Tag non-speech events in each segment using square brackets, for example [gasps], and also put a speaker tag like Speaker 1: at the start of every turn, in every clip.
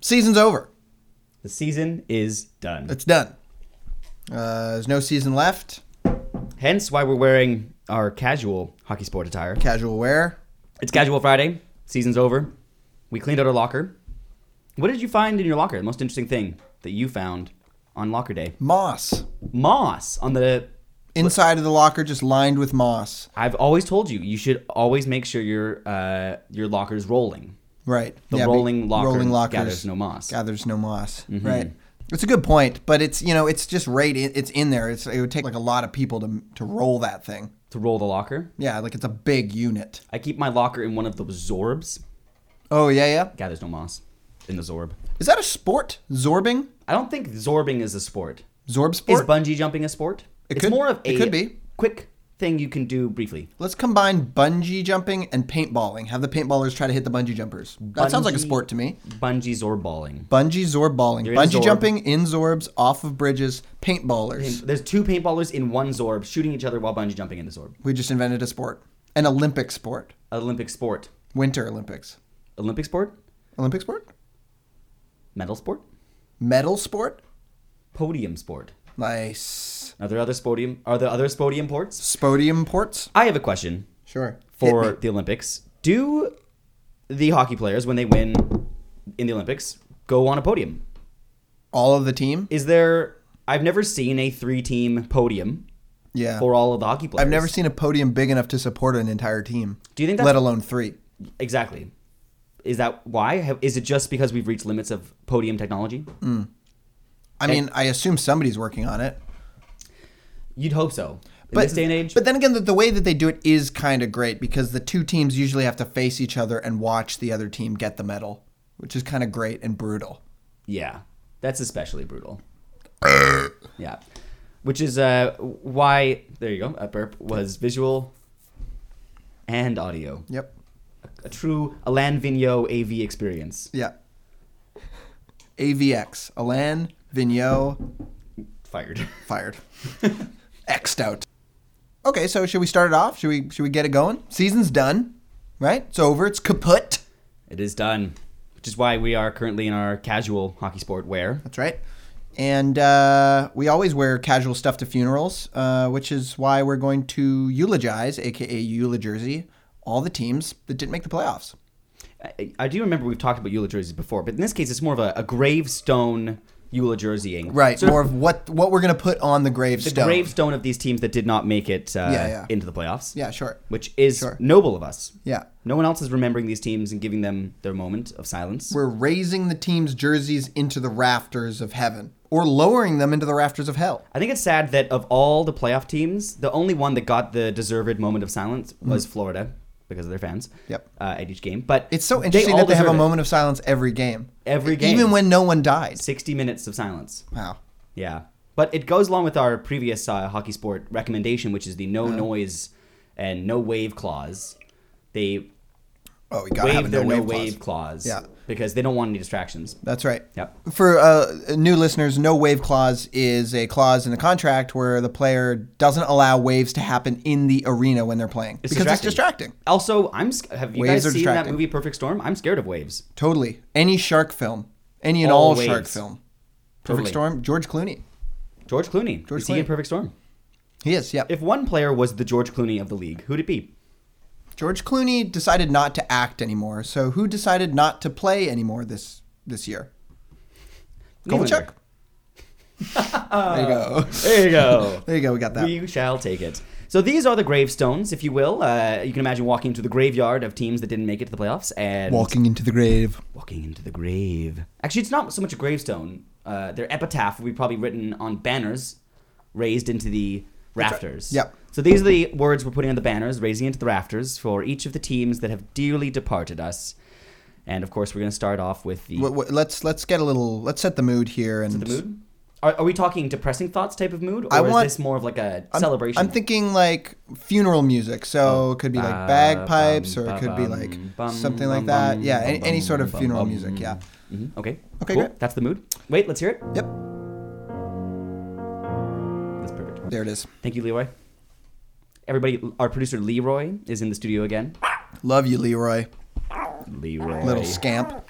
Speaker 1: Season's over.
Speaker 2: The season is done.
Speaker 1: It's done. Uh, there's no season left.
Speaker 2: Hence why we're wearing our casual hockey sport attire.
Speaker 1: Casual wear.
Speaker 2: It's Casual Friday. Season's over. We cleaned out our locker. What did you find in your locker? The most interesting thing that you found on locker day?
Speaker 1: Moss.
Speaker 2: Moss on the.
Speaker 1: Inside of the locker, just lined with moss.
Speaker 2: I've always told you you should always make sure your uh, your locker's rolling.
Speaker 1: Right.
Speaker 2: The
Speaker 1: Yeah, be-
Speaker 2: rolling locker
Speaker 1: rolling lockers
Speaker 2: gathers no moss. Mm-hmm.
Speaker 1: Gathers no moss. Right. It's a good point, but it's you know it's just right. In, it's in there. It's it would take like a lot of people to to roll that thing.
Speaker 2: to roll the locker.
Speaker 1: Yeah, like it's a big unit.
Speaker 2: I keep my locker in one of those zorbs.
Speaker 1: Oh yeah, yeah.
Speaker 2: Gathers no moss in the zorb.
Speaker 1: Is that a sport? Zorbing?
Speaker 2: I don't think zorbing is a sport.
Speaker 1: Zorb sport?
Speaker 2: Is bungee jumping a sport?
Speaker 1: It
Speaker 2: it's
Speaker 1: could-
Speaker 2: more of a
Speaker 1: it could be.
Speaker 2: quick thing you can do briefly.
Speaker 1: Let's combine bungee jumping and paintballing. Have the paintballers try to hit the bungee jumpers. That sounds like a
Speaker 2: Bungee-
Speaker 1: sport to me.
Speaker 2: Bungee zorb balling.
Speaker 1: Bungee zorb balling.
Speaker 2: You're in
Speaker 1: Bungee
Speaker 2: zorb.
Speaker 1: jumping in zorbs off of bridges. Paintballers.
Speaker 2: There's two paintballers in one zorb shooting each other while bungee jumping in the zorb.
Speaker 1: We just invented a sport. An Olympic sport.
Speaker 2: Olympic sport.
Speaker 1: Winter Olympics.
Speaker 2: Olympic sport?
Speaker 1: Olympic sport?
Speaker 2: Medal sport?
Speaker 1: Medal sport?
Speaker 2: Podium sport.
Speaker 1: Nice.
Speaker 2: Are there other spodium are there other spodium ports?
Speaker 1: Spodium ports?
Speaker 2: I have a question
Speaker 1: Sure.
Speaker 2: for the Olympics. Do the hockey players when they win in the Olympics go on a podium?
Speaker 1: All of the team?
Speaker 2: Is there I've never seen a three team podium
Speaker 1: Yeah.
Speaker 2: for all of the hockey players.
Speaker 1: I've never seen a podium big enough to support an entire team.
Speaker 2: Do you think that's-
Speaker 1: let alone three?
Speaker 2: Exactly. Is that why? Have- Is it just because we've reached limits of podium technology?
Speaker 1: Mm. I mean, I assume somebody's working on it.
Speaker 2: You'd hope so. In this day and age,
Speaker 1: But then again, the, the way that they do it is kind of great because the two teams usually have to face each other and watch the other team get the medal, which is kind of great and brutal.
Speaker 2: yeah, that's
Speaker 1: [clears throat]
Speaker 2: especially brutal. yeah, which is uh, why there you go. A burp was visual and audio.
Speaker 1: Yep.
Speaker 2: A true Alan Vigneault AV experience.
Speaker 1: Yeah. [laughs] AVX. Alan Vigneault
Speaker 2: Fired. [laughs]
Speaker 1: fired. [laughs] X'd out. Okay, so should we start it off? Should we should we get it going? Season's done, right? It's over. It's kaput.
Speaker 2: it is done, which is why we are currently in our casual hockey sport wear.
Speaker 1: That's right. And uh, we always wear casual stuff to funerals, uh, which is why we're going to eulogize, aka Eula Jersey, all the teams that didn't make the playoffs.
Speaker 2: I, I do remember we've talked about Eula jerseys before, but in this case, it's more of a, a gravestone Eula jerseying.
Speaker 1: Right.
Speaker 2: Sort of
Speaker 1: more of what what we're going to put on the
Speaker 2: the
Speaker 1: gravestone.
Speaker 2: gravestone of these teams that did not make it uh,
Speaker 1: Yeah, yeah.
Speaker 2: into the playoffs.
Speaker 1: Yeah, sure.
Speaker 2: Which is
Speaker 1: Sure.
Speaker 2: noble of us.
Speaker 1: Yeah.
Speaker 2: No one else is remembering these teams and giving them their moment of silence.
Speaker 1: We're raising the team's jerseys into the rafters of heaven or lowering them into the rafters of hell.
Speaker 2: I think it's sad that of all the playoff teams, the only one that got the deserved moment of silence was Florida because of their fans.
Speaker 1: Mm-hmm. Yep.
Speaker 2: Uh, at each game, but
Speaker 1: It's so interesting
Speaker 2: all
Speaker 1: that they have a
Speaker 2: deserve it.
Speaker 1: moment of silence every game.
Speaker 2: Every game.
Speaker 1: Even when no one died.
Speaker 2: Sixty minutes of silence.
Speaker 1: Wow.
Speaker 2: Yeah, but it goes along with our previous uh, hockey sport recommendation, which is the no
Speaker 1: Uh-huh.
Speaker 2: noise and no wave clause. They
Speaker 1: Oh, we got to have a
Speaker 2: waive their
Speaker 1: no
Speaker 2: no
Speaker 1: wave
Speaker 2: wave
Speaker 1: clause.
Speaker 2: clause,
Speaker 1: Yeah.
Speaker 2: because they don't want any distractions.
Speaker 1: That's right.
Speaker 2: Yep.
Speaker 1: For uh, new listeners, no wave clause is a clause in the contract where the player doesn't allow waves to happen in the arena when they're playing because it's distracting.
Speaker 2: Also, I'm sc- have you
Speaker 1: Waves
Speaker 2: guys
Speaker 1: are
Speaker 2: seen that
Speaker 1: distracting.
Speaker 2: movie Perfect Storm? I'm scared of waves.
Speaker 1: Totally. Any shark film, any and all,
Speaker 2: All
Speaker 1: shark
Speaker 2: waves.
Speaker 1: film. Perfect
Speaker 2: Totally.
Speaker 1: Storm, George Clooney.
Speaker 2: George Clooney.
Speaker 1: George
Speaker 2: is he in
Speaker 1: Clooney.
Speaker 2: Perfect Storm?
Speaker 1: He is, yep.
Speaker 2: If one player was the George Clooney of the league, who'd it be?
Speaker 1: George Clooney decided not to act anymore. So who decided not to play anymore this this year? Kovalchuk.
Speaker 2: Nylander. [laughs]
Speaker 1: there you go.
Speaker 2: There you go.
Speaker 1: There you go. We got [laughs] that.
Speaker 2: We shall take it. So these are the gravestones, if you will. Uh, you can imagine walking into the graveyard of teams that didn't make it to the playoffs and
Speaker 1: Walking into the grave.
Speaker 2: walking into the grave. Actually, it's not so much a gravestone. Uh, their epitaph will be probably written on banners raised into the rafters.
Speaker 1: Yep.
Speaker 2: So these are the words we're putting on the banners, raising into the rafters for each of the teams that have dearly departed us. And of course, we're going to start off with the.
Speaker 1: W- w- let's let's get a little. Let's set the mood here and
Speaker 2: the mood? Are, are we talking depressing thoughts type of mood, or
Speaker 1: I want-
Speaker 2: is this more of like a
Speaker 1: I'm-
Speaker 2: celebration?
Speaker 1: I'm thinking like funeral music, so it could be like bagpipes,
Speaker 2: bum,
Speaker 1: or it
Speaker 2: ba-
Speaker 1: could be
Speaker 2: bum,
Speaker 1: like
Speaker 2: bum,
Speaker 1: something
Speaker 2: bum,
Speaker 1: like that.
Speaker 2: bum,
Speaker 1: Yeah,
Speaker 2: bum,
Speaker 1: any, any
Speaker 2: bum,
Speaker 1: sort of
Speaker 2: bum,
Speaker 1: funeral
Speaker 2: bum.
Speaker 1: music. Yeah.
Speaker 2: Mhm. Okay.
Speaker 1: Okay,
Speaker 2: Cool.
Speaker 1: great.
Speaker 2: That's the mood. Wait, let's hear it.
Speaker 1: Yep.
Speaker 2: That's perfect.
Speaker 1: There it is.
Speaker 2: Thank you, Leroy. Everybody, our producer Leroy is in the studio again.
Speaker 1: Love you, Leroy,
Speaker 2: Leroy
Speaker 1: little scamp.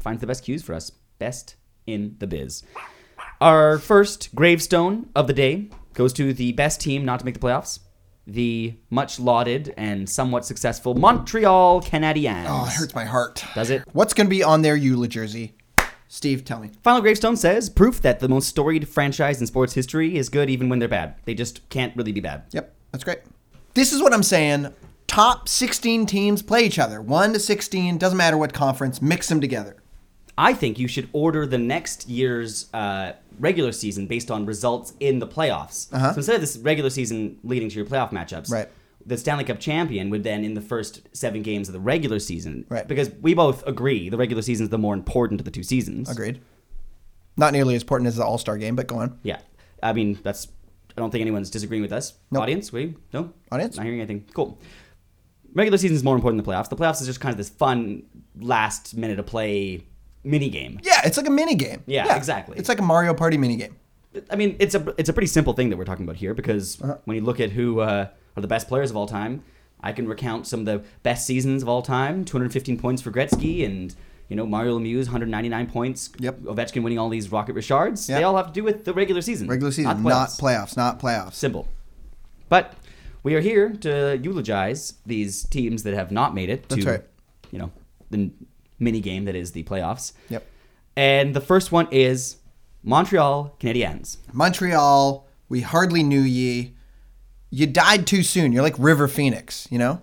Speaker 2: finds the best cues for us. best in the biz. Our first gravestone of the day goes to the best team not to make the playoffs, the much lauded and somewhat successful Montreal Canadiens.
Speaker 1: Oh, it hurts my heart.
Speaker 2: Does it?
Speaker 1: What's going to be on their Eula jersey? Steve, tell me.
Speaker 2: Final Gravestone says proof that the most storied franchise in sports history is good even when they're bad. They just can't really be bad.
Speaker 1: Yep, that's great. This is what I'm saying. Top 16 teams play each other. 1 to 16, doesn't matter what conference, mix them together.
Speaker 2: I think you should order the next year's uh, regular season based on results in the playoffs. So instead of this regular season leading to your playoff matchups,
Speaker 1: Uh-huh. Right.
Speaker 2: the Stanley Cup champion would then in the first seven games of the regular season,
Speaker 1: Right.
Speaker 2: because we both agree the regular season is the more important of the two seasons.
Speaker 1: Agreed. Not nearly as important as the All Star game, but go on.
Speaker 2: Yeah, I mean that's. I don't think anyone's disagreeing with us.
Speaker 1: Nope.
Speaker 2: Audience, we no
Speaker 1: Audience?
Speaker 2: not hearing anything. Cool. Regular season is more important than the playoffs. The playoffs is just kind of this fun last minute of play mini game.
Speaker 1: Yeah, it's like a mini game.
Speaker 2: Yeah, exactly.
Speaker 1: It's like a Mario Party mini game.
Speaker 2: I mean, it's a it's a pretty simple thing that we're talking about here because
Speaker 1: Uh-huh.
Speaker 2: when you look at who uh, are the best players of all time, I can recount some of the best seasons of all time: 215 points for Gretzky, and you know Mario Lemieux, 199 points.
Speaker 1: Yep.
Speaker 2: Ovechkin winning all these Rocket Richards. They
Speaker 1: Yep.
Speaker 2: all have to do with the regular season.
Speaker 1: Regular
Speaker 2: not
Speaker 1: season,
Speaker 2: the
Speaker 1: not
Speaker 2: playoffs.
Speaker 1: playoffs, not playoffs.
Speaker 2: Simple. But we are here to eulogize these teams that have not made it to,
Speaker 1: That's right.
Speaker 2: you know, the mini game that is the playoffs.
Speaker 1: Yep.
Speaker 2: And the first one is Montreal Canadiens.
Speaker 1: Montreal, we hardly knew ye. You died too soon. You're like River Phoenix, you know?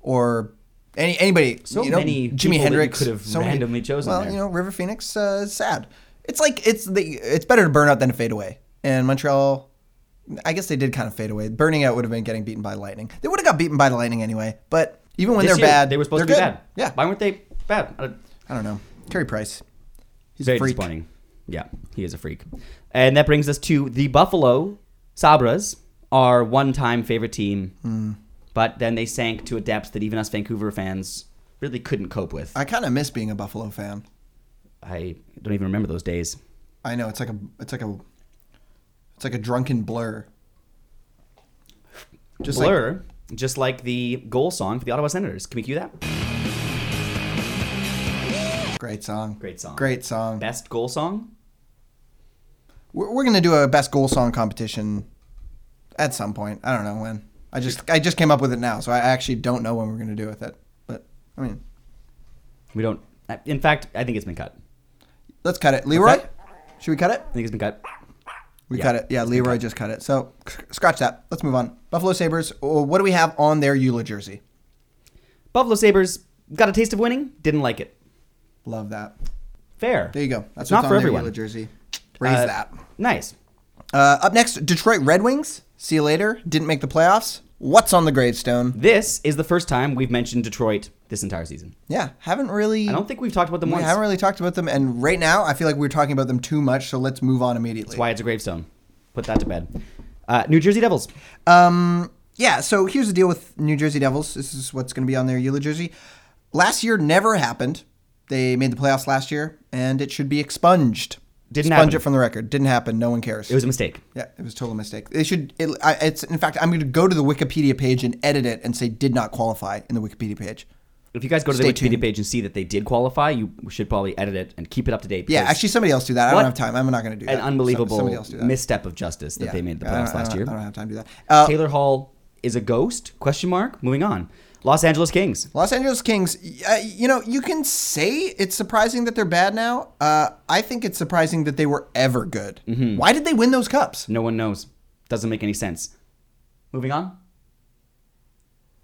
Speaker 1: Or any anybody.
Speaker 2: So
Speaker 1: you know,
Speaker 2: many people that
Speaker 1: Jimi
Speaker 2: you
Speaker 1: Hendrix
Speaker 2: could have
Speaker 1: so many-
Speaker 2: randomly chosen
Speaker 1: Well,
Speaker 2: there.
Speaker 1: you know, River Phoenix uh, is sad. It's like it's the it's better to burn out than to fade away. And Montreal, I guess they did kind of fade away. Burning out would have been getting beaten by lightning. They would have got beaten by the lightning anyway. But even when
Speaker 2: This
Speaker 1: they're
Speaker 2: year,
Speaker 1: bad,
Speaker 2: They were
Speaker 1: they're
Speaker 2: supposed to be
Speaker 1: good.
Speaker 2: bad.
Speaker 1: Yeah,
Speaker 2: Why weren't they bad? Uh,
Speaker 1: I don't know. Carey Price, he's
Speaker 2: Very
Speaker 1: a freak.
Speaker 2: disappointing. Yeah, he is a freak. And that brings us to the Buffalo Sabres, our one-time favorite team.
Speaker 1: Hmm.
Speaker 2: But then they sank to a depth that even us Vancouver fans really couldn't cope with.
Speaker 1: I kind of miss being a Buffalo fan.
Speaker 2: I don't even remember those days.
Speaker 1: I know it's like a it's like a it's like a drunken blur. Just like-
Speaker 2: Blur, just like the goal song for the Ottawa Senators. Can we cue that?
Speaker 1: great song.
Speaker 2: Great song.
Speaker 1: Great song.
Speaker 2: Best goal song?
Speaker 1: We're, we're gonna do a best goal song competition at some point. I don't know when. I just I just came up with it now, so I actually don't know when we're gonna do with it. But I mean,
Speaker 2: We don't. uh, In fact, I think it's been cut.
Speaker 1: let's cut it. Leroy,
Speaker 2: that?
Speaker 1: should we cut it?
Speaker 2: I think it's been cut.
Speaker 1: We
Speaker 2: Yeah,
Speaker 1: cut it. Yeah, Leroy just cut it. So scratch that. Let's move on. Buffalo Sabers. What do we have on their Eula jersey?
Speaker 2: Buffalo Sabres got a taste of winning, didn't like it.
Speaker 1: Love that.
Speaker 2: Fair.
Speaker 1: There you go. That's
Speaker 2: It's not
Speaker 1: what's
Speaker 2: for
Speaker 1: on their
Speaker 2: everyone.
Speaker 1: Eula jersey. Raise
Speaker 2: Uh,
Speaker 1: that.
Speaker 2: Nice.
Speaker 1: Uh, up next, Detroit Red Wings. See you later. Didn't make the playoffs. What's on the gravestone?
Speaker 2: This is the first time we've mentioned Detroit this entire season.
Speaker 1: Yeah, haven't really.
Speaker 2: I don't think we've talked about them
Speaker 1: we
Speaker 2: once.
Speaker 1: haven't really talked about them, and right now I feel like we're talking about them too much. So let's move on immediately.
Speaker 2: That's why it's a gravestone. Put that to bed. Uh, New Jersey Devils.
Speaker 1: Um, yeah. So here's the deal with New Jersey Devils. This is what's going to be on their Eula jersey. Last year never happened. They made the playoffs last year, and it should be expunged.
Speaker 2: Didn't
Speaker 1: Sponge
Speaker 2: happen.
Speaker 1: it from the record. Didn't happen. No one cares.
Speaker 2: It was a mistake.
Speaker 1: Yeah, it was a total mistake. They should. It, I, it's in fact, I'm going to go to the Wikipedia page and edit it and say did not qualify in the Wikipedia page.
Speaker 2: If you guys go to
Speaker 1: Stay
Speaker 2: the Wikipedia
Speaker 1: tuned.
Speaker 2: page and see that they did qualify, you should probably edit it and keep it up to date.
Speaker 1: Yeah,
Speaker 2: because
Speaker 1: actually, somebody else do that. I
Speaker 2: What?
Speaker 1: don't have time. I'm not going to do that.
Speaker 2: an
Speaker 1: Some-
Speaker 2: unbelievable
Speaker 1: somebody else do that.
Speaker 2: misstep of justice that
Speaker 1: Yeah.
Speaker 2: they made the
Speaker 1: I don't-
Speaker 2: playoffs
Speaker 1: I
Speaker 2: last
Speaker 1: don't-
Speaker 2: year.
Speaker 1: I don't have time to do that. Uh,
Speaker 2: Taylor Hall is a ghost? Question mark. Moving on. Los Angeles Kings.
Speaker 1: Los Angeles Kings. y- Uh, you know, you can say it's surprising that they're bad now. Uh, I think it's surprising that they were ever good.
Speaker 2: Mm-hmm.
Speaker 1: Why did they win those cups?
Speaker 2: No one knows. Doesn't make any sense. Moving on.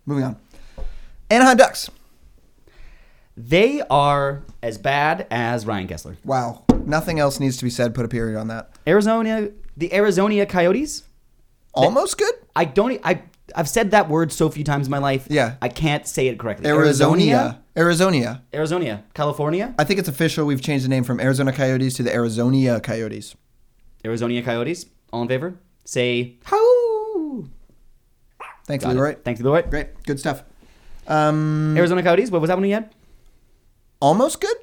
Speaker 1: Moving on. Anaheim Ducks.
Speaker 2: They are as bad as Ryan Kessler.
Speaker 1: Wow. Nothing else needs to be said. Put a period on that.
Speaker 2: Arizona, the Arizona Coyotes.
Speaker 1: Almost good.
Speaker 2: I don't. e, I I've said that word so few times in my life.
Speaker 1: Yeah.
Speaker 2: I can't say it correctly.
Speaker 1: Arizonia. Arizonia.
Speaker 2: Arizona, California,
Speaker 1: I think it's official. We've changed the name from Arizona Coyotes to the Arizonia Coyotes.
Speaker 2: Arizona Coyotes. All in favor? Say how.
Speaker 1: Thanks, Leroy.
Speaker 2: Thanks, Leroy.
Speaker 1: Great. Good stuff. Um,
Speaker 2: Arizona Coyotes. What was that one again?
Speaker 1: almost good.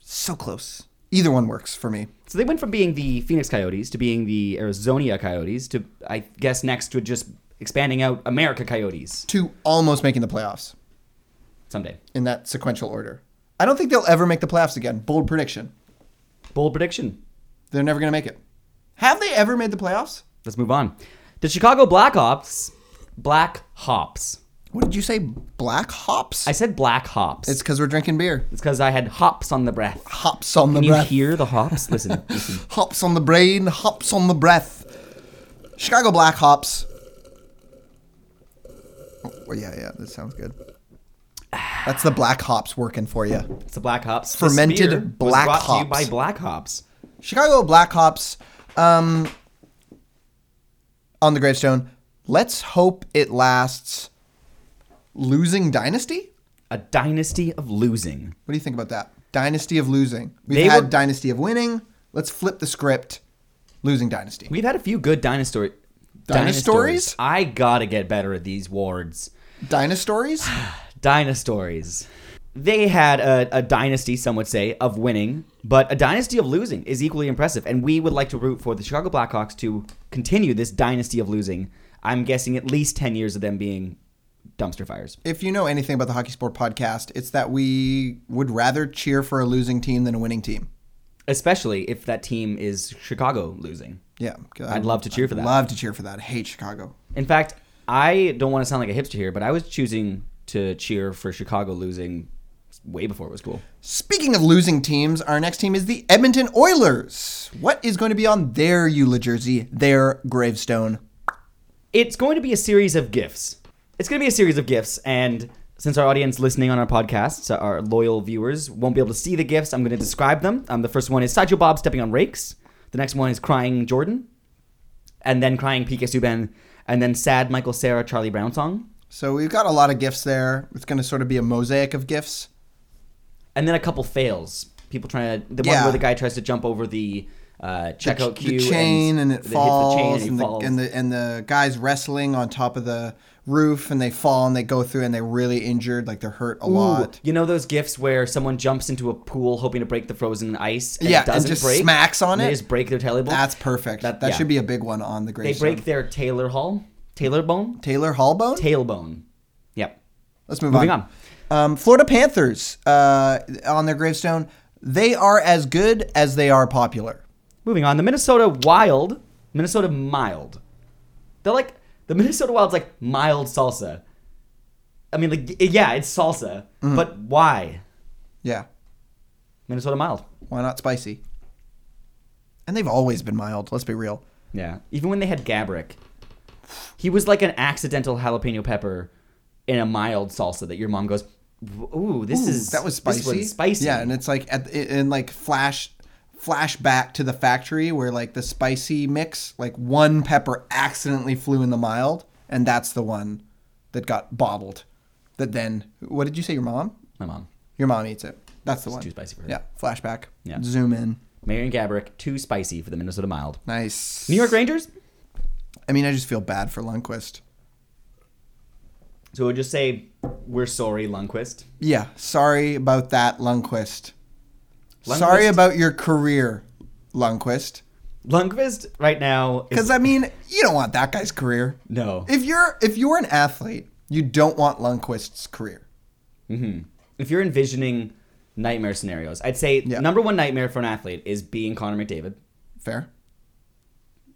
Speaker 1: So close. Either one works for me.
Speaker 2: So they went from being the Phoenix Coyotes to being the Arizona Coyotes to I guess next to just expanding out America Coyotes
Speaker 1: To almost making the playoffs
Speaker 2: someday.
Speaker 1: in that sequential order. I I don't think they'll ever make the playoffs again. Bold prediction.
Speaker 2: Bold prediction.
Speaker 1: They're never going to make it. Have they ever made the playoffs?
Speaker 2: Let's move on. The Chicago Black Ops. Black Hops.
Speaker 1: What did you say? Black hops?
Speaker 2: I said Black Hops.
Speaker 1: it's because we're drinking beer.
Speaker 2: It's because I had hops on the breath.
Speaker 1: Hops on the
Speaker 2: Can you
Speaker 1: breath.
Speaker 2: hear
Speaker 1: [laughs]
Speaker 2: the hops? Listen, listen.
Speaker 1: Hops on the brain. Hops on the breath. Chicago Black Hops. Oh, Well, yeah, yeah, that sounds good. That's the Black Hops working for you.
Speaker 2: It's the Black Hops.
Speaker 1: Fermented
Speaker 2: This beer was
Speaker 1: Black
Speaker 2: brought To you
Speaker 1: Hops.
Speaker 2: by Black Hops.
Speaker 1: Chicago Black Hops um, on the gravestone. Let's hope it lasts. Losing dynasty?
Speaker 2: A dynasty of losing.
Speaker 1: What do you think about that? Dynasty of losing. We've
Speaker 2: They
Speaker 1: had
Speaker 2: were-
Speaker 1: dynasty of winning. Let's flip the script. Losing dynasty.
Speaker 2: We've had a few good dinosaur.
Speaker 1: Dinostories?
Speaker 2: Dinostories. I gotta get better at these wards.
Speaker 1: Dinostories?
Speaker 2: Dinostories. They had a, a dynasty, some would say, of winning, but a dynasty of losing is equally impressive. And we would like to root for the Chicago Blackhawks to continue this dynasty of losing. I'm guessing at least 10 years of them being dumpster fires.
Speaker 1: if you know anything about the Hockey Sport podcast, it's that we would rather cheer for a losing team than a winning team.
Speaker 2: Especially if that team is Chicago losing.
Speaker 1: Yeah.
Speaker 2: I'd love to cheer for that.
Speaker 1: Love to cheer for that. I hate Chicago.
Speaker 2: In fact, I don't want to sound like a hipster here, but I was choosing to cheer for Chicago losing way before it was cool.
Speaker 1: Speaking of losing teams, our next team is the Edmonton Oilers. What is going to be on their Eula jersey, their gravestone?
Speaker 2: it's going to be a series of gifts. It's going to be a series of gifts, and since our audience listening on our podcast, so our loyal viewers, won't be able to see the gifts, I'm going to describe them. Um, the first one is Sideshow Bob stepping on rakes. The next one is crying Jordan, and then crying PK Subban, and then sad Michael Sarah Charlie Brown song,
Speaker 1: So we've got a lot of gifts there. It's going to sort of be a mosaic of gifts.
Speaker 2: and then a couple fails. People trying to the
Speaker 1: Yeah.
Speaker 2: one where the guy tries to jump over the uh,
Speaker 1: The
Speaker 2: checkout
Speaker 1: ch-
Speaker 2: queue
Speaker 1: the chain and,
Speaker 2: hits
Speaker 1: it falls,
Speaker 2: the chain and, he
Speaker 1: and,
Speaker 2: falls.
Speaker 1: The, and the and the guys wrestling on top of the roof, and they fall and they go through, and they're really injured, like they're hurt a lot.
Speaker 2: You know those gifts where someone jumps into a pool hoping to break the frozen ice and
Speaker 1: Yeah,
Speaker 2: it
Speaker 1: and
Speaker 2: doesn't
Speaker 1: just
Speaker 2: break,
Speaker 1: smacks on
Speaker 2: and
Speaker 1: it?
Speaker 2: They just break their tailbone.
Speaker 1: That's perfect. That,
Speaker 2: That- yeah.
Speaker 1: should be a big one on the
Speaker 2: they
Speaker 1: gravestone.
Speaker 2: break their Taylor Hall, Taylor bone,
Speaker 1: Taylor Hallbone.
Speaker 2: tailbone. Yep.
Speaker 1: Let's move
Speaker 2: Moving
Speaker 1: on. Um, Florida Panthers uh, on their gravestone. They are as good as they are popular.
Speaker 2: Moving on, the Minnesota Wild, Minnesota Mild. They're like the Minnesota Wild's like mild salsa. I mean, like yeah, it's salsa,
Speaker 1: Mm.
Speaker 2: but why
Speaker 1: Yeah.
Speaker 2: Minnesota Mild?
Speaker 1: Why not spicy? And they've always been mild. Let's be real.
Speaker 2: Yeah. Even when they had Gabrick, he was like an accidental jalapeno pepper in a mild salsa that your mom goes, "Ooh, this
Speaker 1: Ooh,
Speaker 2: is
Speaker 1: that was spicy.
Speaker 2: This one's spicy."
Speaker 1: Yeah, and it's like at it- in like flash flashback to the factory where like the spicy mix, like one pepper accidentally flew in the mild, and that's the one that got bottled. That then what did you say? Your mom?
Speaker 2: my mom,
Speaker 1: Your mom eats it. That's the one.
Speaker 2: too spicy for her.
Speaker 1: Yeah. Flashback.
Speaker 2: Yeah.
Speaker 1: Zoom in.
Speaker 2: Marion Gabrick, too spicy for the Minnesota mild.
Speaker 1: Nice.
Speaker 2: New York Rangers.
Speaker 1: I mean, I just feel bad for Lundqvist.
Speaker 2: So we'll just say, "We're sorry, Lundqvist."
Speaker 1: Yeah. Sorry about that, Lundqvist.
Speaker 2: Lundqvist-
Speaker 1: Sorry about your career, Lundqvist.
Speaker 2: Lundqvist right now is
Speaker 1: Because I mean, you don't want that guy's career.
Speaker 2: no. If,
Speaker 1: If you're if you're an athlete, you don't want Lundqvist's career.
Speaker 2: you're envisioning nightmare scenarios, I'd say
Speaker 1: Yeah.
Speaker 2: number one nightmare for an athlete is being Connor McDavid,
Speaker 1: Fair.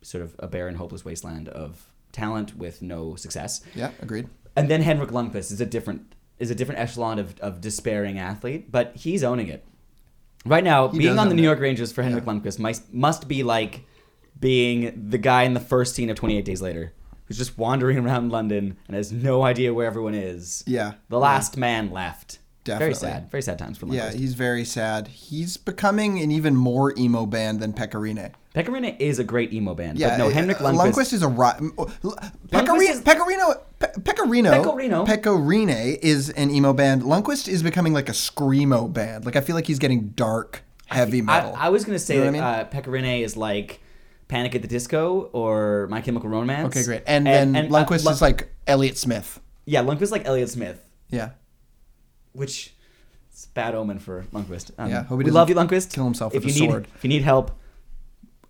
Speaker 2: sort of a barren, hopeless wasteland of talent with no success.
Speaker 1: Yeah. Agreed.
Speaker 2: And then Henrik Lundqvist is a different is a different echelon of, of despairing athlete, but he's owning it. Right now,
Speaker 1: does
Speaker 2: being on the
Speaker 1: own
Speaker 2: New
Speaker 1: it.
Speaker 2: York Rangers for Henrik Lundqvist must, must be like being the guy in the first scene of 28 Days Later, who's just wandering [laughs] around London and has no idea where everyone is.
Speaker 1: Yeah.
Speaker 2: The last man left.
Speaker 1: Definitely.
Speaker 2: Very sad. Very sad times for Lundqvist.
Speaker 1: Yeah. He's very sad. He's becoming an even more emo band than Pecorine.
Speaker 2: Pecorino is a great emo band,
Speaker 1: Yeah.
Speaker 2: but no,
Speaker 1: uh,
Speaker 2: Henrik
Speaker 1: uh,
Speaker 2: Lundqvist,
Speaker 1: is a rock. Pecorino.
Speaker 2: is-
Speaker 1: Pecorino. Pe- Pecorino.
Speaker 2: Pecorino.
Speaker 1: Pecorine is an emo band. Lundqvist is becoming like a screamo band. Like I feel like he's getting dark heavy metal.
Speaker 2: I, I was gonna say
Speaker 1: You know
Speaker 2: that
Speaker 1: what I
Speaker 2: uh, Pecorine is like Panic at the Disco or My Chemical Romance.
Speaker 1: okay, great. And, then
Speaker 2: uh,
Speaker 1: Lundqvist
Speaker 2: Lund-
Speaker 1: is like Elliot Smith.
Speaker 2: yeah, Lundqvist is like Elliot Smith,
Speaker 1: Yeah.
Speaker 2: which is a bad omen for Lundqvist. Um,
Speaker 1: Yeah, hope he
Speaker 2: we
Speaker 1: doesn't
Speaker 2: love you, Lundqvist.
Speaker 1: kill himself
Speaker 2: if
Speaker 1: with a
Speaker 2: you need,
Speaker 1: sword.
Speaker 2: If you need help,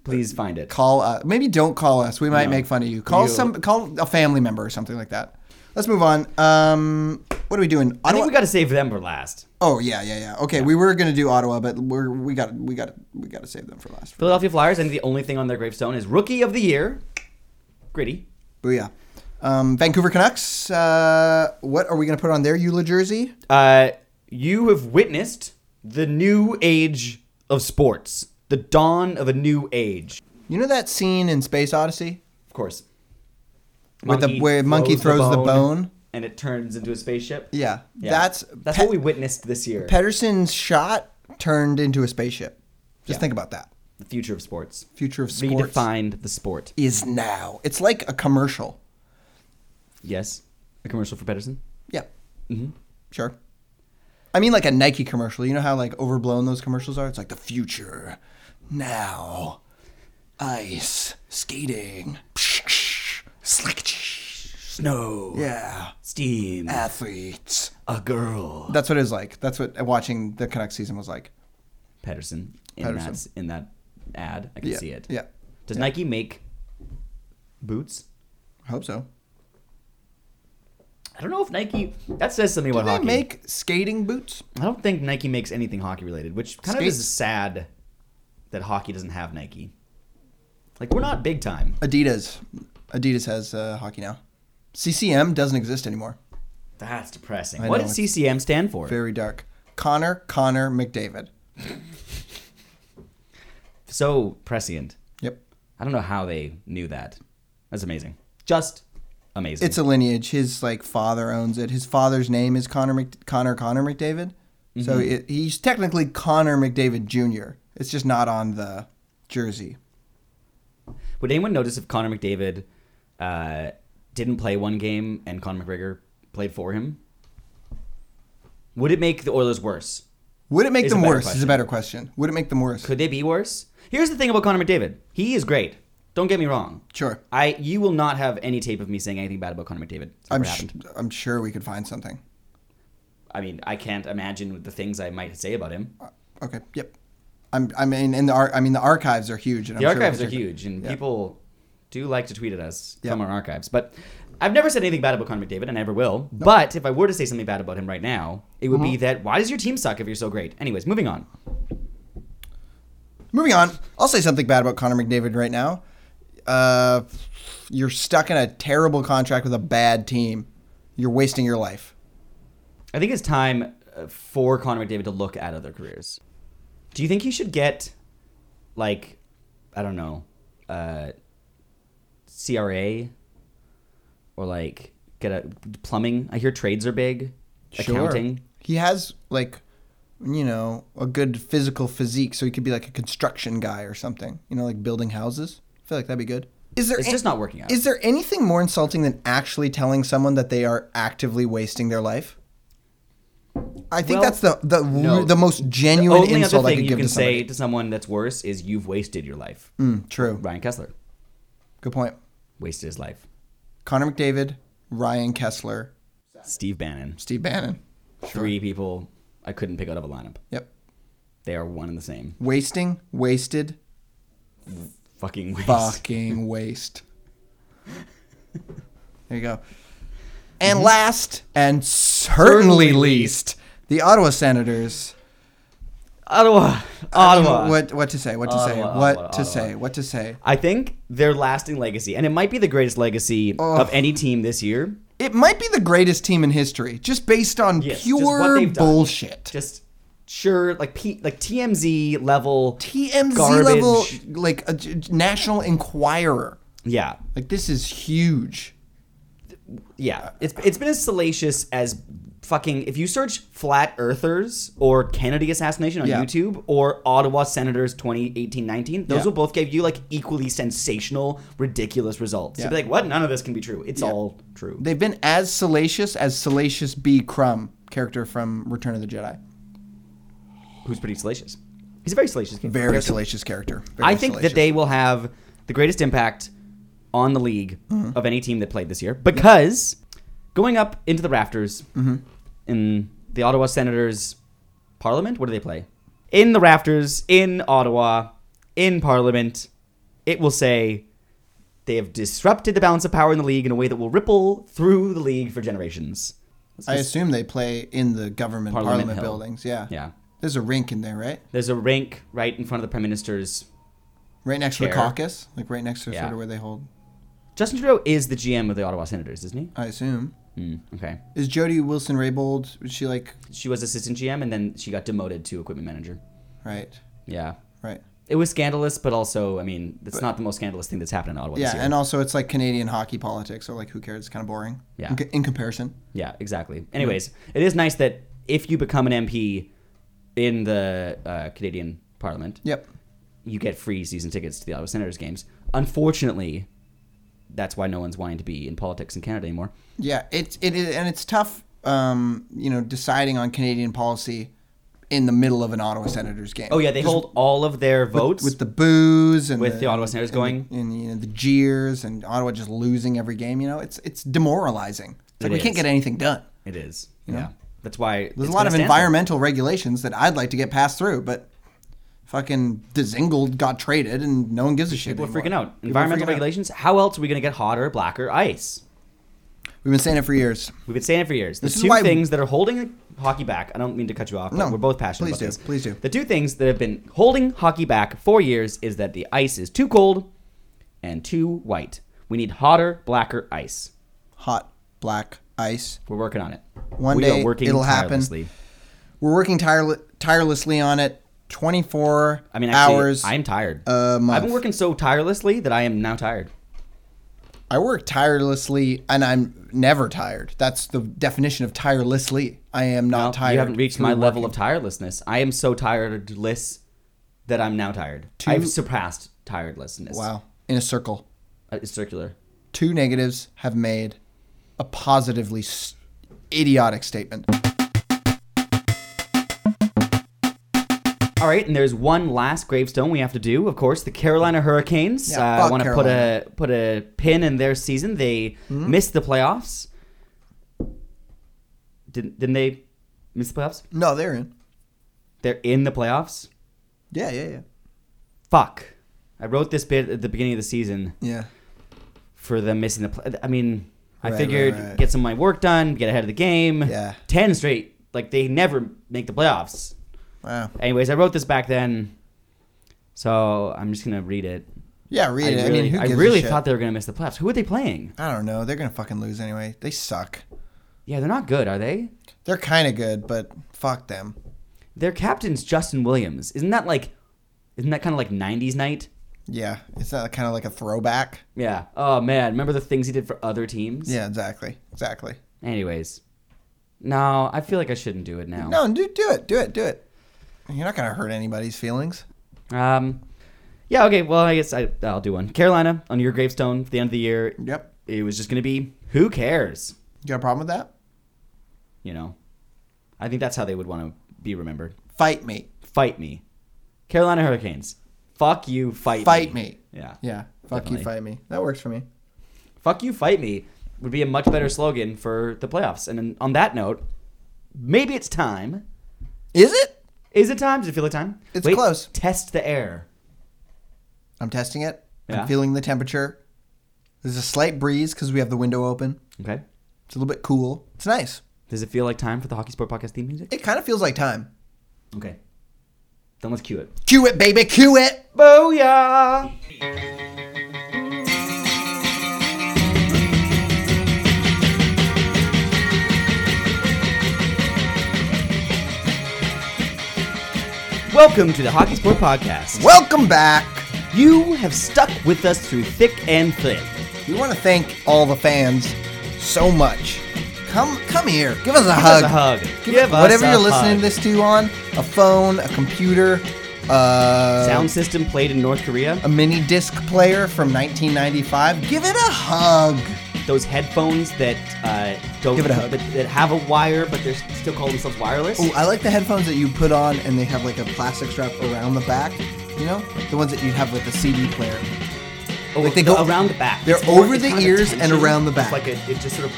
Speaker 2: please find it.
Speaker 1: call us. Maybe don't call us. We might
Speaker 2: No.
Speaker 1: make fun of you. Call
Speaker 2: You-
Speaker 1: some. Call a family member or something like that. Let's move on. Um, What are we doing?
Speaker 2: I
Speaker 1: Ottawa?
Speaker 2: think we got to save them for last.
Speaker 1: oh yeah, yeah, yeah. Okay, we were gonna do Ottawa, but we're we got we got we got to save them for last.
Speaker 2: Philadelphia Flyers, and the only thing on their gravestone is Rookie of the Year, Gritty.
Speaker 1: Booyah. Um, Vancouver Canucks. Uh, what are we gonna put on their Eula jersey?
Speaker 2: Uh, you have witnessed the new age of sports, the dawn of a new age.
Speaker 1: You know that scene in Space Odyssey
Speaker 2: Of course.
Speaker 1: With the- where monkey throws the bone?
Speaker 2: and it turns into a spaceship.
Speaker 1: Yeah, that's-
Speaker 2: that's
Speaker 1: Pe-
Speaker 2: what we witnessed this year.
Speaker 1: Pedersen's shot turned into a spaceship. Just
Speaker 2: Yeah.
Speaker 1: think about that.
Speaker 2: the future of sports.
Speaker 1: Future of sports
Speaker 2: Redefined the sport.
Speaker 1: is now. It's like a commercial.
Speaker 2: Yes. A commercial for Pedersen.
Speaker 1: Yeah.
Speaker 2: Mm-hmm.
Speaker 1: Sure. I mean, like a Nike commercial. You know how like overblown those commercials are. It's like the future now, ice skating, slick,
Speaker 2: Snow.
Speaker 1: yeah,
Speaker 2: Steam.
Speaker 1: athletes.
Speaker 2: A girl.
Speaker 1: That's what it was like. That's what watching the Canucks season was like.
Speaker 2: Pedersen in
Speaker 1: Pedersen.
Speaker 2: that in that ad. I can
Speaker 1: Yeah,
Speaker 2: see it.
Speaker 1: yeah,
Speaker 2: Does Nike make boots?
Speaker 1: I hope so.
Speaker 2: I don't know if Nike. That says something about
Speaker 1: Do they
Speaker 2: hockey.
Speaker 1: make skating boots?
Speaker 2: I don't think Nike makes anything hockey related, which kind of
Speaker 1: Skates?
Speaker 2: is sad that hockey doesn't have Nike. Like we're not big time.
Speaker 1: Adidas. Adidas has uh, hockey now. CCM doesn't exist anymore.
Speaker 2: That's depressing.
Speaker 1: I
Speaker 2: what
Speaker 1: know,
Speaker 2: does
Speaker 1: it's
Speaker 2: CCM stand for?
Speaker 1: Very dark. Connor, Connor McDavid.
Speaker 2: so prescient.
Speaker 1: Yep.
Speaker 2: I don't know how they knew that. That's amazing. Just amazing.
Speaker 1: It's a lineage. His like father owns it. His father's name is Connor Mc, Connor Connor McDavid. So
Speaker 2: Mm-hmm.
Speaker 1: it, he's technically Connor McDavid Jr. It's just not on the jersey.
Speaker 2: Would anyone notice if Connor McDavid uh, didn't play one game and Connor McGregor played for him? Would it make the Oilers worse?
Speaker 1: Would it make
Speaker 2: Is a
Speaker 1: them
Speaker 2: better
Speaker 1: worse? Is a
Speaker 2: question.
Speaker 1: better question. Would it make them worse?
Speaker 2: Could they be worse? Here's the thing about Connor McDavid. He is great. Don't get me wrong.
Speaker 1: Sure.
Speaker 2: I you will not have any tape of me saying anything bad about Connor McDavid. It's
Speaker 1: I'm
Speaker 2: never
Speaker 1: sh-
Speaker 2: happened.
Speaker 1: I'm sure we could find something.
Speaker 2: I mean, I can't imagine the things I might say about him.
Speaker 1: Uh, Okay. Yep. I'm I mean in the ar- I mean the archives are huge. And
Speaker 2: The
Speaker 1: I'm sure we
Speaker 2: archives
Speaker 1: could
Speaker 2: are
Speaker 1: check them.
Speaker 2: huge, and
Speaker 1: Yeah.
Speaker 2: people do like to tweet at us
Speaker 1: Yeah.
Speaker 2: from our archives. But I've never said anything bad about Connor McDavid, and I never will. But if I were to say something bad about him right now, it
Speaker 1: Uh-huh.
Speaker 2: would be that why does your team suck if you're so great? Anyways, moving on.
Speaker 1: Moving on, I'll say something bad about Connor McDavid right now. Uh, you're stuck in a terrible contract with a bad team. You're wasting your life.
Speaker 2: I think it's time uh, for Connor McDavid to look at other careers. Do you think he should get, like, I don't know, uh, CRA, or like get a plumbing? I hear trades are big. Accounting.
Speaker 1: He has like, you know, a good physical physique, so he could be like a construction guy or something. You know, like building houses. I feel like that'd be good. Is there?
Speaker 2: It's just not working out.
Speaker 1: Is there anything more insulting than actually telling someone that they are actively wasting their life? I think
Speaker 2: Well,
Speaker 1: that's the the
Speaker 2: no.
Speaker 1: the most
Speaker 2: the
Speaker 1: genuine
Speaker 2: only other
Speaker 1: insult I
Speaker 2: thing
Speaker 1: could
Speaker 2: you
Speaker 1: give
Speaker 2: can
Speaker 1: to
Speaker 2: say
Speaker 1: somebody.
Speaker 2: to someone that's worse is you've wasted your life.
Speaker 1: Mm, true.
Speaker 2: Ryan Kessler
Speaker 1: Good point.
Speaker 2: wasted his life.
Speaker 1: Connor McDavid, Ryan Kessler,
Speaker 2: Steve Bannon.
Speaker 1: Steve Bannon.
Speaker 2: Three people I couldn't pick out of a lineup.
Speaker 1: Yep.
Speaker 2: They are one and the same.
Speaker 1: Wasting, wasted,
Speaker 2: Fucking waste.
Speaker 1: fucking waste. [laughs] There you go.
Speaker 2: Mm-hmm.
Speaker 1: And last, and certainly least, the Ottawa Senators.
Speaker 2: [laughs] Ottawa.
Speaker 1: [laughs] I mean,
Speaker 2: Ottawa.
Speaker 1: what what to say? What to say?
Speaker 2: Ottawa,
Speaker 1: What
Speaker 2: Ottawa,
Speaker 1: to
Speaker 2: Ottawa.
Speaker 1: say? What to say?
Speaker 2: I think their lasting legacy, and it might be the greatest legacy of any team this year.
Speaker 1: It might be the greatest team in history, just based on
Speaker 2: Yes, just what
Speaker 1: pure
Speaker 2: they've done.
Speaker 1: bullshit.
Speaker 2: Just sure, like P, like TMZ level.
Speaker 1: TMZ
Speaker 2: garbage.
Speaker 1: level, like a j- j- National Enquirer.
Speaker 2: Yeah,
Speaker 1: Like this is huge.
Speaker 2: yeah. It's it's been as salacious as fucking. If you search flat earthers or Kennedy assassination on
Speaker 1: Yeah.
Speaker 2: YouTube or Ottawa Senators 2018-19, those
Speaker 1: Yeah.
Speaker 2: will both give you like equally sensational, ridiculous results. You'll be
Speaker 1: Yeah.
Speaker 2: like, what? None of this can be true. It's all true.
Speaker 1: They've been as salacious as Salacious B. Crumb, character from Return of the Jedi.
Speaker 2: Who's pretty salacious? He's a very salacious. character.
Speaker 1: Very salacious character. Very
Speaker 2: I think
Speaker 1: salacious.
Speaker 2: that they will have the greatest impact on the league of any team that played this year because going up into the rafters in the Ottawa Senators Parliament, what do they play? In the rafters, in Ottawa, in Parliament, it will say they have disrupted the balance of power in the league in a way that will ripple through the league for generations. Let's
Speaker 1: I
Speaker 2: just-
Speaker 1: assume they play in the government
Speaker 2: Parliament
Speaker 1: parliament,
Speaker 2: Hill.
Speaker 1: buildings. Yeah.
Speaker 2: yeah.
Speaker 1: There's a rink in there, right?
Speaker 2: There's a rink right in front of the prime minister's.
Speaker 1: Right next to the
Speaker 2: Chair.
Speaker 1: caucus, like right next to
Speaker 2: Yeah.
Speaker 1: sort of where they hold.
Speaker 2: Justin Trudeau is the GM of the Ottawa Senators, isn't
Speaker 1: I assume.
Speaker 2: he? Mm, okay.
Speaker 1: Is Jody Wilson-Raybould? Was she like
Speaker 2: She was assistant GM and then she got demoted to equipment manager.
Speaker 1: right,
Speaker 2: Yeah.
Speaker 1: right?
Speaker 2: It was scandalous, but also, I mean, it's not the most scandalous thing that's happened in Ottawa
Speaker 1: Yeah,
Speaker 2: this year.
Speaker 1: and also it's like Canadian hockey politics, so like who cares? It's kind of boring.
Speaker 2: Yeah.
Speaker 1: In, co- in comparison,
Speaker 2: Yeah, exactly. Anyways, it is nice that if you become an MP in the uh, Canadian Parliament,
Speaker 1: yep.
Speaker 2: you get free season tickets to the Ottawa Senators games. Unfortunately, that's why no one's wanting to be in politics in Canada anymore.
Speaker 1: Yeah, it's it is, and it's tough, um, you know, deciding on Canadian policy in the middle of an Ottawa Senators game.
Speaker 2: Oh yeah, they
Speaker 1: Just
Speaker 2: hold all of their votes.
Speaker 1: with the boos and
Speaker 2: With the Ottawa Senators
Speaker 1: and
Speaker 2: going.
Speaker 1: the, and you know, the jeers and Ottawa just losing every game. You know, it's it's demoralizing. It's like
Speaker 2: It
Speaker 1: we can't
Speaker 2: is.
Speaker 1: get anything done.
Speaker 2: it is.
Speaker 1: You
Speaker 2: Yeah,
Speaker 1: know?
Speaker 2: that's why
Speaker 1: There's
Speaker 2: it's
Speaker 1: a lot
Speaker 2: gonna
Speaker 1: of
Speaker 2: stand
Speaker 1: environmental regulations that I'd like to get passed through, but fucking Dezingled got traded and no one gives a shit.
Speaker 2: People are
Speaker 1: anymore.
Speaker 2: freaking out.
Speaker 1: People are
Speaker 2: Environmental
Speaker 1: freaking out.
Speaker 2: regulations. How else are we going to get hotter, blacker ice?
Speaker 1: We've been saying it for years.
Speaker 2: We've been saying it for years. The
Speaker 1: This is
Speaker 2: two
Speaker 1: why-
Speaker 2: things that are holding hockey back. I don't mean to cut you off. But
Speaker 1: No,
Speaker 2: we're both passionate
Speaker 1: please
Speaker 2: about
Speaker 1: do,
Speaker 2: this.
Speaker 1: please do.
Speaker 2: The two things that have been holding hockey back for years is that the ice is too cold and too white. We need hotter, blacker ice.
Speaker 1: Hot black ice.
Speaker 2: We're working on it.
Speaker 1: One
Speaker 2: we
Speaker 1: day
Speaker 2: are working
Speaker 1: it'll happen.
Speaker 2: tirelessly.
Speaker 1: We're working tirel- tirelessly on it. 24
Speaker 2: I mean, actually,
Speaker 1: hours.
Speaker 2: I'm tired.
Speaker 1: a month.
Speaker 2: I've been working so tirelessly that I am now tired.
Speaker 1: I work tirelessly, and I'm never tired. That's the definition of tirelessly. I am not
Speaker 2: Well,
Speaker 1: tired.
Speaker 2: You haven't reached
Speaker 1: through
Speaker 2: my level of
Speaker 1: working.
Speaker 2: tirelessness. I am so tiredless that I'm now tired.
Speaker 1: Two-
Speaker 2: I've surpassed tiredlessness.
Speaker 1: Wow. In a circle.
Speaker 2: Uh, It's circular.
Speaker 1: Two negatives have made a positively s- idiotic statement.
Speaker 2: All right, and there's one last gravestone we have to do. Of course, the Carolina Hurricanes.
Speaker 1: Yeah,
Speaker 2: uh, I
Speaker 1: fuck
Speaker 2: want to put a put a pin in their season. They
Speaker 1: Hmm?
Speaker 2: missed the playoffs. Didn't didn't they miss the playoffs?
Speaker 1: No, they're in.
Speaker 2: They're in the playoffs.
Speaker 1: Yeah, yeah, yeah.
Speaker 2: Fuck. I wrote this bit at the beginning of the season
Speaker 1: Yeah.
Speaker 2: for them missing the. Play- I mean, I
Speaker 1: Right,
Speaker 2: figured
Speaker 1: right, right.
Speaker 2: get some of my work done, get ahead of the game.
Speaker 1: Yeah.
Speaker 2: Ten straight. Like they never make the playoffs.
Speaker 1: Wow.
Speaker 2: Anyways, I wrote this back then, so I'm just gonna read it.
Speaker 1: Yeah, read it.
Speaker 2: I
Speaker 1: I
Speaker 2: really,
Speaker 1: mean, who
Speaker 2: I
Speaker 1: gives
Speaker 2: really
Speaker 1: a shit?
Speaker 2: thought they were going to miss the playoffs. Who are they playing?
Speaker 1: I don't know. They're gonna fucking lose anyway. They suck.
Speaker 2: Yeah, they're not good, are they?
Speaker 1: They're kind of good, but fuck them.
Speaker 2: Their captain's Justin Williams. Isn't that like, isn't that kind of like 90s night?
Speaker 1: Yeah, it's not kind of like a throwback.
Speaker 2: Yeah. Oh, man. Remember the things he did for other teams?
Speaker 1: Yeah, exactly, exactly.
Speaker 2: Anyways. No, I feel like I shouldn't do it now.
Speaker 1: No, do do it, do it, do it. You're not gonna hurt anybody's feelings.
Speaker 2: Um, yeah, okay. Well, I guess I, I'll do one. Carolina, on your gravestone at the end of the year,
Speaker 1: Yep.
Speaker 2: it was just going to be, who cares?
Speaker 1: You got a problem with that?
Speaker 2: You know? I think that's how they would want to be remembered.
Speaker 1: Fight me.
Speaker 2: Fight me. Carolina Hurricanes. Fuck you, fight,
Speaker 1: Fight me.
Speaker 2: Yeah.
Speaker 1: Yeah. Fuck
Speaker 2: Definitely.
Speaker 1: you, fight me. That works for me.
Speaker 2: Fuck you, fight me would be a much better slogan for the playoffs. And then on that note, maybe it's time.
Speaker 1: Is it?
Speaker 2: Is it time? Does it feel like time?
Speaker 1: It's close.
Speaker 2: Test the air.
Speaker 1: I'm testing it.
Speaker 2: Yeah.
Speaker 1: I'm feeling the temperature. There's a slight breeze because we have the window open.
Speaker 2: Okay.
Speaker 1: It's a little bit cool. It's nice.
Speaker 2: Does it feel like time for the Hockey Sport Podcast theme music?
Speaker 1: It kind of feels like time.
Speaker 2: Okay. Then let's cue it.
Speaker 1: Cue it, baby. Cue it.
Speaker 2: Booyah! Welcome to the Hockey Sport Podcast.
Speaker 1: Welcome back.
Speaker 2: You have stuck with us through thick and thin.
Speaker 1: We want to thank all the fans so much. Come, come here. Give us a
Speaker 2: Give
Speaker 1: hug.
Speaker 2: us a hug.
Speaker 1: Give
Speaker 2: Give us
Speaker 1: whatever
Speaker 2: a
Speaker 1: you're listening
Speaker 2: hug.
Speaker 1: to this to on a phone, a computer, uh,
Speaker 2: Sound system played in North Korea.
Speaker 1: a mini disc player from 1995. Give it a hug.
Speaker 2: Those headphones that uh, don't
Speaker 1: um, Give it a hug. Oh,
Speaker 2: That, that have a wire, but they're still call themselves wireless.
Speaker 1: Ooh, I like the headphones that you put on and they have like a plastic strap around the back. You know, the ones that you'd have with a CD player.
Speaker 2: Oh,
Speaker 1: like they
Speaker 2: the-
Speaker 1: go-
Speaker 2: around the back.
Speaker 1: they're
Speaker 2: It's more-
Speaker 1: over
Speaker 2: it's
Speaker 1: the
Speaker 2: kind of
Speaker 1: ears and
Speaker 2: tension.
Speaker 1: around the back.
Speaker 2: It's like it, it just sort of.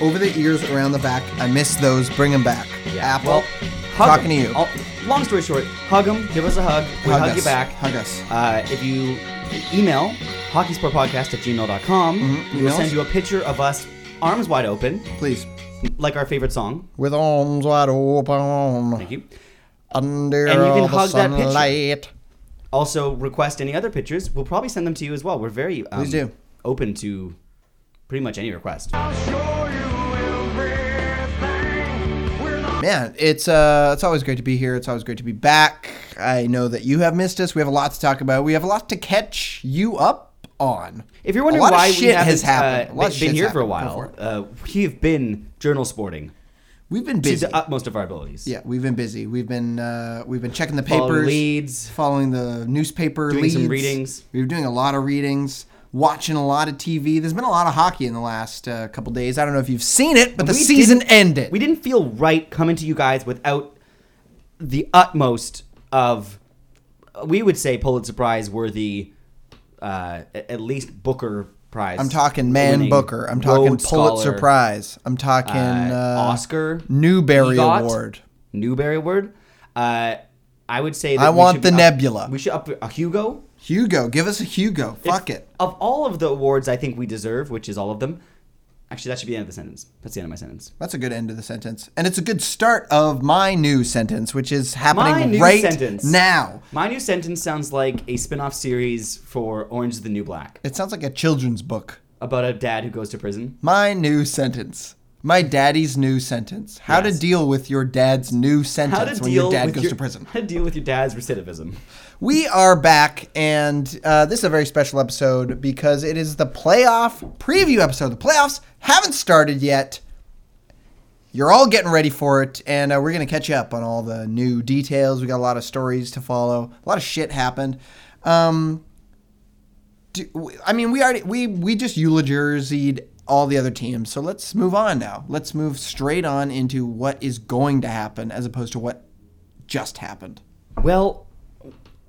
Speaker 1: Over the ears, around the back. I miss those. Bring them back.
Speaker 2: Yeah.
Speaker 1: Apple,
Speaker 2: Well, hug
Speaker 1: talking to
Speaker 2: 'em.
Speaker 1: you.
Speaker 2: I'll- long story short, hug them. Give us a hug. We hug, you
Speaker 1: us.
Speaker 2: back.
Speaker 1: Hug us.
Speaker 2: Uh, if you email hockeysportpodcast at gmail.com,
Speaker 1: Mhm.
Speaker 2: we will
Speaker 1: Emails.
Speaker 2: send you a picture of us arms wide open.
Speaker 1: Please.
Speaker 2: like our favorite song.
Speaker 1: with arms wide open
Speaker 2: Thank you.
Speaker 1: under
Speaker 2: And you can
Speaker 1: all the
Speaker 2: hug that picture.
Speaker 1: sunlight.
Speaker 2: Also, request any other pictures. We'll probably send them to you as well. We're very um,
Speaker 1: Please do.
Speaker 2: open to pretty much any request.
Speaker 1: Man, it's uh, it's always great to be here. It's always great to be back. I know that you have missed us. We have a lot to talk about. We have a lot to catch you up on.
Speaker 2: If you're wondering
Speaker 1: a lot
Speaker 2: why
Speaker 1: of
Speaker 2: we
Speaker 1: shit
Speaker 2: haven't
Speaker 1: has happened,
Speaker 2: uh,
Speaker 1: a lot of
Speaker 2: been-
Speaker 1: shit's
Speaker 2: been here for a
Speaker 1: happened. Go for
Speaker 2: while,
Speaker 1: it.
Speaker 2: uh, we've been journal sporting
Speaker 1: we've been
Speaker 2: to
Speaker 1: busy.
Speaker 2: the utmost of our abilities.
Speaker 1: yeah, we've been busy. We've been uh, we've been checking the
Speaker 2: Following
Speaker 1: papers,
Speaker 2: leads.
Speaker 1: following the newspaper
Speaker 2: Doing
Speaker 1: leads,
Speaker 2: some readings.
Speaker 1: We were doing a lot of readings, watching a lot of TV. There's been a lot of hockey in the last uh, couple days. I don't know if you've seen it, but the
Speaker 2: We
Speaker 1: season
Speaker 2: didn't-
Speaker 1: ended.
Speaker 2: We didn't feel right coming to you guys without the utmost of, we would say, Pulitzer Prize worthy, uh, a- at least Booker Prize.
Speaker 1: I'm talking Man
Speaker 2: winning,
Speaker 1: Booker. I'm talking
Speaker 2: Rhodes
Speaker 1: Pulitzer
Speaker 2: Scholar,
Speaker 1: Prize. I'm talking
Speaker 2: uh,
Speaker 1: uh,
Speaker 2: Oscar,
Speaker 1: Newbery
Speaker 2: EGOT,
Speaker 1: Award.
Speaker 2: Newbery Award. Uh, I would say that
Speaker 1: I
Speaker 2: we
Speaker 1: want
Speaker 2: should
Speaker 1: the
Speaker 2: be up-
Speaker 1: Nebula.
Speaker 2: We should up a Hugo.
Speaker 1: Hugo, give us a Hugo. Fuck
Speaker 2: If-
Speaker 1: it.
Speaker 2: Of all of the awards I think we deserve, which is all of them, actually, that should be the end of the sentence. That's the end of my sentence.
Speaker 1: That's a good end of the sentence, and it's a good start of my new sentence, which is happening
Speaker 2: My new
Speaker 1: right
Speaker 2: sentence.
Speaker 1: now.
Speaker 2: My new sentence sounds like a spin off series for Orange is the New Black
Speaker 1: It sounds like a children's book.
Speaker 2: about a dad who goes to prison.
Speaker 1: My new sentence. My daddy's new sentence. How to
Speaker 2: Yes.
Speaker 1: deal with your dad's new sentence
Speaker 2: How to
Speaker 1: when
Speaker 2: deal
Speaker 1: your dad
Speaker 2: with
Speaker 1: goes
Speaker 2: your,
Speaker 1: to prison.
Speaker 2: [laughs] How to deal with your dad's recidivism.
Speaker 1: We are back, and uh, this is a very special episode because it is the playoff preview episode. The playoffs haven't started yet. You're all getting ready for it, and uh, we're going to catch you up on all the new details. We got a lot of stories to follow. A lot of shit happened. Um, do, we- I mean, we already we we just eulogizied all the other teams, so let's move on now. Let's move straight on into what is going to happen, as opposed to what just happened.
Speaker 2: Well,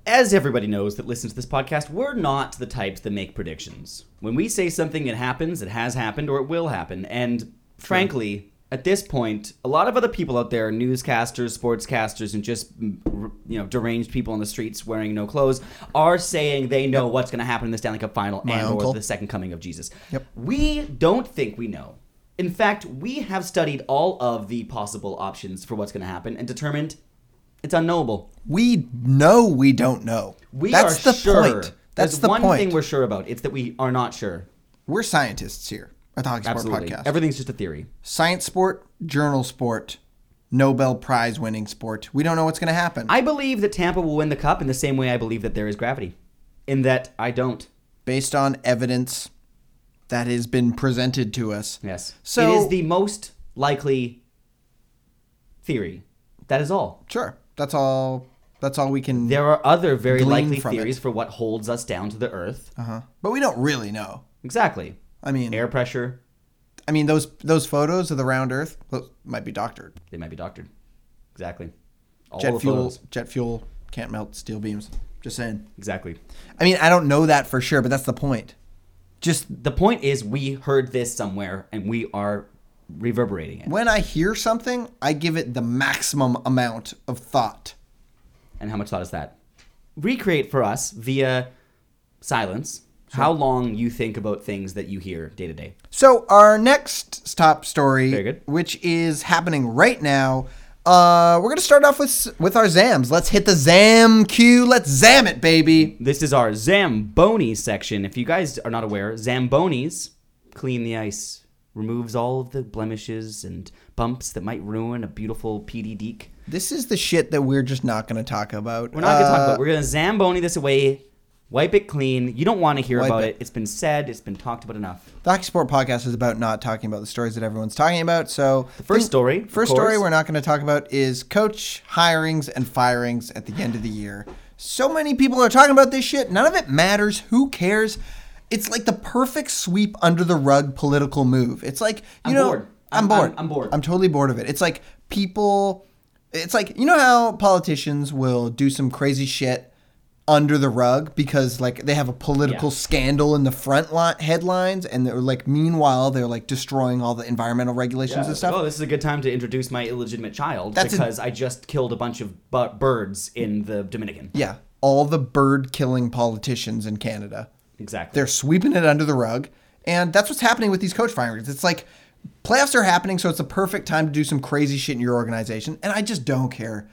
Speaker 2: as everybody knows that listens to this podcast, we're not the types that make predictions. When we say something, it happens, it has happened, or it will happen. And frankly, at this point, a lot of other people out there, newscasters, sportscasters, and just mm, r- you know deranged people on the streets wearing no clothes, are saying they know what's going to happen in the Stanley Cup Final and
Speaker 1: uncle.
Speaker 2: or the second coming of Jesus.
Speaker 1: Yep.
Speaker 2: We don't think we know. In fact, we have studied all of the possible options for what's going to happen and determined it's unknowable.
Speaker 1: We know we don't know.
Speaker 2: We
Speaker 1: That's
Speaker 2: are
Speaker 1: the
Speaker 2: sure.
Speaker 1: point. That's
Speaker 2: There's
Speaker 1: the
Speaker 2: one
Speaker 1: point.
Speaker 2: thing we're sure about. It's that we are not sure.
Speaker 1: We're scientists here at the Hockey Sport
Speaker 2: Absolutely.
Speaker 1: Podcast.
Speaker 2: Everything's just a theory.
Speaker 1: Science sport, journal sport, Nobel Prize winning sport. We don't know what's going to happen.
Speaker 2: I believe that Tampa will win the cup in the same way I believe that there is gravity. In that I don't.
Speaker 1: Based on evidence that has been presented to us.
Speaker 2: Yes.
Speaker 1: So-
Speaker 2: it is the most likely theory. That is all.
Speaker 1: Sure. That's all that's all we can
Speaker 2: There are other very
Speaker 1: Glean
Speaker 2: likely
Speaker 1: from it.
Speaker 2: theories for what holds us down to the earth.
Speaker 1: uh-huh. But we don't really know.
Speaker 2: Exactly.
Speaker 1: I mean,
Speaker 2: Air pressure,
Speaker 1: I mean those those photos of the round earth those might be doctored.
Speaker 2: they might be doctored. Exactly. All
Speaker 1: jet
Speaker 2: the
Speaker 1: fuel
Speaker 2: photos.
Speaker 1: jet fuel can't melt steel beams. Just saying.
Speaker 2: Exactly.
Speaker 1: I mean, I don't know that for sure, but that's the point. Just
Speaker 2: The point is we heard this somewhere and we are reverberating it.
Speaker 1: when I hear something, I give it the maximum amount of thought.
Speaker 2: And how much thought is that? Recreate for us via silence how long you think about things that you hear day to day.
Speaker 1: So our next top story,
Speaker 2: Very good.
Speaker 1: which is happening right now, uh, we're gonna start off with s- with our zams. Let's hit the zam cue. Let's zam it, baby.
Speaker 2: This is our Zamboni section. If you guys are not aware, Zambonis clean the ice, removes all of the blemishes and bumps that might ruin a beautiful PD deek.
Speaker 1: This is the shit that we're just not gonna talk about.
Speaker 2: We're not gonna talk about it. Uh, We're gonna Zamboni this away, wipe it clean. You don't wanna hear
Speaker 1: Wipe
Speaker 2: about
Speaker 1: it.
Speaker 2: it. It's been said, it's been talked about enough.
Speaker 1: The Hockey Sport Podcast is about not talking about the stories that everyone's talking about. So the
Speaker 2: first story, of
Speaker 1: first story
Speaker 2: course.
Speaker 1: we're not going to talk about is coach hirings and firings at the end of the year. So many people are talking about this shit. None of it matters. Who cares? It's like the perfect sweep under the rug political move. It's like you
Speaker 2: I'm
Speaker 1: know,
Speaker 2: bored.
Speaker 1: I'm,
Speaker 2: I'm-
Speaker 1: bored.
Speaker 2: I'm- I'm bored.
Speaker 1: I'm totally bored of it. It's like people. It's like you know how politicians will do some crazy shit under the rug because like they have a political
Speaker 2: Yeah.
Speaker 1: scandal in the front line headlines and they're like meanwhile they're like destroying all the environmental regulations and
Speaker 2: It's
Speaker 1: stuff
Speaker 2: like, oh, this is a good time to introduce my illegitimate child
Speaker 1: That's a-
Speaker 2: because I just killed a bunch of bu- birds in the Dominican.
Speaker 1: yeah all the bird killing politicians in canada
Speaker 2: Exactly.
Speaker 1: they're sweeping it under the rug and that's what's happening with these coach firings it's like Playoffs are happening, so it's the perfect time to do some crazy shit in your organization, and I just don't care.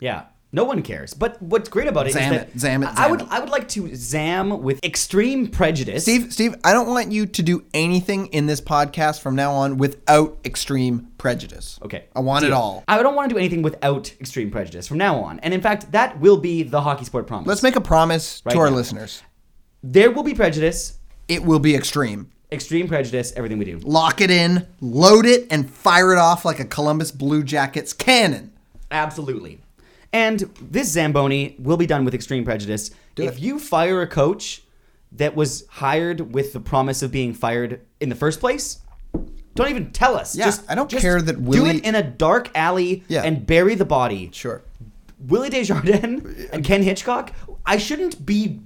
Speaker 2: Yeah. No one cares. But what's great about it is
Speaker 1: Zam
Speaker 2: that
Speaker 1: it, zam it,
Speaker 2: I- I
Speaker 1: zam
Speaker 2: would
Speaker 1: it.
Speaker 2: I would like to zam with extreme prejudice.
Speaker 1: Steve, Steve, I don't want you to do anything in this podcast from now on without extreme prejudice.
Speaker 2: Okay.
Speaker 1: I want it
Speaker 2: Deal.
Speaker 1: all.
Speaker 2: I don't want to do anything without extreme prejudice from now on. And in fact, that will be the hockey sport promise.
Speaker 1: Let's make a promise
Speaker 2: Right
Speaker 1: to our
Speaker 2: now.
Speaker 1: listeners.
Speaker 2: there will be prejudice,
Speaker 1: It will be extreme.
Speaker 2: extreme prejudice, everything we do.
Speaker 1: Lock it in, load it, and fire it off like a Columbus Blue Jackets cannon.
Speaker 2: Absolutely. And this Zamboni will be done with extreme prejudice.
Speaker 1: it.
Speaker 2: if you fire a coach that was hired with the promise of being fired in the first place, don't even tell us.
Speaker 1: Yeah,
Speaker 2: just,
Speaker 1: I don't
Speaker 2: just
Speaker 1: care that
Speaker 2: Do
Speaker 1: Willie-
Speaker 2: it in a dark alley
Speaker 1: Yeah.
Speaker 2: and bury the body.
Speaker 1: Sure.
Speaker 2: Willie Desjardins and Ken Hitchcock, I shouldn't be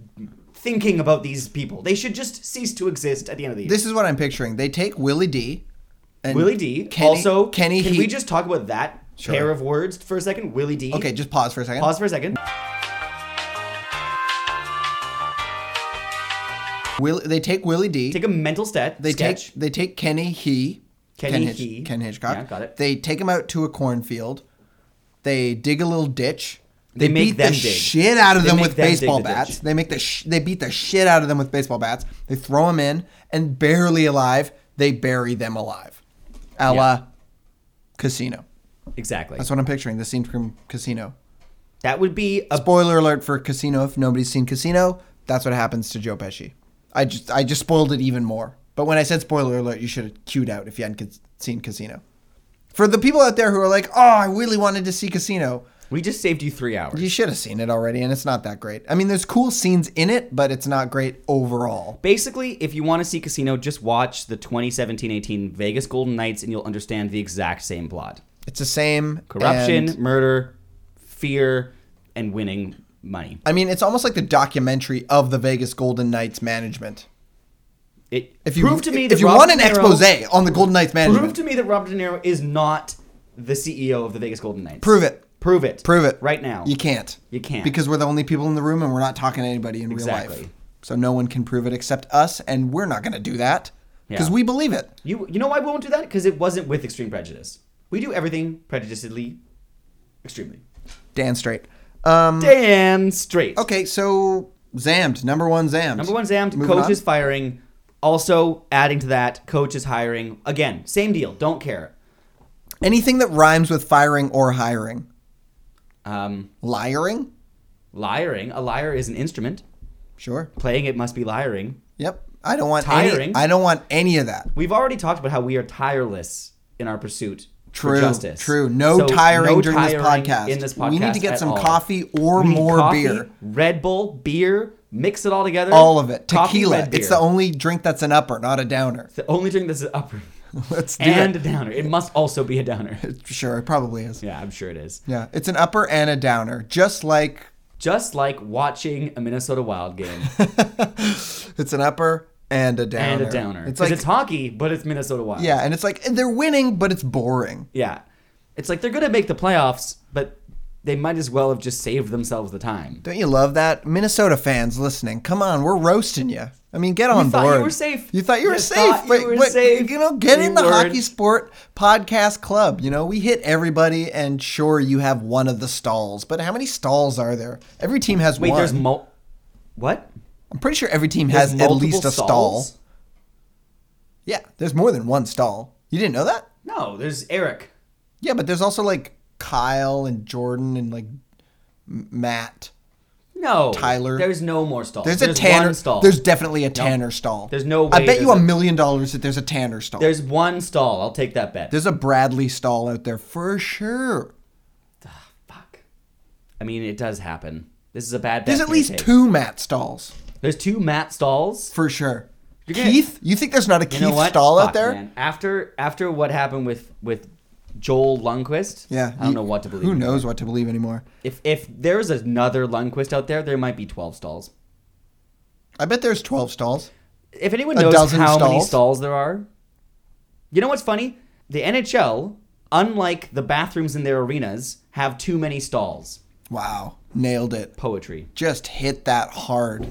Speaker 2: thinking about these people. They should just cease to exist at the end of the year.
Speaker 1: This is what I'm picturing. They take Willie D. And
Speaker 2: Willie D.
Speaker 1: Kenny,
Speaker 2: also,
Speaker 1: Kenny
Speaker 2: can
Speaker 1: Heat.
Speaker 2: we just talk about that
Speaker 1: Sure.
Speaker 2: pair of words for a second? Willie D.
Speaker 1: Okay, just pause for a second.
Speaker 2: Pause for a second.
Speaker 1: Will, they take Willie D.
Speaker 2: Take a mental stat.
Speaker 1: they
Speaker 2: sketch.
Speaker 1: take they take Kenny He.
Speaker 2: Kenny
Speaker 1: Ken
Speaker 2: He.
Speaker 1: Ken Hitchcock.
Speaker 2: Yeah, got it.
Speaker 1: They take him out to a cornfield. They dig a little ditch. They,
Speaker 2: They make
Speaker 1: beat
Speaker 2: them
Speaker 1: the
Speaker 2: dig.
Speaker 1: shit out of
Speaker 2: They
Speaker 1: them
Speaker 2: make
Speaker 1: with
Speaker 2: them dig
Speaker 1: baseball
Speaker 2: the ditch.
Speaker 1: bats. They make the sh- they beat the shit out of them with baseball bats. They throw them in and barely alive. They bury them alive, a la
Speaker 2: Yeah.
Speaker 1: Casino.
Speaker 2: Exactly.
Speaker 1: That's what I'm picturing. The scene from Casino.
Speaker 2: That would be a
Speaker 1: Spoiler alert for Casino. If nobody's seen Casino, that's what happens to Joe Pesci. I just I just spoiled it even more. But when I said spoiler alert, you should have queued out if you hadn't cas- seen Casino. For the people out there who are like, "Oh, I really wanted to see Casino,"
Speaker 2: we just saved you three hours.
Speaker 1: you should have seen it already, and it's not that great. I mean, there's cool scenes in it, but it's not great overall.
Speaker 2: Basically, if you want to see Casino, just watch the 2017-18 Vegas Golden Knights, and you'll understand the exact same plot:
Speaker 1: It's the same
Speaker 2: corruption,
Speaker 1: and-
Speaker 2: murder, fear, and winning money.
Speaker 1: I mean, it's almost like the documentary of the Vegas Golden Knights management.
Speaker 2: It
Speaker 1: If you
Speaker 2: prove to me that
Speaker 1: if you
Speaker 2: Rob
Speaker 1: want an
Speaker 2: De Niro-
Speaker 1: expose on the Golden Knights management,
Speaker 2: prove to me that Robert De Niro is not the CEO of the Vegas Golden Knights.
Speaker 1: Prove it.
Speaker 2: Prove it.
Speaker 1: Prove it.
Speaker 2: right now.
Speaker 1: You can't.
Speaker 2: You can't.
Speaker 1: Because we're the only people in the room and we're not talking to anybody in real
Speaker 2: Exactly.
Speaker 1: life. So no one can prove it except us, and we're not going to do that because
Speaker 2: Yeah.
Speaker 1: we believe it.
Speaker 2: You you know why we won't do that? Because it wasn't with extreme prejudice. We do everything prejudicedly, extremely.
Speaker 1: Dan straight. Um,
Speaker 2: Damn straight.
Speaker 1: okay, so Zammed, number one Zammed.
Speaker 2: Number one, Zammed.
Speaker 1: Moving
Speaker 2: coach
Speaker 1: on.
Speaker 2: is firing. Also, adding to that, coach is hiring. Again, same deal. Don't care.
Speaker 1: Anything that rhymes with firing or hiring.
Speaker 2: Um,
Speaker 1: Liaring?
Speaker 2: liaring. A liar is an instrument.
Speaker 1: Sure.
Speaker 2: Playing it must be liaring.
Speaker 1: Yep. I don't want
Speaker 2: Tiring.
Speaker 1: any. I don't want any of that.
Speaker 2: We've already talked about how we are tireless in our pursuit for
Speaker 1: True,
Speaker 2: justice.
Speaker 1: true. No
Speaker 2: So,
Speaker 1: tiring during this
Speaker 2: tiring
Speaker 1: podcast.
Speaker 2: In this podcast
Speaker 1: We need to get
Speaker 2: at
Speaker 1: some
Speaker 2: all.
Speaker 1: coffee or
Speaker 2: We need
Speaker 1: more
Speaker 2: coffee,
Speaker 1: beer.
Speaker 2: Red Bull, beer, mix it all together.
Speaker 1: All of it.
Speaker 2: Coffee,
Speaker 1: Tequila.
Speaker 2: red
Speaker 1: It's the
Speaker 2: beer.
Speaker 1: only drink that's an upper, not a downer. [laughs]
Speaker 2: It's the only drink that's an upper
Speaker 1: Let's do
Speaker 2: and a
Speaker 1: it.
Speaker 2: downer. It must also be
Speaker 1: [laughs]
Speaker 2: a downer.
Speaker 1: Sure, it probably is.
Speaker 2: Yeah, I'm sure it is.
Speaker 1: Yeah, it's an upper and a downer, just like
Speaker 2: Just like watching a Minnesota
Speaker 1: [laughs]
Speaker 2: Wild game
Speaker 1: it's an upper and a downer.
Speaker 2: and a downer.
Speaker 1: It's
Speaker 2: It's
Speaker 1: like
Speaker 2: it's hockey, but it's Minnesota Wild.
Speaker 1: yeah, and it's like and they're winning, but it's boring.
Speaker 2: Yeah. It's like they're going to make the playoffs, but they might as well have just saved themselves the time.
Speaker 1: Don't you love that, Minnesota fans listening? Come on, we're roasting you. I mean, get on
Speaker 2: thought you
Speaker 1: board.
Speaker 2: were safe.
Speaker 1: You thought you were
Speaker 2: You
Speaker 1: safe.
Speaker 2: thought you
Speaker 1: Wait,
Speaker 2: were
Speaker 1: wait,
Speaker 2: safe.
Speaker 1: you know, get
Speaker 2: You
Speaker 1: in the
Speaker 2: weren't.
Speaker 1: hockey sport podcast club. You know, we hit everybody, and sure, you have one of the stalls, but how many stalls are there? Every team has
Speaker 2: Wait,
Speaker 1: one.
Speaker 2: there's mul What?
Speaker 1: I'm pretty sure every team
Speaker 2: There's
Speaker 1: has at
Speaker 2: multiple
Speaker 1: least a stall.
Speaker 2: stalls?
Speaker 1: Yeah, there's more than one stall. You didn't know that?
Speaker 2: No, there's Eric.
Speaker 1: Yeah, but there's also like Kyle and Jordan and like M- Matt.
Speaker 2: No.
Speaker 1: Tyler.
Speaker 2: Oh, There's no more stalls.
Speaker 1: There's, a Tanner
Speaker 2: one stall.
Speaker 1: There's definitely a Tanner stall.
Speaker 2: There's no
Speaker 1: I
Speaker 2: way
Speaker 1: bet you a
Speaker 2: there's a-
Speaker 1: million dollars that there's a Tanner stall. There's,
Speaker 2: There's one stall. I'll take that bet.
Speaker 1: a Bradley stall out there for sure.
Speaker 2: Fuck. I mean, it does happen. This is a bad bet.
Speaker 1: There's
Speaker 2: for
Speaker 1: at
Speaker 2: me
Speaker 1: least
Speaker 2: to take.
Speaker 1: two Matt stalls
Speaker 2: There's two Matt stalls.
Speaker 1: for sure.
Speaker 2: gonna-
Speaker 1: Keith, you think there's not a Keith
Speaker 2: You know what?
Speaker 1: stall out
Speaker 2: Fuck,
Speaker 1: there?
Speaker 2: man. After after what happened with with Joel Lundquist,
Speaker 1: Yeah.
Speaker 2: I don't
Speaker 1: you-
Speaker 2: know what to believe.
Speaker 1: Who knows what to believe anymore?
Speaker 2: If if there's another Lundquist out there, there might be twelve stalls.
Speaker 1: I bet there's 12 stalls.
Speaker 2: If anyone
Speaker 1: A
Speaker 2: knows how
Speaker 1: dozen
Speaker 2: many
Speaker 1: stalls?
Speaker 2: stalls there are, you know what's funny? The NHL, unlike the bathrooms in their arenas, have too many stalls.
Speaker 1: Wow. Nailed it.
Speaker 2: Poetry.
Speaker 1: Just hit that hard.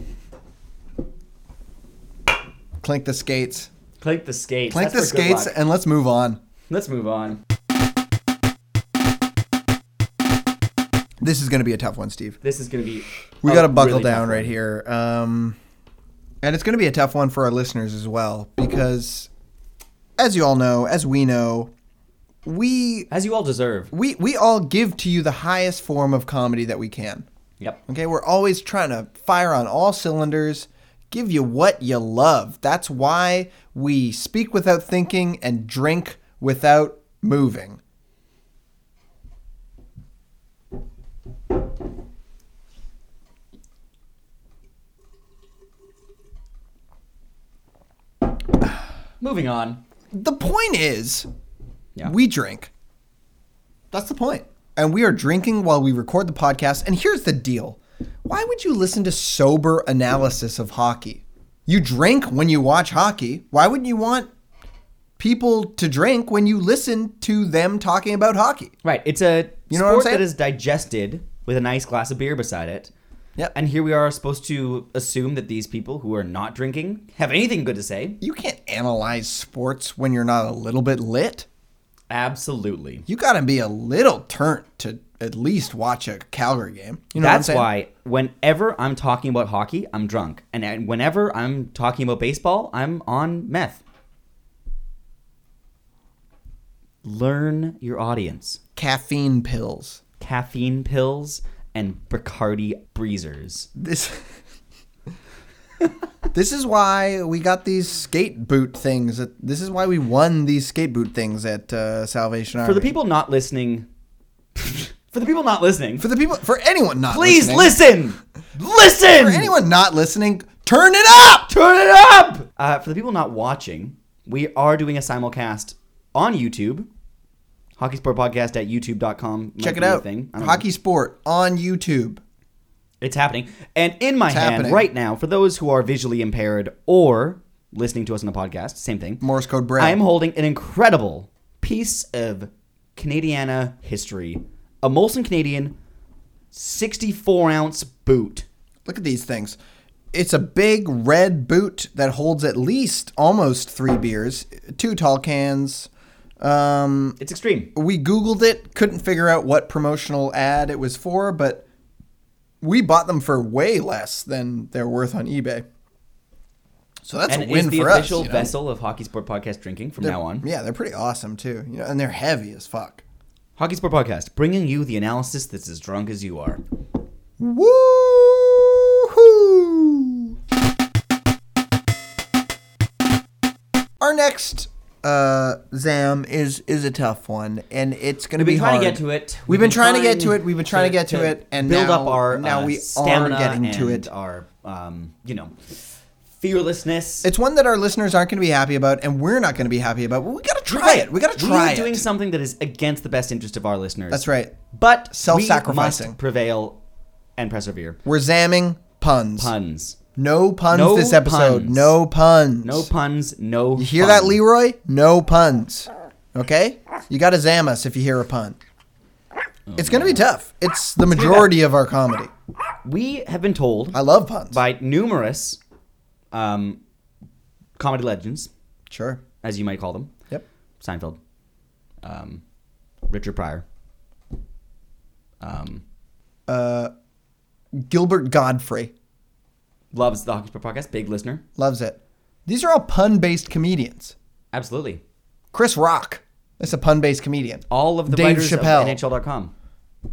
Speaker 1: Clink the skates.
Speaker 2: Clank the skates.
Speaker 1: Plank the
Speaker 2: That's for good
Speaker 1: skates
Speaker 2: luck.
Speaker 1: and let's move on.
Speaker 2: Let's move on.
Speaker 1: This is going to be a tough one, Steve.
Speaker 2: This is going to be.
Speaker 1: We
Speaker 2: a
Speaker 1: got to buckle
Speaker 2: Oh, really tough
Speaker 1: down
Speaker 2: one.
Speaker 1: right here. Um, and it's going to be a tough one for our listeners as well because, as you all know, as we know, we
Speaker 2: As you all deserve.
Speaker 1: we we all give to you the highest form of comedy that we can.
Speaker 2: Yep.
Speaker 1: Okay, we're always trying to fire on all cylinders, give you what you love. That's why we speak without thinking and drink without moving.
Speaker 2: Moving on.
Speaker 1: The point is,
Speaker 2: Yeah.
Speaker 1: we drink. That's the point. And we are drinking while we record the podcast. And here's the deal why would you listen to sober analysis of hockey? You drink when you watch hockey. Why wouldn't you want people to drink when you listen to them talking about hockey?
Speaker 2: Right. It's a
Speaker 1: You know what I'm
Speaker 2: sport
Speaker 1: saying?
Speaker 2: that is digested with a nice glass of beer beside it.
Speaker 1: Yep.
Speaker 2: And here we are supposed to assume that these people who are not drinking have anything good to say.
Speaker 1: You can't analyze sports when you're not a little bit lit.
Speaker 2: Absolutely.
Speaker 1: You got to be a little turnt to at least watch a Calgary game. You know what I'm
Speaker 2: That's
Speaker 1: saying?
Speaker 2: why whenever I'm talking about hockey, I'm drunk. And- And whenever I'm talking about baseball, I'm on meth. Learn your audience.
Speaker 1: caffeine pills.
Speaker 2: Caffeine pills and Bacardi breezers.
Speaker 1: This This is why we got these skate boot things. At, this is why we won these skate boot things at uh, Salvation Army.
Speaker 2: For the people not listening, [laughs] for the people not listening,
Speaker 1: for the people for anyone not
Speaker 2: please
Speaker 1: listening-
Speaker 2: listen. Listen.
Speaker 1: For anyone not listening, turn it up.
Speaker 2: Turn it up! Uh, for the people not watching, we are doing a simulcast on YouTube. Hockey Sport Podcast at youtube.com. might
Speaker 1: Check it
Speaker 2: be a
Speaker 1: out.
Speaker 2: Thing. I don't
Speaker 1: Hockey
Speaker 2: know.
Speaker 1: sport on YouTube.
Speaker 2: It's happening. And in my hand
Speaker 1: happening.
Speaker 2: right now, for those who are visually impaired or listening to us on the podcast, same thing.
Speaker 1: Morse code braille.
Speaker 2: I am holding an incredible piece of Canadiana history. A Molson Canadian 64 ounce boot.
Speaker 1: Look at these things. It's a big red boot that holds at least almost three beers, two tall cans. Um,
Speaker 2: It's extreme.
Speaker 1: we Googled it, couldn't figure out what promotional ad it was for, but we bought them for way less than they're worth on eBay. So that's
Speaker 2: and
Speaker 1: a win
Speaker 2: it's the
Speaker 1: for us.
Speaker 2: official
Speaker 1: you know?
Speaker 2: vessel of Hockey Sport Podcast drinking from now on.
Speaker 1: Yeah, they're pretty awesome too. You know, and they're heavy as fuck.
Speaker 2: Hockey Sport Podcast, bringing you the analysis that's as drunk as you are.
Speaker 1: Woohoo! Our next uh, zam is is a tough one, and it's going to be
Speaker 2: We've been trying
Speaker 1: hard.
Speaker 2: to get to it.
Speaker 1: We've, been, trying to get to it. We've been trying to, get to, it, and
Speaker 2: build
Speaker 1: now,
Speaker 2: up our
Speaker 1: now
Speaker 2: uh,
Speaker 1: we are
Speaker 2: stamina
Speaker 1: getting to
Speaker 2: and
Speaker 1: it.
Speaker 2: Our, um, you know, fearlessness.
Speaker 1: It's one that our listeners aren't going to be happy about, and we're not going to be happy about. But we got to try it. We got to
Speaker 2: we
Speaker 1: try
Speaker 2: are doing
Speaker 1: it.
Speaker 2: something that is against the best interest of our listeners.
Speaker 1: That's right.
Speaker 2: But
Speaker 1: Self-sacrificing.
Speaker 2: we must prevail and persevere.
Speaker 1: We're zamming puns.
Speaker 2: Puns,
Speaker 1: No puns
Speaker 2: No
Speaker 1: this episode.
Speaker 2: puns.
Speaker 1: No puns.
Speaker 2: no puns, no.
Speaker 1: You hear
Speaker 2: fun.
Speaker 1: that, Leroy? No puns. Okay? You got to zam us if you hear a pun.
Speaker 2: Oh,
Speaker 1: it's going to be tough. It's the majority of our comedy.
Speaker 2: We have been told
Speaker 1: I love puns.
Speaker 2: by numerous um, comedy legends,
Speaker 1: Sure.
Speaker 2: as you might call them,
Speaker 1: Yep.
Speaker 2: Seinfeld, um, Richard Pryor. Um,
Speaker 1: Uh, Gilbert Godfrey
Speaker 2: loves the Hockey Sport Podcast, big listener.
Speaker 1: loves it. These are all pun-based comedians.
Speaker 2: Absolutely.
Speaker 1: Chris Rock. That's a pun-based comedian.
Speaker 2: All of the
Speaker 1: Dave
Speaker 2: writers
Speaker 1: Chappelle.
Speaker 2: of NHL.com.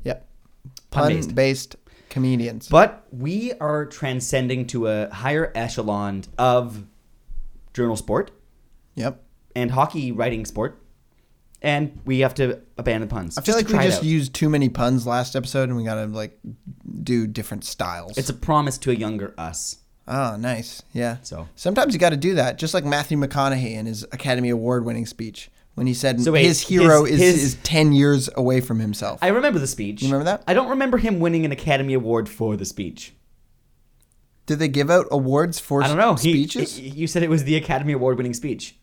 Speaker 1: Yep.
Speaker 2: Pun-based.
Speaker 1: Pun-based comedians.
Speaker 2: But we are transcending to a higher echelon of journal sport
Speaker 1: Yep.
Speaker 2: and hockey writing sport. And we have to abandon puns.
Speaker 1: I feel like we just
Speaker 2: use
Speaker 1: used too many puns last episode and we got to like do different styles.
Speaker 2: It's a promise to a younger us.
Speaker 1: Oh, nice. Yeah.
Speaker 2: So-
Speaker 1: sometimes you got to do that, just like Matthew McConaughey in his Academy Award winning speech when he said
Speaker 2: So wait,
Speaker 1: his hero
Speaker 2: his-
Speaker 1: is,
Speaker 2: his-
Speaker 1: is 10 years away from himself.
Speaker 2: I remember the speech. You
Speaker 1: remember that?
Speaker 2: I don't remember him winning an Academy Award for the speech.
Speaker 1: Did they give out awards for
Speaker 2: I don't know. He-
Speaker 1: speeches?
Speaker 2: he- you said it was the Academy Award winning speech.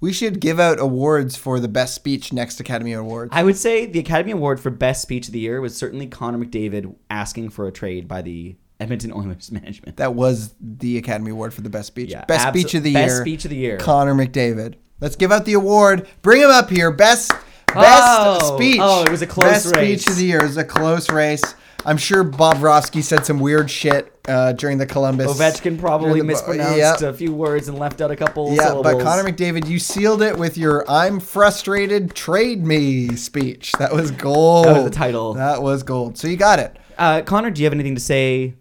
Speaker 1: we should give out awards for the best speech next Academy Awards.
Speaker 2: I would say the Academy Award for Best Speech of the Year was certainly Connor McDavid asking for a trade by the Edmonton Oilers [laughs] management.
Speaker 1: That was the Academy Award for the best speech.
Speaker 2: Yeah,
Speaker 1: best
Speaker 2: abso-
Speaker 1: speech of the
Speaker 2: best
Speaker 1: year.
Speaker 2: speech of the year.
Speaker 1: Connor McDavid. Let's give out the award. Bring him up here. Best best
Speaker 2: Oh,
Speaker 1: speech.
Speaker 2: oh, it was a close
Speaker 1: best
Speaker 2: race.
Speaker 1: speech of the year. It was a close race. I'm sure Bob Rofsky said some weird shit uh, during the Columbus.
Speaker 2: Ovechkin
Speaker 1: during
Speaker 2: probably
Speaker 1: the-
Speaker 2: mispronounced
Speaker 1: yeah.
Speaker 2: a few words and left out a couple
Speaker 1: Yeah,
Speaker 2: syllables.
Speaker 1: but Connor McDavid, you sealed it with your "I'm frustrated, trade me" speech. That was gold.
Speaker 2: That was the title.
Speaker 1: That was gold. So you got it.
Speaker 2: Uh, Connor, do you have anything to say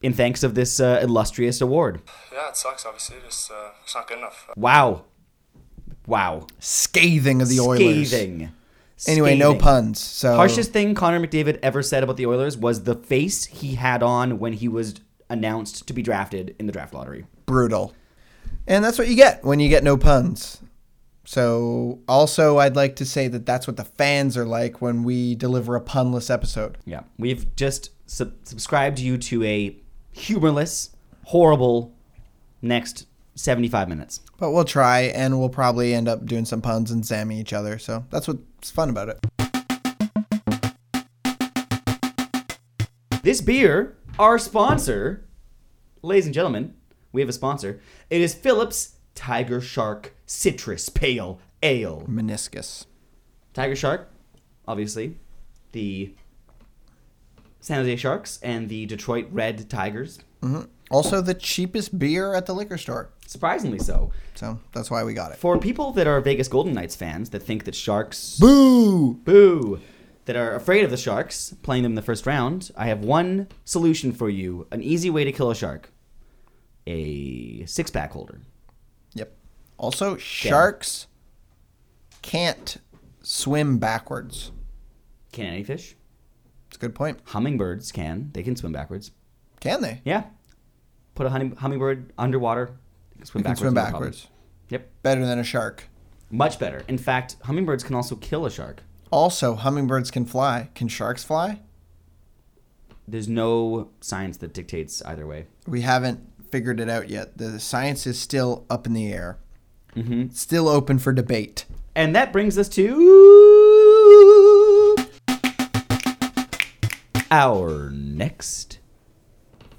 Speaker 2: in thanks of this uh, illustrious award?
Speaker 3: Yeah, it sucks. Obviously, just uh, it's not good enough.
Speaker 2: Wow. Wow.
Speaker 1: Scathing of the Oilers.
Speaker 2: Scathing.
Speaker 1: Anyway, no
Speaker 2: Scathing.
Speaker 1: puns. So
Speaker 2: Harshest thing Connor McDavid ever said about the Oilers was the face he had on when he was announced to be drafted in the draft lottery.
Speaker 1: brutal. And that's what you get when you get no puns. So, also, I'd like to say that that's what the fans are like when we deliver a punless episode.
Speaker 2: Yeah. We've just sub- subscribed you to a humorless, horrible next 75 minutes.
Speaker 1: But we'll try, and we'll probably end up doing some puns and zamming each other. So, that's what's fun about it.
Speaker 2: This beer, our sponsor, ladies and gentlemen, we have a sponsor. It is Phillips Tiger Shark Citrus Pale Ale.
Speaker 1: Meniscus.
Speaker 2: Tiger Shark, obviously, the San Jose Sharks and the Detroit Red Tigers.
Speaker 1: Mm-hmm. Also, the cheapest beer at the liquor store.
Speaker 2: Surprisingly so.
Speaker 1: So, that's why we got it.
Speaker 2: For people that are Vegas Golden Knights fans that think that Sharks
Speaker 1: Boo!
Speaker 2: boo, that are afraid of the sharks playing them in the first round, I have one solution for you, an easy way to kill a shark. A six pack holder.
Speaker 1: Yep. Also, sharks can't swim backwards.
Speaker 2: Can any fish?
Speaker 1: It's a good point.
Speaker 2: Hummingbirds can. They can swim backwards.
Speaker 1: Can they?
Speaker 2: Yeah. Put a honey, hummingbird underwater. They can swim
Speaker 1: They can
Speaker 2: backwards.
Speaker 1: swim
Speaker 2: no problem.
Speaker 1: backwards.
Speaker 2: Yep.
Speaker 1: Better than a shark.
Speaker 2: Much better. In fact, hummingbirds can also kill a shark.
Speaker 1: Also, hummingbirds can fly. Can sharks fly?
Speaker 2: There's no science that dictates either way.
Speaker 1: We haven't figured it out yet. The science is still up in the air. Mm-hmm. Still open for debate.
Speaker 2: And that brings us to our next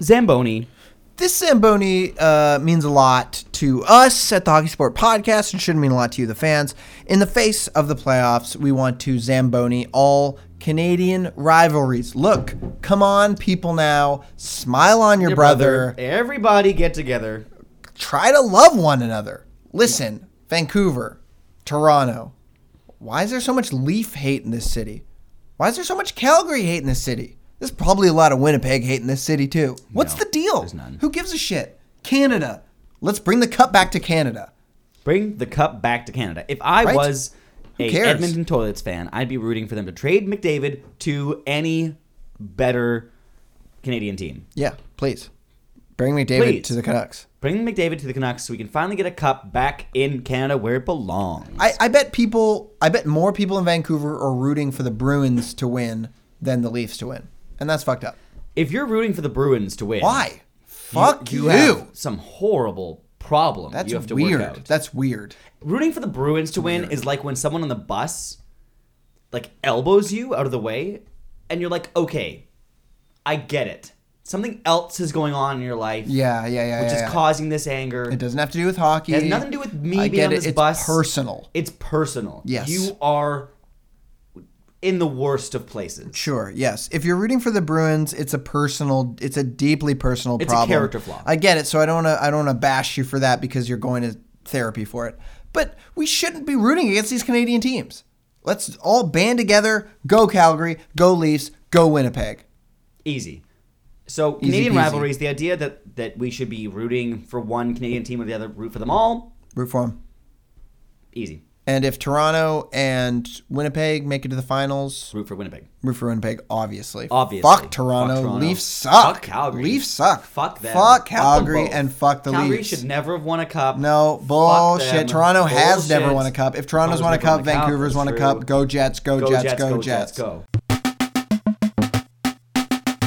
Speaker 2: Zamboni.
Speaker 1: This Zamboni uh, means a lot to us at the Hockey Sport Podcast. It should mean a lot to you, the fans. In the face of the playoffs, we want to Zamboni all Canadian rivalries. Look, come on, people now. Smile on your, brother.
Speaker 2: Everybody get together.
Speaker 1: try to love one another. Listen, Vancouver, Toronto. Why is there so much Leaf hate in this city? Why is there so much Calgary hate in this city? There's probably a lot of Winnipeg hate in this city too. What's
Speaker 2: No,
Speaker 1: the deal?
Speaker 2: there's none.
Speaker 1: Who gives a shit? Canada. Let's bring the cup back to Canada.
Speaker 2: Bring the cup back to Canada. If I
Speaker 1: Right?
Speaker 2: was a
Speaker 1: cares?
Speaker 2: Edmonton Toilets fan, I'd be rooting for them to trade McDavid to any better Canadian team.
Speaker 1: Yeah, please. Bring me David
Speaker 2: Please.
Speaker 1: to the Canucks.
Speaker 2: Bring McDavid to the Canucks so we can finally get a cup back in Canada where it belongs.
Speaker 1: I, I bet people I bet more people in Vancouver are rooting for the Bruins to win than the Leafs to win. And that's fucked up.
Speaker 2: if you're rooting for the Bruins to win,
Speaker 1: Why? Fuck you.
Speaker 2: have some horrible problem
Speaker 1: That's
Speaker 2: you have to
Speaker 1: weird.
Speaker 2: work out.
Speaker 1: That's weird.
Speaker 2: Rooting for the Bruins to win is like when someone on the bus like elbows you out of the way and you're like, "Okay, I get it. Something else is going on in your life
Speaker 1: Yeah, yeah, yeah.
Speaker 2: which
Speaker 1: yeah,
Speaker 2: is
Speaker 1: yeah.
Speaker 2: causing this anger."
Speaker 1: It doesn't have to do with hockey.
Speaker 2: It has nothing to do with me
Speaker 1: I
Speaker 2: being
Speaker 1: get
Speaker 2: on
Speaker 1: it.
Speaker 2: this
Speaker 1: it's
Speaker 2: bus.
Speaker 1: Personal.
Speaker 2: It's personal.
Speaker 1: Yes.
Speaker 2: You are in the worst of places.
Speaker 1: Sure. Yes. If you're rooting for the Bruins, it's a personal. It's a deeply personal
Speaker 2: It's a
Speaker 1: problem.
Speaker 2: character flaw.
Speaker 1: I get it. So I don't. Wanna, I don't want to bash you for that because you're going to therapy for it. But we shouldn't be rooting against these Canadian teams. Let's all band together. Go Calgary. Go Leafs. Go Winnipeg.
Speaker 2: easy. So
Speaker 1: Easy
Speaker 2: Canadian
Speaker 1: peasy.
Speaker 2: rivalries, the idea that that we should be rooting for one Canadian team or the other, root for them all,
Speaker 1: Root for them.
Speaker 2: easy.
Speaker 1: And if Toronto and Winnipeg make it to the finals,
Speaker 2: Root for Winnipeg.
Speaker 1: Root for Winnipeg, obviously.
Speaker 2: Obviously.
Speaker 1: Fuck Toronto.
Speaker 2: Fuck Toronto.
Speaker 1: Leafs suck.
Speaker 2: Fuck Calgary.
Speaker 1: Leafs suck.
Speaker 2: Fuck them.
Speaker 1: Fuck
Speaker 2: them
Speaker 1: Calgary
Speaker 2: both.
Speaker 1: and fuck the
Speaker 2: Calgary
Speaker 1: Leafs.
Speaker 2: should never have won a cup.
Speaker 1: no
Speaker 2: Fuck them.
Speaker 1: bullshit. Toronto has
Speaker 2: Bullshit.
Speaker 1: never won a cup. If Toronto's won a
Speaker 2: never won
Speaker 1: cup, Vancouver's
Speaker 2: that's
Speaker 1: won a
Speaker 2: true.
Speaker 1: cup. Go Jets. Go, Jets, Go Jets.
Speaker 2: Go.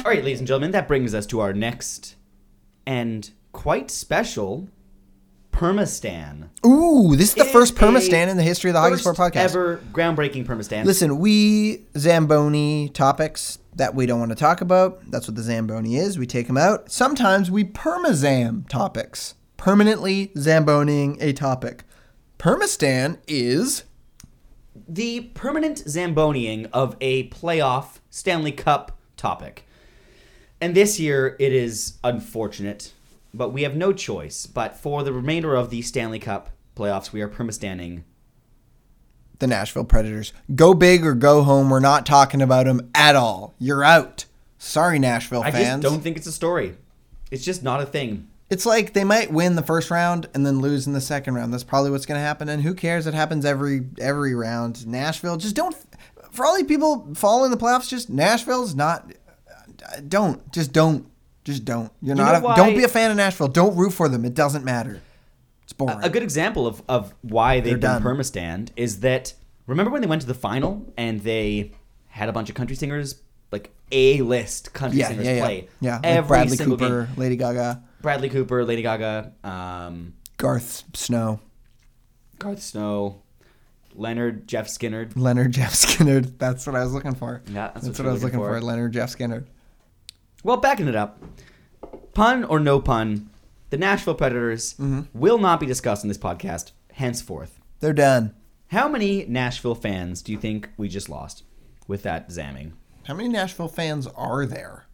Speaker 2: All right, ladies and gentlemen, that brings us to our next and quite special Permastan.
Speaker 1: Ooh, this is the first
Speaker 2: Is
Speaker 1: perma
Speaker 2: a
Speaker 1: stand in the history of the Hockey
Speaker 2: first
Speaker 1: Sport podcast.
Speaker 2: Ever groundbreaking permastan.
Speaker 1: Listen, we Zamboni topics that we don't want to talk about. That's what the Zamboni is. We take them out. Sometimes we permazam topics, permanently Zamboning a topic. Permastan is
Speaker 2: the permanent zamboniing of a playoff Stanley Cup topic. And this year it is unfortunate, but we have no choice. But for the remainder of the Stanley Cup playoffs, we are permastanning.
Speaker 1: the Nashville Predators. Go big or go home. We're not talking about them at all. You're out. Sorry, Nashville
Speaker 2: I
Speaker 1: fans.
Speaker 2: just don't think it's a story. It's just not a thing.
Speaker 1: It's like they might win the first round and then lose in the second round. That's probably what's going to happen. And who cares? It happens every every round. Nashville just don't. For all these people following the playoffs, just Nashville's not. Don't just don't just don't. You're
Speaker 2: know
Speaker 1: not.
Speaker 2: why-
Speaker 1: a, don't be a fan of Nashville. Don't root for them. It doesn't matter. It's boring.
Speaker 2: A good example of, of why they've
Speaker 1: They're
Speaker 2: done
Speaker 1: done.
Speaker 2: permastand is that remember when they went to the final and they had a bunch of country singers, like A list country
Speaker 1: yeah,
Speaker 2: singers
Speaker 1: yeah, yeah,
Speaker 2: play.
Speaker 1: yeah. like
Speaker 2: every
Speaker 1: Bradley
Speaker 2: single
Speaker 1: Cooper,
Speaker 2: game.
Speaker 1: Lady Gaga,
Speaker 2: Bradley Cooper, Lady Gaga, um,
Speaker 1: Garth Snow,
Speaker 2: Garth Snow, Leonard, Jeff Skinner.
Speaker 1: Leonard Jeff Skinner. [laughs] That's what I was looking for.
Speaker 2: Yeah, that's what
Speaker 1: what,
Speaker 2: you're
Speaker 1: I was
Speaker 2: looking
Speaker 1: looking
Speaker 2: for.
Speaker 1: for. Leonard Jeff Skinner.
Speaker 2: Well, backing it up, pun or no pun, the Nashville Predators
Speaker 1: Mm-hmm.
Speaker 2: will not be discussed in this podcast henceforth.
Speaker 1: They're done.
Speaker 2: How many Nashville fans do you think we just lost with that zamming?
Speaker 1: How many Nashville fans are there?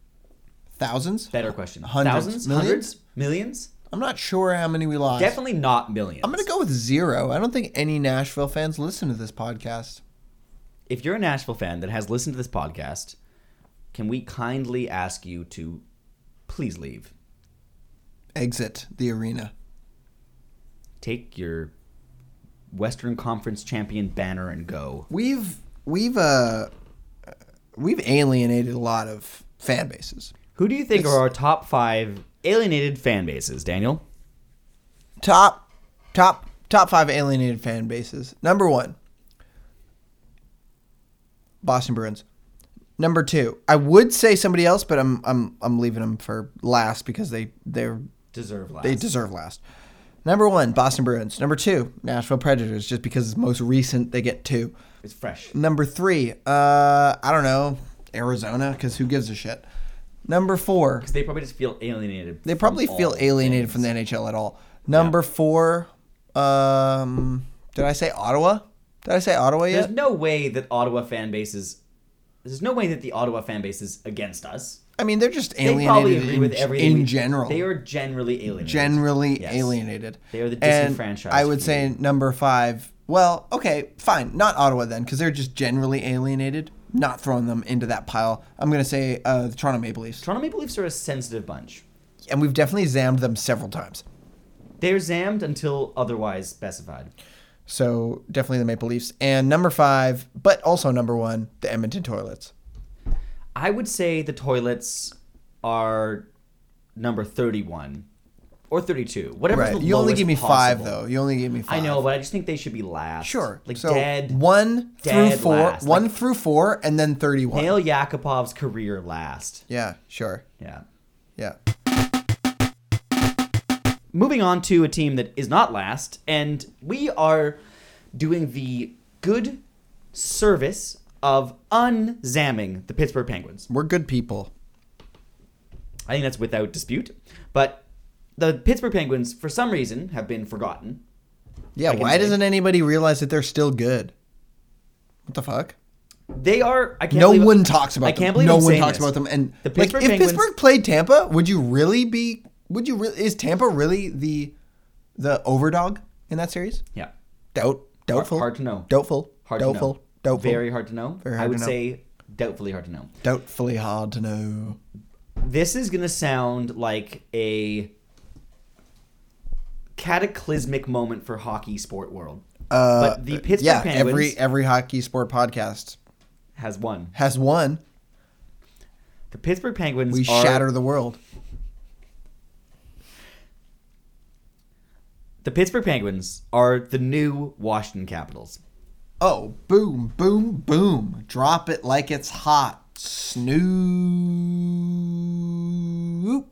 Speaker 1: Thousands?
Speaker 2: Better question.
Speaker 1: Hundreds.
Speaker 2: Thousands?
Speaker 1: Millions?
Speaker 2: Hundreds? Millions?
Speaker 1: I'm not sure how many we lost.
Speaker 2: Definitely not 1000000s
Speaker 1: I'm going to go with zero. I don't think any Nashville fans listen to this podcast.
Speaker 2: If you're a Nashville fan that has listened to this podcast, can we kindly ask you to please leave?
Speaker 1: Exit the arena.
Speaker 2: Take your Western Conference champion banner and go.
Speaker 1: We've we've uh we've alienated a lot of fan bases.
Speaker 2: Who do you think
Speaker 1: It's-
Speaker 2: are our top five alienated fan bases, Daniel?
Speaker 1: Top top top 5 alienated fan bases. Number 1. Boston Bruins. Number 2. I would say somebody else, but I'm I'm I'm leaving them for last because they they're
Speaker 2: Deserve last.
Speaker 1: They deserve last. Number one, Boston Bruins. Number two, Nashville Predators, just because it's most recent, they get two.
Speaker 2: It's fresh.
Speaker 1: Number three, uh, I don't know, Arizona, because who gives a shit? Number four,
Speaker 2: They probably just feel alienated.
Speaker 1: they
Speaker 2: from
Speaker 1: probably
Speaker 2: all
Speaker 1: feel alienated
Speaker 2: things.
Speaker 1: from the NHL at all. Number four, um, did I say Ottawa? Did I say Ottawa
Speaker 2: There's
Speaker 1: yet?
Speaker 2: no way that Ottawa fan base is. There's no way that the Ottawa fan base is against us.
Speaker 1: I mean, they're just
Speaker 2: They probably
Speaker 1: alienated
Speaker 2: agree
Speaker 1: in,
Speaker 2: with everything.
Speaker 1: in
Speaker 2: we-
Speaker 1: general.
Speaker 2: they are generally alienated.
Speaker 1: generally
Speaker 2: Yes.
Speaker 1: alienated.
Speaker 2: They are the
Speaker 1: And
Speaker 2: disenfranchised
Speaker 1: I would
Speaker 2: few.
Speaker 1: say number five. Well, okay, fine, not Ottawa then, because they're just generally alienated. Not throwing them into that pile. I'm gonna say uh, the Toronto Maple Leafs,
Speaker 2: Toronto Maple Leafs are a sensitive bunch.
Speaker 1: and we've definitely zammed them several times.
Speaker 2: They're zammed until otherwise specified.
Speaker 1: So definitely the Maple Leafs, and number five, but also number one, the Edmonton Toilets.
Speaker 2: I would say the toilets are number 31 or 32. Whatever.
Speaker 1: Right, you only
Speaker 2: lowest
Speaker 1: give me
Speaker 2: possible.
Speaker 1: five though. You only give me
Speaker 2: I
Speaker 1: five.
Speaker 2: know, but I just think they should be last.
Speaker 1: Sure.
Speaker 2: Like
Speaker 1: so
Speaker 2: dead.
Speaker 1: one
Speaker 2: dead
Speaker 1: through four,
Speaker 2: last,
Speaker 1: one
Speaker 2: like-
Speaker 1: through four, and then thirty-one.
Speaker 2: Nail Yakupov's career last.
Speaker 1: Yeah, sure.
Speaker 2: Yeah.
Speaker 1: Yeah.
Speaker 2: Moving on to a team that is not last, and we are doing the good service of unzamming the Pittsburgh Penguins.
Speaker 1: We're good people.
Speaker 2: I think that's without dispute. But the Pittsburgh Penguins, for some reason, have been forgotten.
Speaker 1: Yeah,
Speaker 2: I can
Speaker 1: why
Speaker 2: say.
Speaker 1: doesn't anybody realize that they're still good? What the fuck?
Speaker 2: They are. I can't
Speaker 1: no
Speaker 2: believe-
Speaker 1: one talks about
Speaker 2: I
Speaker 1: them.
Speaker 2: can't believe
Speaker 1: no
Speaker 2: I'm
Speaker 1: one
Speaker 2: saying
Speaker 1: talks
Speaker 2: this.
Speaker 1: about them. And
Speaker 2: the
Speaker 1: like,
Speaker 2: Pittsburgh
Speaker 1: if
Speaker 2: Penguins.
Speaker 1: Pittsburgh played Tampa, would you really be? Would you really? Is Tampa really the the overdog in that series?
Speaker 2: yeah,
Speaker 1: Doubt, doubtful,
Speaker 2: hard to know.
Speaker 1: doubtful,
Speaker 2: hard
Speaker 1: doubtful,
Speaker 2: to know.
Speaker 1: doubtful,
Speaker 2: Very hard to know.
Speaker 1: Very
Speaker 2: I
Speaker 1: hard
Speaker 2: would
Speaker 1: to know.
Speaker 2: say doubtfully hard to know.
Speaker 1: doubtfully hard to know.
Speaker 2: this is going to sound like a cataclysmic moment for hockey sport world.
Speaker 1: Uh,
Speaker 2: but the Pittsburgh
Speaker 1: yeah,
Speaker 2: Penguins
Speaker 1: every e- every hockey sport podcast
Speaker 2: has won.
Speaker 1: has one.
Speaker 2: The Pittsburgh Penguins
Speaker 1: We
Speaker 2: are
Speaker 1: shatter the world.
Speaker 2: the Pittsburgh Penguins are the new Washington Capitals.
Speaker 1: Oh, boom, boom, boom. Drop it like it's hot. Snoop.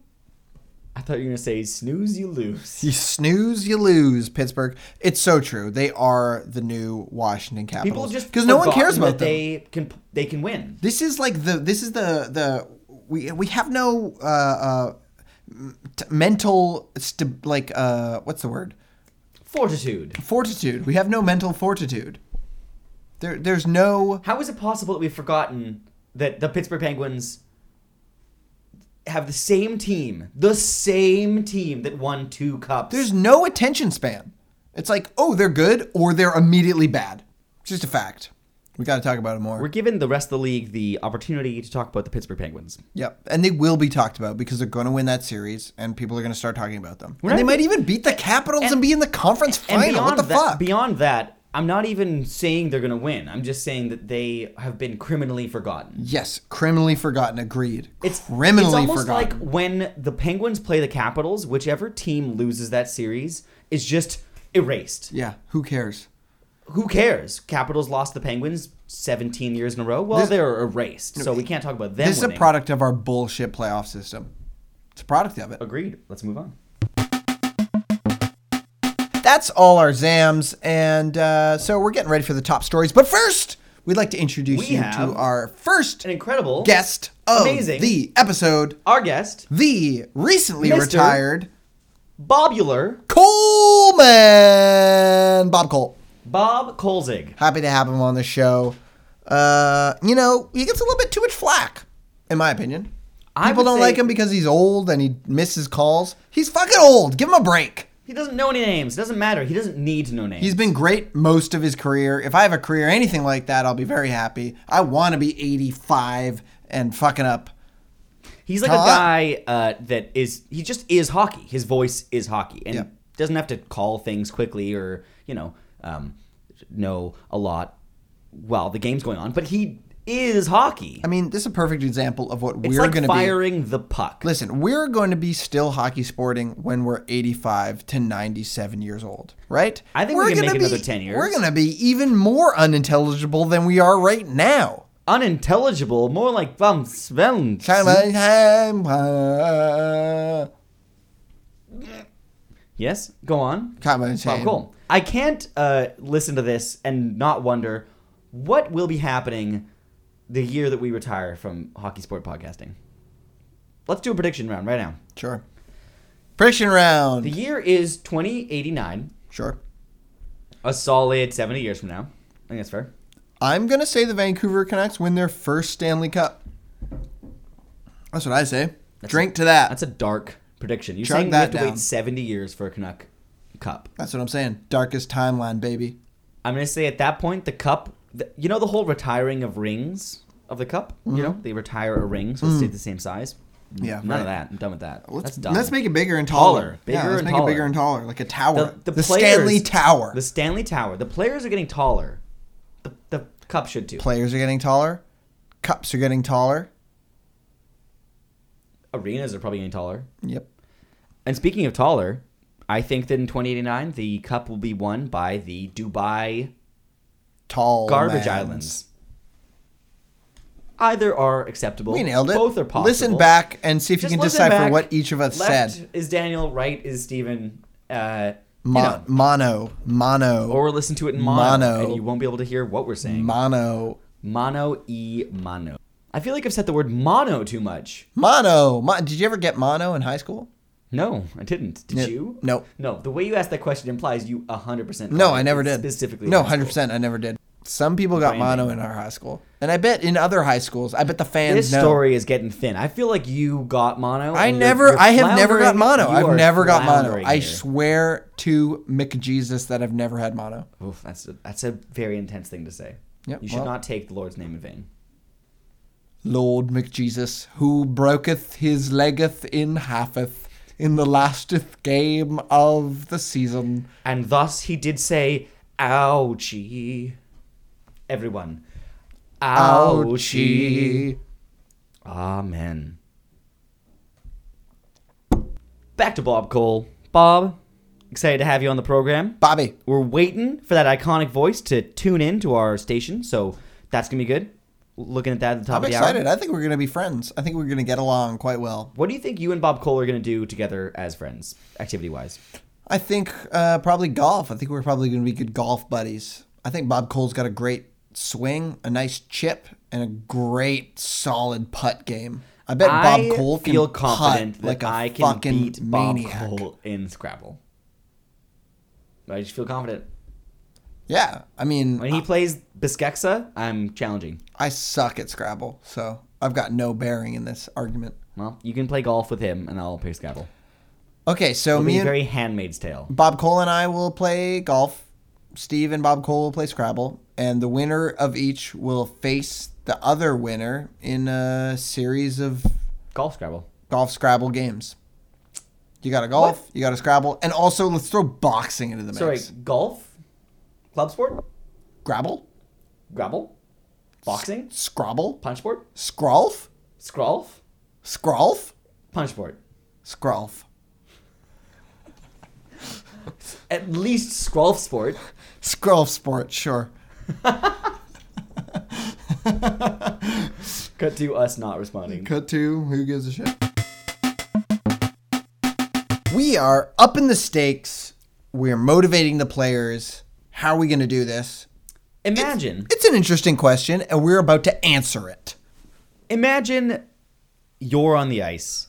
Speaker 2: I thought you were gonna say snooze, you lose.
Speaker 1: [laughs] You snooze, you lose, Pittsburgh. It's so true. They are the new Washington Capitals.
Speaker 2: People just
Speaker 1: because no one
Speaker 2: forgotten
Speaker 1: cares about
Speaker 2: that
Speaker 1: them.
Speaker 2: They can they can win.
Speaker 1: This is like the this is the the we we have no uh, uh, m- t- mental st- like uh, what's the word
Speaker 2: Fortitude.
Speaker 1: fortitude. We have no mental fortitude. There there's no
Speaker 2: How is it possible that we've forgotten that the Pittsburgh Penguins have the same team, the same team that won two cups?
Speaker 1: there's no attention span. It's like oh they're good or they're immediately bad. It's just a fact. We got to talk about it more.
Speaker 2: We're giving the rest of the league the opportunity to talk about the Pittsburgh Penguins.
Speaker 1: Yep, and they will be talked about because they're going to win that series, and people are going to start talking about them.
Speaker 2: not
Speaker 1: and they might
Speaker 2: even-
Speaker 1: even beat the Capitals and,
Speaker 2: and-
Speaker 1: be in the conference
Speaker 2: And
Speaker 1: final. What the
Speaker 2: that,
Speaker 1: fuck?
Speaker 2: Beyond that, I'm not even saying they're going to win. I'm just saying that they have been criminally forgotten.
Speaker 1: yes, criminally forgotten. Agreed.
Speaker 2: It's
Speaker 1: criminally
Speaker 2: It's almost
Speaker 1: forgotten.
Speaker 2: like when the Penguins play the Capitals, whichever team loses that series is just erased.
Speaker 1: yeah, who cares?
Speaker 2: who cares? Capitals lost the Penguins 17 years in a row. Well,
Speaker 1: This-
Speaker 2: they're erased, so we can't talk about them.
Speaker 1: this is a
Speaker 2: winning.
Speaker 1: product of our bullshit playoff system. It's a product of it.
Speaker 2: Agreed. Let's move on.
Speaker 1: That's all our Zams, and uh, so we're getting ready for the top stories. But first, we'd like to introduce
Speaker 2: We
Speaker 1: you
Speaker 2: have
Speaker 1: to our first
Speaker 2: An incredible
Speaker 1: guest of
Speaker 2: amazing-
Speaker 1: the episode,
Speaker 2: Our guest,
Speaker 1: the recently
Speaker 2: Mr.
Speaker 1: retired.
Speaker 2: Bobular
Speaker 1: Coleman, Bob Cole.
Speaker 2: Bob Kolzig.
Speaker 1: Happy to have him on the show. Uh, you know, he gets a little bit too much flack, in my opinion.
Speaker 2: I
Speaker 1: People
Speaker 2: would
Speaker 1: don't
Speaker 2: say-
Speaker 1: like him because he's old and he misses calls. He's fucking old. Give him a break.
Speaker 2: He doesn't know any names. It doesn't matter. He doesn't need to know names.
Speaker 1: He's been great most of his career. If I have a career anything like that, I'll be very happy. I want to be 85 and fucking up.
Speaker 2: He's like
Speaker 1: Huh?
Speaker 2: a guy uh, that is he just is hockey. His voice is hockey, and
Speaker 1: Yeah.
Speaker 2: doesn't have to call things quickly or you know um, know a lot while the game's going on. But he is hockey.
Speaker 1: I mean, this is a perfect example of what
Speaker 2: it's
Speaker 1: we're
Speaker 2: like
Speaker 1: going to be.
Speaker 2: firing the puck.
Speaker 1: Listen, we're going to be still hockey sporting when we're 85 to 97 years old, right?
Speaker 2: I think we
Speaker 1: we're
Speaker 2: can
Speaker 1: gonna
Speaker 2: make another
Speaker 1: be-
Speaker 2: 10 years.
Speaker 1: We're going to be even more unintelligible than we are right now.
Speaker 2: unintelligible, more like bum spelled.
Speaker 1: Kama-
Speaker 2: Yes, go on.
Speaker 1: Kama-
Speaker 2: Bob Cole. I can't uh, listen to this and not wonder what will be happening the year that we retire from hockey sport podcasting. Let's do a prediction round right now.
Speaker 1: Sure. Prediction round.
Speaker 2: The year is 2089,
Speaker 1: sure.
Speaker 2: a solid 70 years from now. I think that's fair.
Speaker 1: I'm going to say the Vancouver Canucks win their first Stanley Cup. That's what I say. Drink to that.
Speaker 2: That's a dark prediction. You're
Speaker 1: Chug
Speaker 2: saying we
Speaker 1: that
Speaker 2: have to
Speaker 1: down.
Speaker 2: wait 70 years for a Canuck Cup.
Speaker 1: That's what I'm saying. Darkest timeline, baby.
Speaker 2: I'm gonna say at that point the cup. The, you know the whole retiring of rings of the cup. You know they retire a ring, so it stays the same size.
Speaker 1: Mm-hmm. Mm. Yeah,
Speaker 2: none
Speaker 1: right.
Speaker 2: of that. I'm done with that.
Speaker 1: Let's,
Speaker 2: That's done.
Speaker 1: let's make it bigger and taller.
Speaker 2: Taller.
Speaker 1: yeah,
Speaker 2: Bigger
Speaker 1: let's
Speaker 2: and
Speaker 1: make
Speaker 2: taller.
Speaker 1: it bigger and taller, like a tower. The,
Speaker 2: players-
Speaker 1: Stanley Tower.
Speaker 2: The Stanley Tower. The players are getting taller. The the cup should too.
Speaker 1: Players are getting taller. Cups are getting taller.
Speaker 2: Arenas are probably getting taller.
Speaker 1: Yep.
Speaker 2: And speaking of taller, I think that in 2089 the cup will be won by the Dubai
Speaker 1: Tall.
Speaker 2: Garbage
Speaker 1: lands.
Speaker 2: Islands. Either are acceptable.
Speaker 1: We nailed it.
Speaker 2: Both are possible.
Speaker 1: Listen back and see if
Speaker 2: Just
Speaker 1: you can
Speaker 2: listen
Speaker 1: decipher
Speaker 2: back.
Speaker 1: what each of us
Speaker 2: Left
Speaker 1: said.
Speaker 2: is Daniel, right is Steven. Uh, you
Speaker 1: Mo-
Speaker 2: know,
Speaker 1: Mono. Mono.
Speaker 2: or listen to it in mono,
Speaker 1: Mono.
Speaker 2: and you won't be able to hear what we're saying.
Speaker 1: mono.
Speaker 2: mono e mono. I feel like I've said the word mono too much.
Speaker 1: Mono. Mo- Did you ever get mono in high school?
Speaker 2: No, I didn't. Did
Speaker 1: Yeah,
Speaker 2: you?
Speaker 1: no.
Speaker 2: No. The way you asked that question implies you 100%.
Speaker 1: No,
Speaker 2: got
Speaker 1: I
Speaker 2: it
Speaker 1: never did.
Speaker 2: Specifically.
Speaker 1: No,
Speaker 2: asked.
Speaker 1: hundred percent. I never did. Some people got
Speaker 2: Branding.
Speaker 1: mono in our high school, and I bet in other high schools. I bet the fans
Speaker 2: This
Speaker 1: know.
Speaker 2: story is getting thin. I feel like you got mono.
Speaker 1: I
Speaker 2: and you're-
Speaker 1: never,
Speaker 2: you're
Speaker 1: I have never got
Speaker 2: floundering.
Speaker 1: mono.
Speaker 2: You
Speaker 1: I've
Speaker 2: are
Speaker 1: never got mono.
Speaker 2: floundering
Speaker 1: I
Speaker 2: here.
Speaker 1: swear to McJesus that I've never had mono.
Speaker 2: Oof, that's a, that's a very intense thing to say.
Speaker 1: Yep,
Speaker 2: you should
Speaker 1: well-
Speaker 2: not take the Lord's name in vain.
Speaker 1: Lord McJesus, who broketh his leggeth in halfeth in the lasteth game of the season.
Speaker 2: And thus he did say, Ouchie. Everyone. Ouchie.
Speaker 1: Ouchie.
Speaker 2: Amen. Back to Bob Cole. Bob, excited to have you on the program.
Speaker 1: Bobby,
Speaker 2: We're waiting for that iconic voice to tune in to our station, so that's going to be good. looking at that at the top
Speaker 1: I'm
Speaker 2: of the
Speaker 1: excited.
Speaker 2: hour.
Speaker 1: I think we're gonna be friends. I think we're gonna get along quite well.
Speaker 2: What do you think you and Bob Cole are going to do together as friends, activity wise?
Speaker 1: I think uh, probably golf. I think we're probably going to be good golf buddies. I think Bob Cole's got a great swing, a nice chip, and a great solid putt game. I bet
Speaker 2: I
Speaker 1: Bob Cole can
Speaker 2: feel
Speaker 1: putt
Speaker 2: confident that
Speaker 1: like a
Speaker 2: I can
Speaker 1: fucking
Speaker 2: beat
Speaker 1: maniac.
Speaker 2: Bob Cole in Scrabble. I just feel confident.
Speaker 1: Yeah, I mean,
Speaker 2: When he plays Biskexa, I'm challenging.
Speaker 1: I suck at Scrabble, so I've got no bearing in this argument.
Speaker 2: Well, you can play golf with him, and I'll play Scrabble.
Speaker 1: Okay, so
Speaker 2: It'll
Speaker 1: me
Speaker 2: be
Speaker 1: and
Speaker 2: very Handmaid's Tale.
Speaker 1: Bob Cole and I will play golf. Steve and Bob Cole will play Scrabble, and the winner of each will face the other winner in a series of
Speaker 2: Golf Scrabble.
Speaker 1: golf Scrabble games. You got a golf, you got a Scrabble, and also let's throw boxing into the mix.
Speaker 2: Sorry, golf, club sport,
Speaker 1: Grabble,
Speaker 2: grabble, boxing,
Speaker 1: Scrabble,
Speaker 2: punch sport,
Speaker 1: Scrolf,
Speaker 2: scrolf,
Speaker 1: Scrolf,
Speaker 2: punch sport.
Speaker 1: Scrolf,
Speaker 2: At least scrolf sport.
Speaker 1: Scrolf Sport. Sure.
Speaker 2: Cut to us not responding.
Speaker 1: Cut to who gives a shit. We are up in the stakes. We're motivating the players. How are we going to do this?
Speaker 2: Imagine.
Speaker 1: It's an interesting question, and we're about to answer it.
Speaker 2: imagine you're on the ice.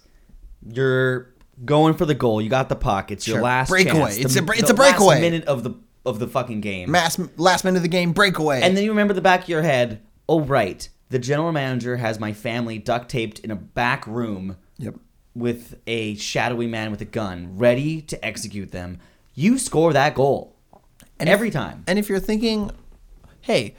Speaker 2: You're going for the goal. You got the puck. It's your
Speaker 1: Sure.
Speaker 2: last
Speaker 1: Breakaway.
Speaker 2: chance. The-
Speaker 1: It's a br- it's a
Speaker 2: the
Speaker 1: breakaway.
Speaker 2: Last minute of the of the fucking game.
Speaker 1: Mass, last minute of the game breakaway.
Speaker 2: And then you remember the back of your head. Oh right, the general manager has my family duct taped in a back room.
Speaker 1: Yep.
Speaker 2: With a shadowy man with a gun, ready to execute them. You score that goal. every time.
Speaker 1: And if you're thinking, hey,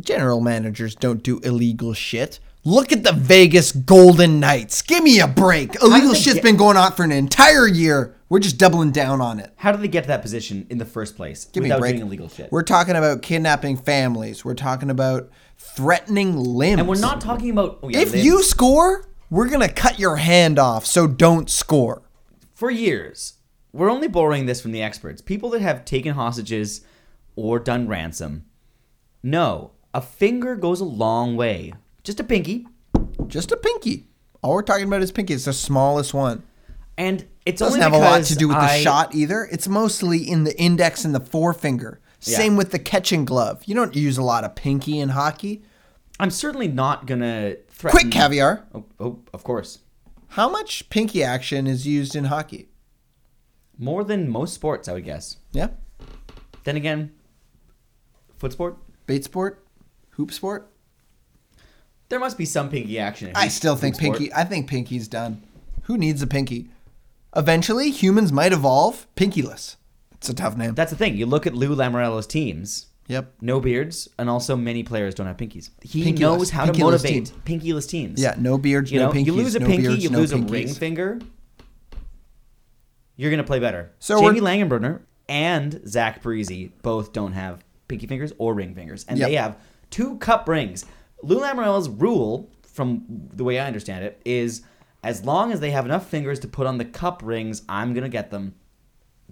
Speaker 1: general managers don't do illegal shit. Look at the Vegas Golden Knights. Give me a break. Illegal
Speaker 2: they
Speaker 1: shit's
Speaker 2: get-
Speaker 1: been going on for an entire year. We're just doubling down on it.
Speaker 2: How did they get to that position in the first place
Speaker 1: Give me a
Speaker 2: without
Speaker 1: break.
Speaker 2: doing illegal shit?
Speaker 1: We're talking about kidnapping families. We're talking about threatening limbs.
Speaker 2: and we're not talking about oh, yeah,
Speaker 1: If
Speaker 2: they-
Speaker 1: you score, we're gonna cut your hand off. So don't score.
Speaker 2: for years, we're only borrowing this from the experts. People that have taken hostages or done ransom. No, a finger goes a long way. Just a pinky.
Speaker 1: Just a pinky. All we're talking about is pinky. It's the smallest one.
Speaker 2: And it's
Speaker 1: Doesn't
Speaker 2: only
Speaker 1: have a lot
Speaker 2: because
Speaker 1: to do with the
Speaker 2: I-
Speaker 1: shot either. It's mostly in the index and the forefinger.
Speaker 2: Yeah.
Speaker 1: Same with the catching glove. You don't use a lot of pinky in hockey.
Speaker 2: I'm certainly not gonna threaten.
Speaker 1: Quick caviar.
Speaker 2: Oh, oh, of course.
Speaker 1: How much pinky action is used in hockey?
Speaker 2: More than most sports, I would guess.
Speaker 1: Yeah.
Speaker 2: Then again, foot sport.
Speaker 1: Bait sport, hoop sport.
Speaker 2: There must be some pinky action. in
Speaker 1: I
Speaker 2: each
Speaker 1: still think
Speaker 2: sport.
Speaker 1: pinky. I think pinky's done. Who needs a pinky? Eventually, humans might evolve pinkyless. It's a tough name.
Speaker 2: That's the thing. You look at Lou Lamorello's teams.
Speaker 1: Yep.
Speaker 2: No beards, and also many players don't have pinkies. He
Speaker 1: Pinkyless-
Speaker 2: knows how to
Speaker 1: pinkyless
Speaker 2: motivate
Speaker 1: team.
Speaker 2: pinkyless teams.
Speaker 1: Yeah, no beards,
Speaker 2: You
Speaker 1: no
Speaker 2: know, you
Speaker 1: pinkies,
Speaker 2: lose a
Speaker 1: no
Speaker 2: pinky,
Speaker 1: beards,
Speaker 2: you
Speaker 1: no
Speaker 2: lose a
Speaker 1: pinkies.
Speaker 2: ring finger. You're gonna play better.
Speaker 1: So
Speaker 2: So Jamie
Speaker 1: we're-
Speaker 2: Langenbrunner and Zach Breezy both don't have pinky fingers or ring fingers, and
Speaker 1: Yep.
Speaker 2: they have two cup rings. Lou Lamorello's rule, from the way I understand it, is as long as they have enough fingers to put on the cup rings, I'm gonna get them.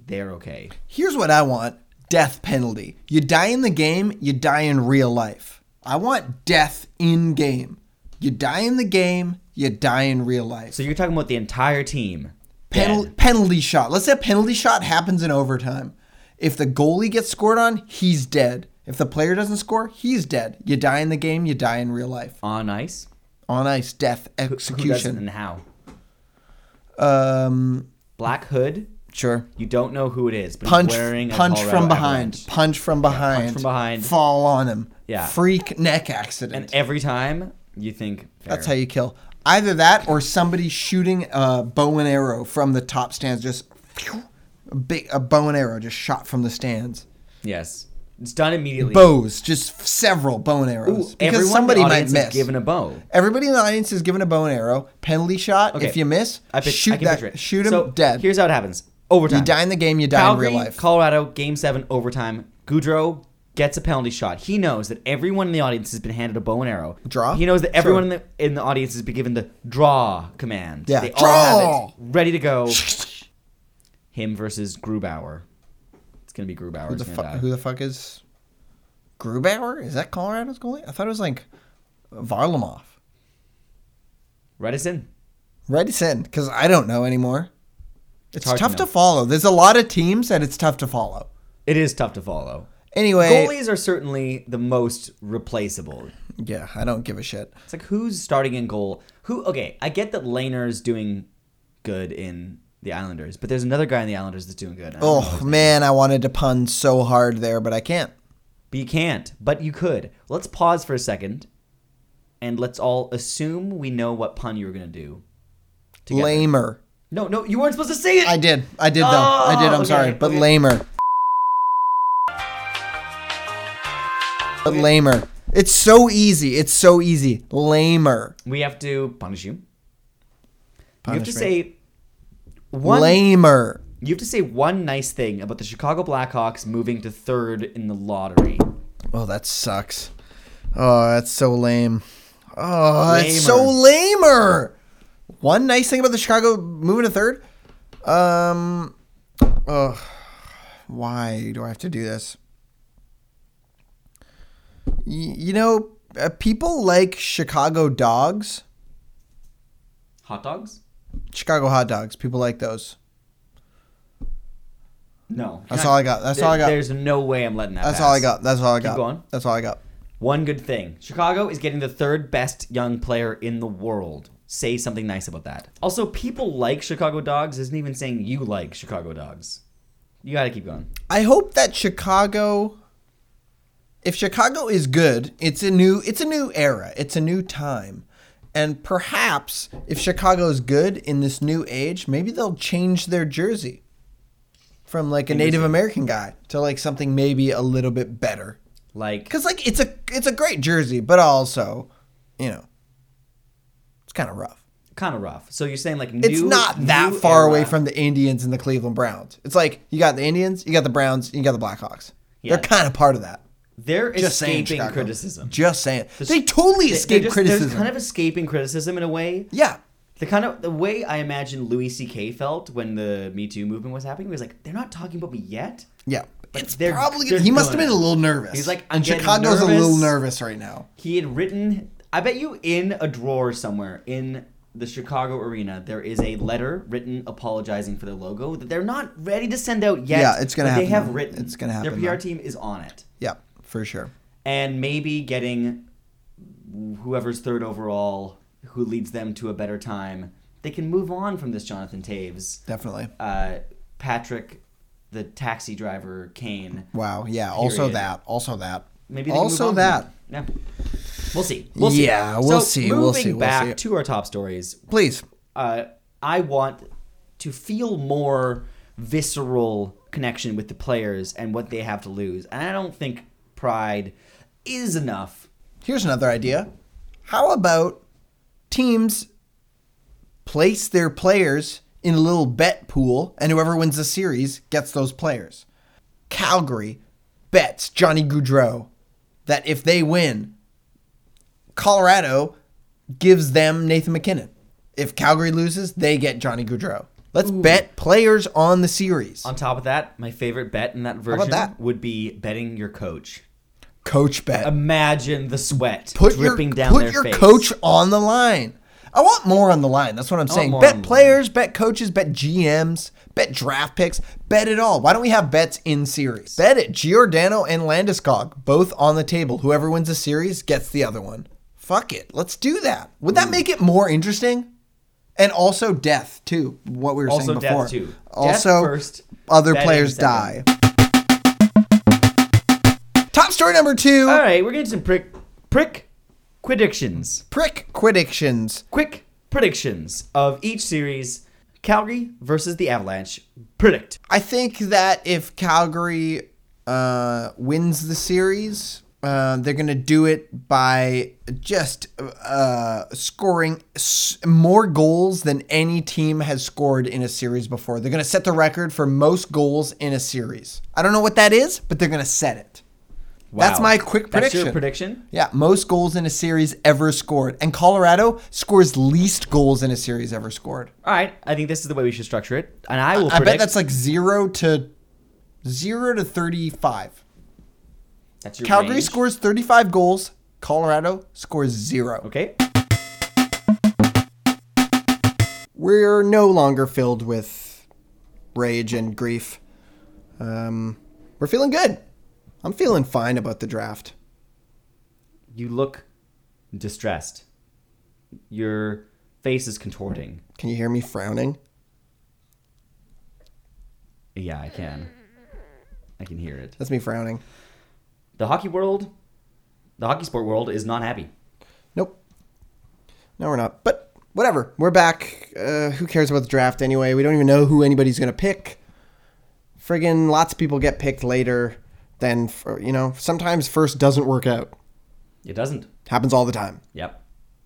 Speaker 2: They're okay.
Speaker 1: Here's what I want death penalty. You die in the game, you die in real life. I want death in game. You die in the game, you die in real life.
Speaker 2: So you're talking about the entire team.
Speaker 1: Penal-
Speaker 2: dead.
Speaker 1: penalty shot. Let's say a penalty shot happens in overtime. If the goalie gets scored on, he's dead. If the player doesn't score, he's dead. You die in the game, you die in real life.
Speaker 2: on ice.
Speaker 1: On ice, death,
Speaker 2: Who doesn't
Speaker 1: execution.
Speaker 2: and how?
Speaker 1: Um,
Speaker 2: Black Hood.
Speaker 1: sure.
Speaker 2: You don't know who it is, but he's
Speaker 1: Punch,
Speaker 2: wearing a
Speaker 1: punch
Speaker 2: Colorado
Speaker 1: from behind.
Speaker 2: Avalanche.
Speaker 1: Punch from behind.
Speaker 2: from behind.
Speaker 1: Fall on him.
Speaker 2: Yeah.
Speaker 1: Freak neck accident.
Speaker 2: And every time you think fair.
Speaker 1: That's how you kill. Either that or somebody shooting a bow and arrow from the top stands. Just phew, a big a bow and arrow just shot from the stands.
Speaker 2: Yes, it's done immediately.
Speaker 1: Bows, just several bow and
Speaker 2: Ooh,
Speaker 1: arrows.
Speaker 2: everyone
Speaker 1: because somebody
Speaker 2: in the
Speaker 1: might
Speaker 2: audience
Speaker 1: miss.
Speaker 2: Is given a bow.
Speaker 1: Everybody in the audience is given a bow and arrow. Penalty shot.
Speaker 2: Okay.
Speaker 1: If you miss,
Speaker 2: I pic- I
Speaker 1: shoot
Speaker 2: can picture
Speaker 1: that.
Speaker 2: it.
Speaker 1: Shoot him
Speaker 2: So,
Speaker 1: dead.
Speaker 2: Here's how it happens. Overtime.
Speaker 1: you die in the game. You die
Speaker 2: Calgary,
Speaker 1: in real life.
Speaker 2: Colorado, Game Seven, overtime. Goudreau gets a penalty shot. He knows that everyone in the audience has been handed a bow and arrow.
Speaker 1: Draw?
Speaker 2: He knows that
Speaker 1: Sure.
Speaker 2: everyone in the in the audience has been given the draw command.
Speaker 1: Yeah.
Speaker 2: they all have
Speaker 1: Draw!
Speaker 2: it ready to go. Him versus Grubauer. It's gonna be Grubauer.
Speaker 1: who the fuck? Who the fuck is Grubauer? Is that Colorado's goalie? I thought it was like Varlamov.
Speaker 2: Write us in.
Speaker 1: Write us in because I don't know anymore. It's,
Speaker 2: hard to
Speaker 1: tough to,
Speaker 2: know.
Speaker 1: follow. There's a lot of teams and it's tough to follow.
Speaker 2: It is tough to follow.
Speaker 1: Anyway,
Speaker 2: Goalies are certainly the most replaceable.
Speaker 1: yeah, I don't give a shit.
Speaker 2: It's like who's starting in goal? Who? Okay, I get that Laner's doing good in the Islanders, but there's another guy in the Islanders that's doing good. I don't know
Speaker 1: Oh
Speaker 2: his name.
Speaker 1: man, I wanted to pun so hard there, but I can't.
Speaker 2: But you can't. But you could. Let's pause for a second, and let's all assume we know what pun you were gonna do. together.
Speaker 1: Lamer.
Speaker 2: No, no, you weren't supposed to say it.
Speaker 1: I did. I did though. I did. I'm
Speaker 2: Oh, okay,
Speaker 1: sorry, but
Speaker 2: okay.
Speaker 1: lamer. But lamer. It's so easy. It's so easy. Lamer.
Speaker 2: we have to punish you. You have to
Speaker 1: Punishment.
Speaker 2: say one.
Speaker 1: Lamer.
Speaker 2: You have to say one nice thing about the Chicago Blackhawks moving to third in the lottery.
Speaker 1: Oh, that sucks. Oh, that's so lame. Oh, that's so
Speaker 2: Lamer.
Speaker 1: lamer. One nice thing about the Chicago moving to third. Um. Oh, why do I have to do this? Y- you know, uh, people like Chicago dogs,
Speaker 2: Hot dogs?
Speaker 1: Chicago hot dogs. People like those.
Speaker 2: No.
Speaker 1: That's all I got. That's
Speaker 2: There-
Speaker 1: all I got.
Speaker 2: There's no way I'm letting that.
Speaker 1: That's
Speaker 2: pass.
Speaker 1: all I got. That's all I got.
Speaker 2: going.
Speaker 1: That's all I got.
Speaker 2: One good thing: Chicago is getting the third best young player in the world. Say something nice about that. Also, people like Chicago dogs isn't even saying you like Chicago dogs. You got to keep going.
Speaker 1: I hope that Chicago if Chicago is good, it's a new it's a new era, it's a new time. And perhaps if Chicago is good in this new age, maybe they'll change their jersey from like a Native American guy to like something maybe a little bit better.
Speaker 2: Like
Speaker 1: Cuz like it's a it's a great jersey, but also, you know, it's kind of rough.
Speaker 2: kind of rough. So you're saying like new,
Speaker 1: It's not that
Speaker 2: new
Speaker 1: far
Speaker 2: era.
Speaker 1: away from the Indians and the Cleveland Browns. It's like you got the Indians, you got the Browns, and you got the Blackhawks.
Speaker 2: Yeah.
Speaker 1: They're kind of part of that.
Speaker 2: They're
Speaker 1: Just saying,
Speaker 2: escaping
Speaker 1: Chicago.
Speaker 2: criticism.
Speaker 1: Just saying,
Speaker 2: Just-
Speaker 1: they totally
Speaker 2: They-
Speaker 1: escape
Speaker 2: they're just-
Speaker 1: criticism.
Speaker 2: They're kind of escaping criticism in a way.
Speaker 1: yeah,
Speaker 2: The kind of the way I imagine Louis C.K. felt when the Me Too movement was happening he was like, they're not talking about me yet.
Speaker 1: yeah.
Speaker 2: But
Speaker 1: it's
Speaker 2: they're-
Speaker 1: probably
Speaker 2: they're
Speaker 1: he must have
Speaker 2: gonna.
Speaker 1: been a little nervous.
Speaker 2: He's like, I'm
Speaker 1: and
Speaker 2: getting
Speaker 1: Chicago's a
Speaker 2: nervous.
Speaker 1: little nervous right now.
Speaker 2: He had written, I bet you, in a drawer somewhere in the Chicago arena, there is a letter written apologizing for their logo that they're not ready to send out yet.
Speaker 1: Yeah, it's gonna
Speaker 2: but They
Speaker 1: happen,
Speaker 2: have
Speaker 1: though.
Speaker 2: written.
Speaker 1: It's gonna happen,
Speaker 2: Their
Speaker 1: though.
Speaker 2: PR team is on it,
Speaker 1: Yeah, for sure.
Speaker 2: and maybe getting whoever's third overall, who leads them to a better time. They can move on from this Jonathan Taves,
Speaker 1: Definitely.
Speaker 2: uh, Patrick, the taxi driver, Kane.
Speaker 1: Wow. Yeah. Also
Speaker 2: Period.
Speaker 1: that. Also that.
Speaker 2: Maybe they can move
Speaker 1: also
Speaker 2: on from
Speaker 1: that.
Speaker 2: Yeah, we'll see. We'll
Speaker 1: Yeah,
Speaker 2: see.
Speaker 1: we'll
Speaker 2: So,
Speaker 1: see, we'll
Speaker 2: moving
Speaker 1: see, we'll
Speaker 2: back
Speaker 1: see.
Speaker 2: to our top stories.
Speaker 1: Please.
Speaker 2: Uh, I want to feel more visceral connection with the players and what they have to lose, and I don't think pride is enough.
Speaker 1: Here's another idea. How about teams place their players in a little bet pool and whoever wins the series gets those players? Calgary bets Johnny Goudreau that if they win, Colorado gives them Nathan McKinnon. If Calgary loses, they get Johnny Goudreau. Let's bet players on the series.
Speaker 2: On top of that, my favorite bet in that version
Speaker 1: about that?
Speaker 2: would be betting your coach.
Speaker 1: Coach bet.
Speaker 2: Imagine the sweat
Speaker 1: put
Speaker 2: dripping
Speaker 1: your,
Speaker 2: down
Speaker 1: put
Speaker 2: their
Speaker 1: your
Speaker 2: face.
Speaker 1: coach on the line. I want more on the line. That's what I'm saying.
Speaker 2: more on
Speaker 1: Bet
Speaker 2: the
Speaker 1: players, bet coaches, bet GMs, bet draft picks, bet it all. Why don't we have bets in series? Bet it. Giordano and Landeskog both on the table. Whoever wins the series gets the other one. Fuck it. Let's do that. Would
Speaker 2: Hmm.
Speaker 1: that make it more interesting? And also death too. What we were
Speaker 2: Also
Speaker 1: saying
Speaker 2: death,
Speaker 1: before.
Speaker 2: too. Death
Speaker 1: Also,
Speaker 2: first,
Speaker 1: other
Speaker 2: betting
Speaker 1: players die.
Speaker 2: second.
Speaker 1: Top story number two.
Speaker 2: All right, we're getting some prick prick predictions.
Speaker 1: Prick quidictions.
Speaker 2: Quick predictions of each series: Calgary versus the Avalanche. Predict.
Speaker 1: I think that if Calgary uh, wins the series, uh, they're going to do it by just uh, scoring s- more goals than any team has scored in a series before. They're going to set the record for most goals in a series. I don't know what that is, but they're going to set it. That's
Speaker 2: Wow.
Speaker 1: my quick
Speaker 2: That's
Speaker 1: prediction.
Speaker 2: your prediction?
Speaker 1: Yeah, most goals in a series ever scored. And Colorado scores least goals in a series ever scored.
Speaker 2: All right, I think this is the way we should structure it, and I will.
Speaker 1: I
Speaker 2: predict,
Speaker 1: bet that's like zero to zero to thirty-five.
Speaker 2: That's your
Speaker 1: Calgary
Speaker 2: range.
Speaker 1: scores thirty-five goals. Colorado scores zero.
Speaker 2: Okay.
Speaker 1: We're no longer filled with rage and grief. Um, we're feeling good. I'm feeling fine about the draft.
Speaker 2: You look distressed. Your face is contorting.
Speaker 1: Can you hear me frowning?
Speaker 2: Yeah, I can. I can hear it.
Speaker 1: That's me frowning.
Speaker 2: The hockey world, the hockey sport world is not happy.
Speaker 1: Nope. No, we're not. But whatever. We're back. Uh, who cares about the draft anyway? We don't even know who anybody's going to pick. Friggin' lots of people get picked later than, fir- you know, sometimes first doesn't work out.
Speaker 2: It doesn't.
Speaker 1: Happens all the time.
Speaker 2: Yep.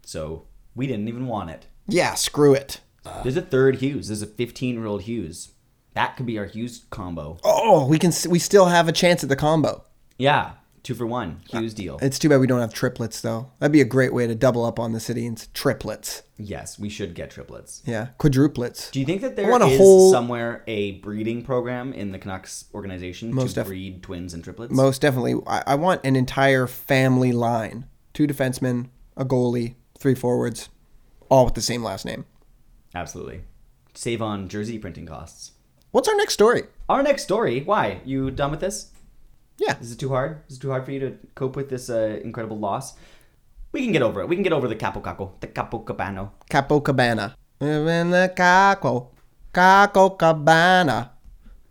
Speaker 2: So we didn't even want it.
Speaker 1: Yeah, screw it.
Speaker 2: There's a third Hughes. There's a 15 year old Hughes. That could be our Hughes combo.
Speaker 1: Oh, we can. s- We still have a chance at the combo.
Speaker 2: Yeah, two for one Hughes deal.
Speaker 1: It's too bad we don't have triplets though. That'd be a great way to double up on the Citians. Triplets.
Speaker 2: Yes, we should get triplets.
Speaker 1: Yeah, quadruplets.
Speaker 2: Do you think that there
Speaker 1: want a
Speaker 2: is
Speaker 1: whole-
Speaker 2: somewhere a breeding program in the Canucks organization
Speaker 1: Most
Speaker 2: to
Speaker 1: def-
Speaker 2: breed twins and triplets?
Speaker 1: Most definitely. I, I want an entire family line: two defensemen, a goalie, three forwards, all with the same last name.
Speaker 2: Absolutely. Save on jersey printing costs.
Speaker 1: What's our next story?
Speaker 2: Our next story. Why? You done with this?
Speaker 1: Yeah,
Speaker 2: Is it too hard? Is it too hard for you to cope with this uh, incredible loss? We can get over it. We can get over the Capo Caco, the Capo Cabano.
Speaker 1: Capocabana. Live in the Caco, Caco Cabana.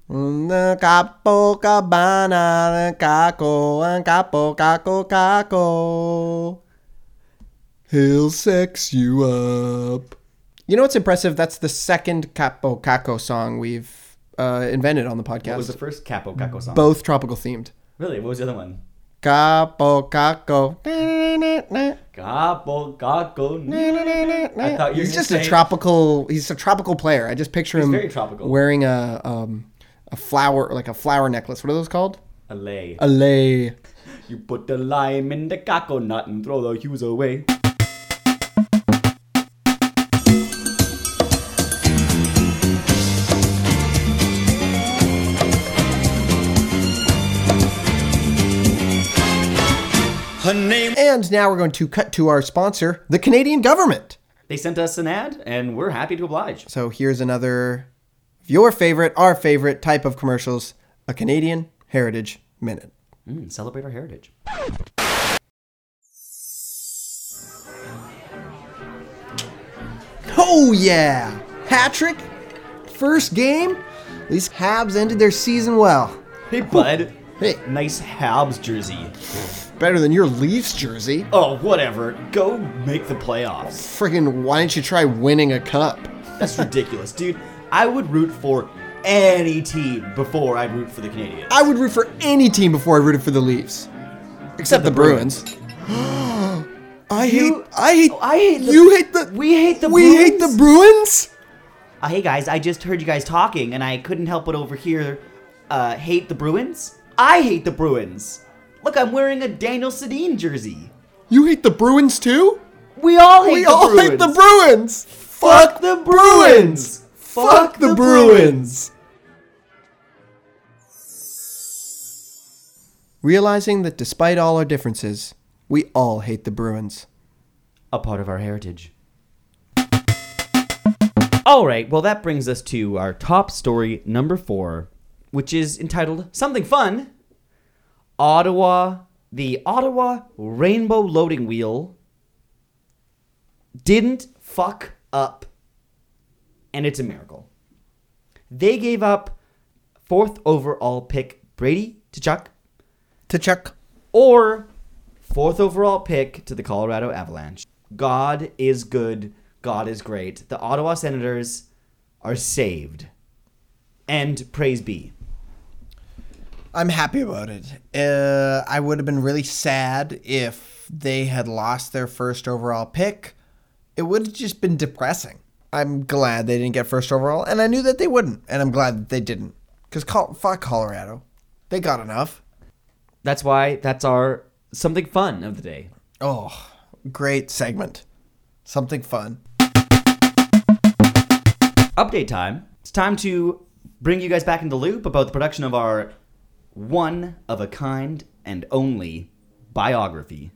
Speaker 1: In the Capocabana, the Caco, and Capo, Caco, Caco. He'll sex you up. You know what's impressive? That's the second Capo Caco song we've uh, invented on the
Speaker 2: What was the
Speaker 1: podcast.
Speaker 2: first Capo Caco song?
Speaker 1: Both tropical themed.
Speaker 2: really? What was the other one?
Speaker 1: Capo Caco.
Speaker 2: Capo Caco. I thought you were
Speaker 1: he's
Speaker 2: gonna
Speaker 1: just a
Speaker 2: say-
Speaker 1: tropical. He's a tropical player. I just picture him
Speaker 2: very tropical.
Speaker 1: wearing a um, a flower like a flower necklace. What are those called?
Speaker 2: Alley.
Speaker 1: A lei.
Speaker 2: You put the lime in the caco nut and throw the hues away.
Speaker 1: And now we're going to cut to our sponsor, the Canadian government.
Speaker 2: They sent us an ad, and we're happy to oblige.
Speaker 1: So here's another, your favorite, our favorite type of commercials, a Canadian Heritage Minute.
Speaker 2: Mm, celebrate our heritage.
Speaker 1: Oh yeah, hat trick, first game. These Habs ended their season well.
Speaker 2: Hey, bud.
Speaker 1: Hey.
Speaker 2: Nice Habs jersey.
Speaker 1: Better than your Leafs jersey.
Speaker 2: Oh, whatever. Go make the playoffs.
Speaker 1: Friggin', why don't you try winning a cup?
Speaker 2: That's ridiculous, dude. I would root for any team before I'd root for the Canadians.
Speaker 1: I would root for any team before I rooted for the Leafs, except the, Bruins. [gasps] I hate.
Speaker 2: You-
Speaker 1: I hate.
Speaker 2: Oh, I hate the-
Speaker 1: you hate the.
Speaker 2: we hate the
Speaker 1: We hate the
Speaker 2: Bruins?
Speaker 1: Bruins.
Speaker 2: Uh, hey guys, I just heard you guys talking, and I couldn't help but overhear. Uh, hate the Bruins? I hate the Bruins. Look, I'm wearing a Daniel Sedin jersey.
Speaker 1: You hate the Bruins too.
Speaker 2: We all hate
Speaker 1: We
Speaker 2: the
Speaker 1: all
Speaker 2: Bruins.
Speaker 1: hate the Bruins.
Speaker 2: Fuck the Bruins.
Speaker 1: Fuck the Bruins. Realizing that despite all our differences, we all hate the Bruins.
Speaker 2: A part of our heritage. All right, well, that brings us to our top story number four, which is entitled Something Fun Ottawa, the Ottawa Rainbow Loading Wheel didn't fuck up. And it's a miracle. They gave up fourth overall pick Brady to Chuck
Speaker 1: To Chuck.
Speaker 2: or fourth overall pick to the Colorado Avalanche. God is good. God is great. The Ottawa Senators are saved. And praise be.
Speaker 1: I'm happy about it. Uh, I would have been really sad if they had lost their first overall pick. It would have just been depressing. I'm glad they didn't get first overall, and I knew that they wouldn't, and I'm glad that they didn't. Because Col- fuck Colorado. They got enough.
Speaker 2: That's why that's our something fun of the day.
Speaker 1: Oh, great segment. Something fun.
Speaker 2: Update time. It's time to bring you guys back in the loop about the production of our one of a kind and only biography.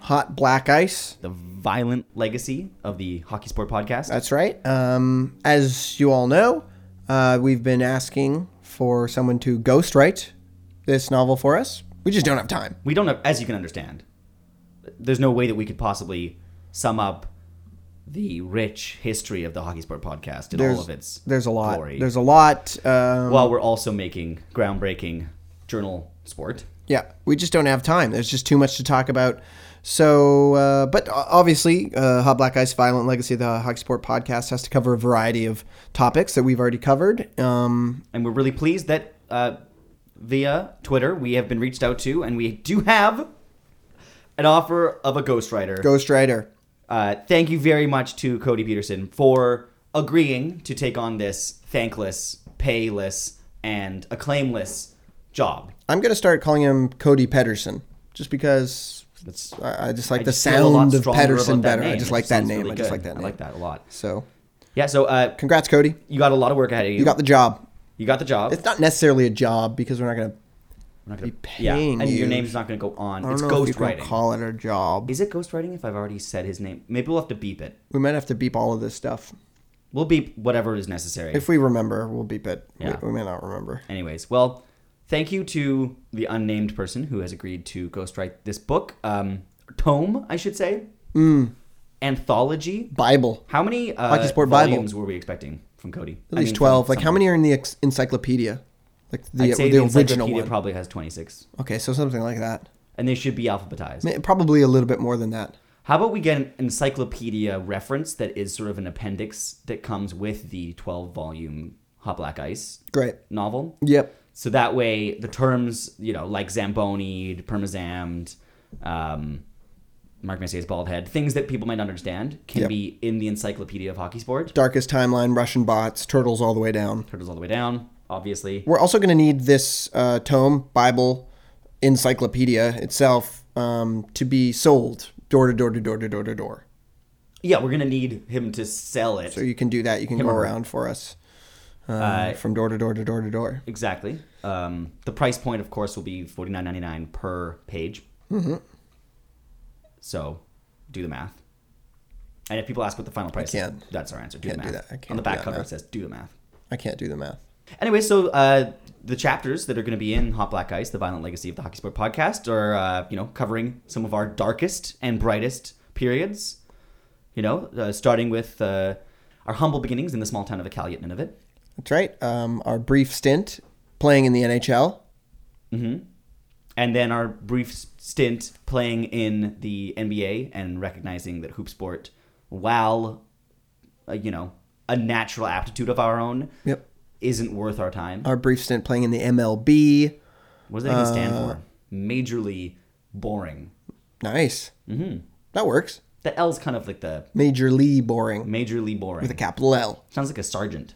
Speaker 1: Hot Black Ice.
Speaker 2: the violent legacy of the Hockey Sport Podcast.
Speaker 1: That's right. Um, as you all know, uh, we've been asking for someone to ghostwrite this novel for us. We just don't have time.
Speaker 2: we don't have, as you can understand, there's no way that we could possibly sum up the rich history of the Hockey Sport Podcast in
Speaker 1: There's,
Speaker 2: all of its
Speaker 1: there's a lot.
Speaker 2: glory.
Speaker 1: There's a lot. Um,
Speaker 2: while we're also making groundbreaking journal sport.
Speaker 1: Yeah, we just don't have time. There's just too much to talk about. So, uh, but o- obviously, uh, Hot Black Ice Violent Legacy, the Hockey Sport podcast, has to cover a variety of topics that we've already covered. Um,
Speaker 2: and we're really pleased that uh, via Twitter we have been reached out to, and we do have an offer of a ghostwriter.
Speaker 1: Ghostwriter.
Speaker 2: Uh, thank you very much to Cody Peterson for agreeing to take on this thankless, payless, and acclaimless job.
Speaker 1: I'm going to start calling him Cody Pederson just because
Speaker 2: That's
Speaker 1: I, I just like uh,
Speaker 2: I
Speaker 1: the
Speaker 2: just feel a lot
Speaker 1: sound of
Speaker 2: stronger about
Speaker 1: Pederson
Speaker 2: that
Speaker 1: better. I
Speaker 2: name.
Speaker 1: just
Speaker 2: It
Speaker 1: like that
Speaker 2: sounds
Speaker 1: name.
Speaker 2: really
Speaker 1: I just
Speaker 2: good.
Speaker 1: like that name.
Speaker 2: I like that a lot.
Speaker 1: So,
Speaker 2: Yeah. So uh,
Speaker 1: congrats, Cody.
Speaker 2: you got a lot of work ahead of you.
Speaker 1: You got the job.
Speaker 2: You got the job.
Speaker 1: It's not necessarily a job because we're not going to.
Speaker 2: We're not gonna
Speaker 1: be paying
Speaker 2: and
Speaker 1: you.
Speaker 2: your name's not going to go on.
Speaker 1: I don't
Speaker 2: It's
Speaker 1: know if you can
Speaker 2: ghostwriting.
Speaker 1: call it a job.
Speaker 2: Is it ghostwriting if I've already said his name? Maybe we'll have to beep it.
Speaker 1: We might have to beep all of this stuff.
Speaker 2: We'll beep whatever is necessary.
Speaker 1: If we remember, we'll beep it. We-
Speaker 2: Yeah.
Speaker 1: We, may not remember.
Speaker 2: Anyways, well, thank you to the unnamed person who has agreed to ghostwrite this book, um, tome, I should say, anthology.
Speaker 1: Bible.
Speaker 2: How many uh,
Speaker 1: Mm. Hockey Sport Bible.
Speaker 2: volumes were we expecting from Cody?
Speaker 1: At least 12. Like, how many are in the ex- encyclopedia? Like the,
Speaker 2: I'd say
Speaker 1: the,
Speaker 2: the,
Speaker 1: original
Speaker 2: encyclopedia
Speaker 1: one.
Speaker 2: probably has twenty six,
Speaker 1: okay, so something like that.
Speaker 2: and they should be alphabetized.
Speaker 1: Ma- Probably a little bit more than that.
Speaker 2: How about we get an encyclopedia reference that is sort of an appendix that comes with the twelve volume Hot Black Ice
Speaker 1: Great.
Speaker 2: novel?
Speaker 1: Yep.
Speaker 2: So that way, the terms, you know, like zambonied, permazammed, um, Mark Messier's bald head, things that people might not understand can
Speaker 1: Yep.
Speaker 2: be in the encyclopedia of hockey sport.
Speaker 1: Darkest timeline, Russian bots, turtles all the way down.
Speaker 2: Turtles all the way down, obviously.
Speaker 1: We're also going to need this uh, tome, Bible, encyclopedia itself um, to be sold door to door to door to door to door.
Speaker 2: Yeah, we're going to need him to sell it.
Speaker 1: So you can do that. You can
Speaker 2: Him
Speaker 1: go
Speaker 2: or her.
Speaker 1: around for us uh,
Speaker 2: Uh,
Speaker 1: from door to door to door to door.
Speaker 2: exactly. Um, the price point, of course, will be forty nine ninety nine per page. Mm-hmm. So do the math. And if people ask what the final price is,
Speaker 1: can't.
Speaker 2: that's our answer. Do
Speaker 1: Can't
Speaker 2: the
Speaker 1: do
Speaker 2: math.
Speaker 1: that. I
Speaker 2: On
Speaker 1: can't do
Speaker 2: the back
Speaker 1: that
Speaker 2: cover,
Speaker 1: math.
Speaker 2: it says do the math.
Speaker 1: I can't do the math.
Speaker 2: Anyway, so uh, the chapters that are going to be in Hot Black Ice, the violent legacy of the hockey sport podcast, are uh, you know covering some of our darkest and brightest periods. You know, uh, starting with uh, our humble beginnings in the small town of Iqaluit, Nunavut.
Speaker 1: That's right. Um, our brief stint playing in the NHL.
Speaker 2: Mm-hmm. And then our brief s- stint playing in the NBA and recognizing that hoop sport, while, uh, you know, a natural aptitude of our own,
Speaker 1: Yep.
Speaker 2: isn't worth our time.
Speaker 1: Our brief stint playing in the MLB.
Speaker 2: What does that even stand for? Majorly boring.
Speaker 1: Nice. Mm-hmm. That works.
Speaker 2: The L's kind of like the
Speaker 1: Majorly boring
Speaker 2: majorly boring.
Speaker 1: with a capital L.
Speaker 2: Sounds like a sergeant.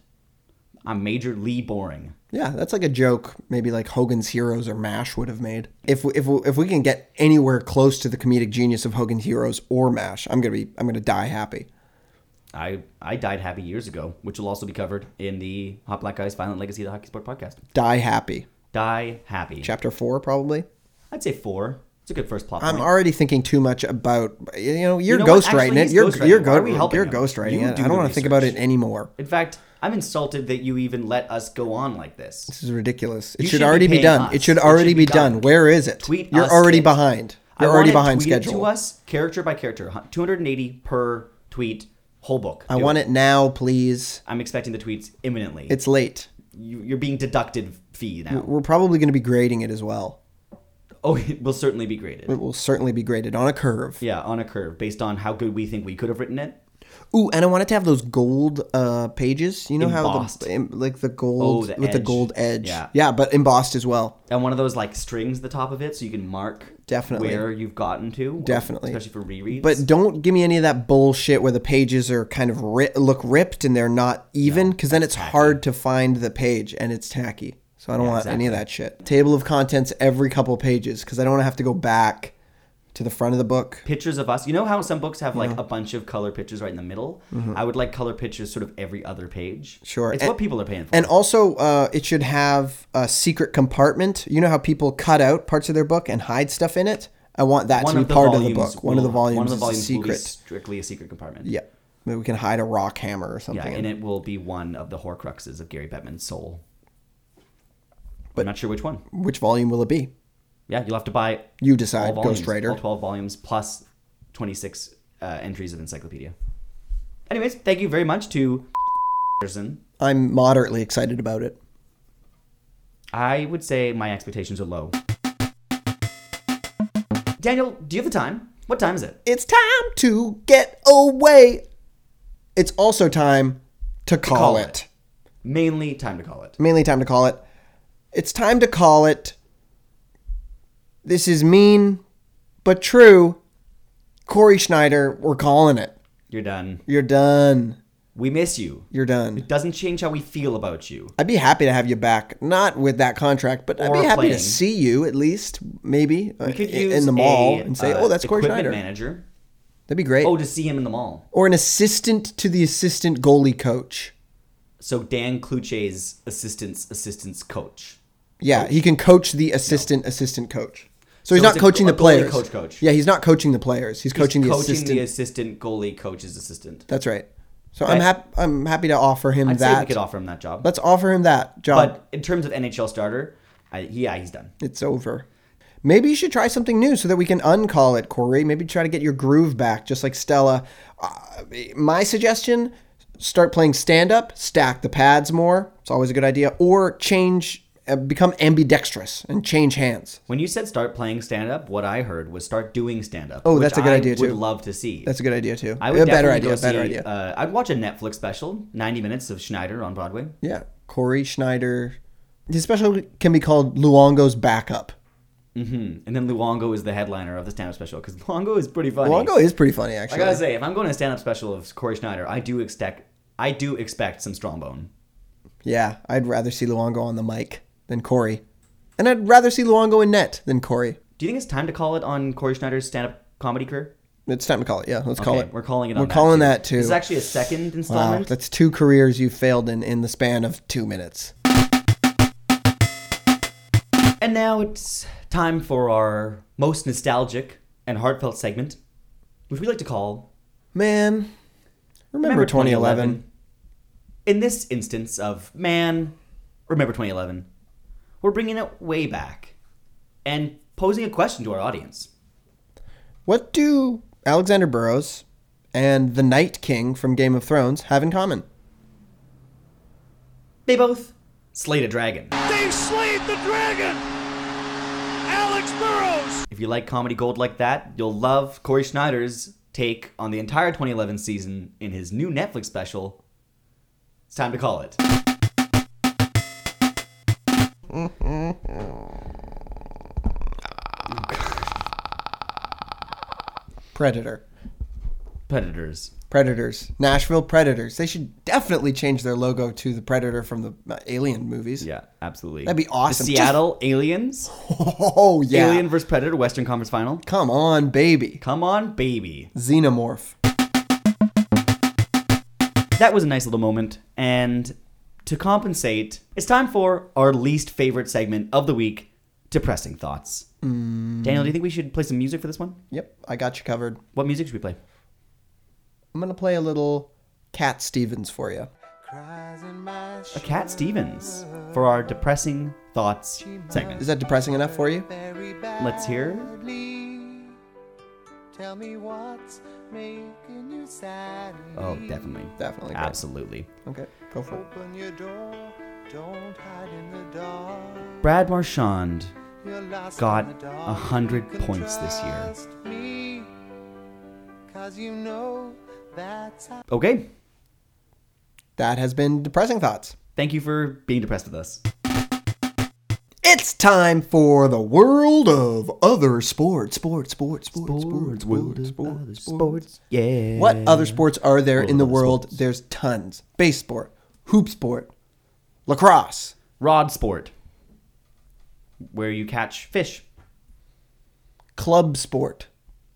Speaker 2: I'm majorly boring.
Speaker 1: Yeah, that's like a joke. Maybe like Hogan's Heroes or Mash would have made. If we, if we, if we can get anywhere close to the comedic genius of Hogan's Heroes or Mash, I'm gonna be I'm gonna die happy.
Speaker 2: I I died happy years ago, which will also be covered in the Hot Black Ice Violent Legacy of the Hockey Sport podcast.
Speaker 1: Die happy.
Speaker 2: Die happy.
Speaker 1: Chapter four probably.
Speaker 2: I'd say four. It's a good first plot.
Speaker 1: I'm
Speaker 2: point.
Speaker 1: already thinking too much about you know you're
Speaker 2: know what?
Speaker 1: ghostwriting
Speaker 2: Actually,
Speaker 1: it.
Speaker 2: he's
Speaker 1: You're
Speaker 2: ghostwriting.
Speaker 1: you're,
Speaker 2: Why are we
Speaker 1: go-
Speaker 2: helping
Speaker 1: you're
Speaker 2: him?
Speaker 1: ghostwriting it.
Speaker 2: You do
Speaker 1: I don't
Speaker 2: the
Speaker 1: want to think about it
Speaker 2: research.
Speaker 1: anymore.
Speaker 2: in fact, I'm insulted that you even let us go on like this.
Speaker 1: This is ridiculous. It
Speaker 2: You
Speaker 1: should,
Speaker 2: should be
Speaker 1: already be
Speaker 2: paying
Speaker 1: done.
Speaker 2: us.
Speaker 1: It should
Speaker 2: It
Speaker 1: already
Speaker 2: should
Speaker 1: be
Speaker 2: be
Speaker 1: done.
Speaker 2: done.
Speaker 1: Where is it?
Speaker 2: Tweet
Speaker 1: You're
Speaker 2: us,
Speaker 1: already
Speaker 2: kids.
Speaker 1: behind.
Speaker 2: I
Speaker 1: You're
Speaker 2: want
Speaker 1: already
Speaker 2: it
Speaker 1: behind
Speaker 2: tweeted
Speaker 1: schedule.
Speaker 2: To us, character by character, hun- 280 per tweet, whole book.
Speaker 1: I want it now, please.
Speaker 2: I'm expecting the tweets imminently.
Speaker 1: It's late.
Speaker 2: you, you're being deducted fee now.
Speaker 1: We're probably going to be grading it as well.
Speaker 2: Oh, [laughs] it will certainly be graded.
Speaker 1: It will certainly be graded on a curve.
Speaker 2: Yeah, on a curve based on how good we think we could have written it.
Speaker 1: Ooh, and I want it to have those gold uh, pages. You know
Speaker 2: Embossed.
Speaker 1: how the em- like the gold
Speaker 2: Oh, the
Speaker 1: with the
Speaker 2: edge.
Speaker 1: gold edge.
Speaker 2: Yeah.
Speaker 1: yeah, but embossed as well.
Speaker 2: And one of those like strings at the top of it so you can mark
Speaker 1: Definitely.
Speaker 2: where you've gotten to.
Speaker 1: Definitely.
Speaker 2: Especially for rereads.
Speaker 1: But don't give me any of that bullshit where the pages are kind of ri- look ripped and they're not even, because then it's hard to find the page and it's tacky. So I don't want any of that shit. Table of contents every couple pages, because I don't want to have to go back to the front of the book.
Speaker 2: pictures of us. You know how some books have like a bunch of color pictures right in the middle? I would like color pictures sort of every other page.
Speaker 1: Mm-hmm. Sure.
Speaker 2: It's
Speaker 1: And-
Speaker 2: what people are paying for.
Speaker 1: And also, uh, it should have a secret compartment. You know how people cut out parts of their book and hide stuff in it? I want that to be part of the book. One of the
Speaker 2: will-
Speaker 1: volumes
Speaker 2: one of the
Speaker 1: is
Speaker 2: volumes
Speaker 1: a
Speaker 2: will be
Speaker 1: secret.
Speaker 2: strictly a secret compartment.
Speaker 1: yeah, maybe we can hide a rock hammer or something.
Speaker 2: Yeah,
Speaker 1: in
Speaker 2: and it will be one of the Horcruxes of Gary Bettman's soul.
Speaker 1: But-
Speaker 2: I'm not sure which one.
Speaker 1: Which volume will it be?
Speaker 2: Yeah, you'll have to buy
Speaker 1: You decide,
Speaker 2: all volumes,
Speaker 1: Uh, Ghost Rider.
Speaker 2: all 12 volumes plus 26 uh, entries of encyclopedia. Anyways, thank you very much to person.
Speaker 1: I'm moderately excited about it.
Speaker 2: I would say my expectations are low. Daniel, do you have the time? What time is it?
Speaker 1: It's time to get away. It's also time to call,
Speaker 2: call
Speaker 1: it.
Speaker 2: it. Mainly time to call it.
Speaker 1: Mainly time to call it. It's time to call it. This is mean, but true. Corey Schneider, we're calling it.
Speaker 2: You're done.
Speaker 1: You're done.
Speaker 2: We miss you.
Speaker 1: You're done.
Speaker 2: Doesn't change how we feel about you.
Speaker 1: I'd be happy to have you back. Not with that contract, but I'd
Speaker 2: Or
Speaker 1: be happy
Speaker 2: playing.
Speaker 1: to see you at least, maybe uh,
Speaker 2: We could
Speaker 1: i-
Speaker 2: use
Speaker 1: in the mall
Speaker 2: a,
Speaker 1: and say,
Speaker 2: uh,
Speaker 1: "Oh, that's Corey
Speaker 2: equipment
Speaker 1: Schneider."
Speaker 2: manager.
Speaker 1: That'd be great.
Speaker 2: Oh, to see him in the mall.
Speaker 1: or an assistant to the assistant goalie coach.
Speaker 2: So Dan Cluche's assistant's assistant's coach.
Speaker 1: Yeah, he can coach the assistant assistant coach. So he's
Speaker 2: So
Speaker 1: not
Speaker 2: it's a-
Speaker 1: coaching
Speaker 2: a
Speaker 1: the
Speaker 2: goalie
Speaker 1: players.
Speaker 2: coach, coach.
Speaker 1: Yeah, he's not coaching the players. He's coaching the
Speaker 2: coaching
Speaker 1: assistant.
Speaker 2: the assistant goalie coach's assistant.
Speaker 1: That's right. So
Speaker 2: Okay.
Speaker 1: I'm happy. I'm happy to offer him
Speaker 2: I'd
Speaker 1: that.
Speaker 2: say we could offer him that job.
Speaker 1: Let's offer him that job.
Speaker 2: but in terms of NHL starter, I, yeah, he's done.
Speaker 1: it's over. Maybe you should try something new so that we can uncall it, Corey. Maybe try to get your groove back, just like Stella. Uh, my suggestion: start playing stand up, stack the pads more. It's always a good idea. Or change, uh, become ambidextrous and change hands.
Speaker 2: When you said start playing stand up, what I heard was start doing stand up.
Speaker 1: Oh, that's a good idea,
Speaker 2: would
Speaker 1: too.
Speaker 2: love to see.
Speaker 1: That's a good idea too.
Speaker 2: I would
Speaker 1: a better
Speaker 2: definitely
Speaker 1: idea.
Speaker 2: go
Speaker 1: better
Speaker 2: see,
Speaker 1: idea.
Speaker 2: Uh, I'd watch a Netflix special, 90 minutes of Schneider on Broadway.
Speaker 1: yeah, Corey Schneider. His special can be called Luongo's backup. Mm-hmm.
Speaker 2: hmm And then Luongo is the headliner of the stand up special because Luongo is pretty funny.
Speaker 1: Luongo is pretty funny,
Speaker 2: I
Speaker 1: actually.
Speaker 2: gotta say, if I'm going to a stand up special of Corey Schneider, I do expect I do expect some Strombone.
Speaker 1: Yeah, I'd rather see Luongo on the mic than Corey, and I'd rather see Luongo in net than Corey.
Speaker 2: Do you think it's time to call it on Corey Schneider's stand up comedy career?
Speaker 1: It's time to call it. Yeah, let's call
Speaker 2: Okay,
Speaker 1: it.
Speaker 2: We're calling it.
Speaker 1: We're
Speaker 2: on
Speaker 1: calling that
Speaker 2: that
Speaker 1: too.
Speaker 2: This is actually a second
Speaker 1: wow,
Speaker 2: installment.
Speaker 1: that's two careers you failed in in the span of two minutes.
Speaker 2: and now it's time for our most nostalgic and heartfelt segment, which we like to call
Speaker 1: Man, remember, 2011.
Speaker 2: In this instance of man, remember 2011, we're bringing it way back and posing a question to our audience.
Speaker 1: What do Alexander Burrows and the Night King from Game of Thrones have in common?
Speaker 2: They both slayed a dragon.
Speaker 4: They slayed the dragon! Alex Burrows!
Speaker 2: If you like comedy gold like that, you'll love Corey Schneider's take on the entire 2011 season in his new Netflix special. It's time to call it.
Speaker 1: Predator.
Speaker 2: Predators.
Speaker 1: Predators. Nashville Predators. They should definitely change their logo to the Predator from the uh, Alien movies.
Speaker 2: Yeah, absolutely.
Speaker 1: That'd be awesome.
Speaker 2: The Seattle Aliens.
Speaker 1: [laughs] Oh, yeah.
Speaker 2: Alien vs. Predator Western Conference Final.
Speaker 1: Come on, baby.
Speaker 2: Come on, baby.
Speaker 1: Xenomorph.
Speaker 2: That was a nice little moment. And to compensate, it's time for our least favorite segment of the week depressing thoughts.
Speaker 1: Mm.
Speaker 2: Daniel, do you think we should play some music for this one?
Speaker 1: Yep, I got you covered.
Speaker 2: What music should we play?
Speaker 1: I'm going to play a little Cat Stevens for you.
Speaker 2: a Cat Stevens for our depressing thoughts segment.
Speaker 1: Is that depressing enough for you?
Speaker 2: Let's hear. Oh, definitely.
Speaker 1: Definitely. great.
Speaker 2: Absolutely.
Speaker 1: Okay, go for it.
Speaker 2: Brad Marchand got a hundred points this year. Okay.
Speaker 1: That has been Depressing Thoughts.
Speaker 2: Thank you for being depressed with us.
Speaker 1: It's time for the world of other sports. Sports, sports, sports, sports, sports, sports, sports.
Speaker 2: Yeah.
Speaker 1: What other sports are there in the
Speaker 2: other
Speaker 1: world? There's tons. Base sport, hoop sport, lacrosse,
Speaker 2: Rod sport. Where you catch fish.
Speaker 1: club sport,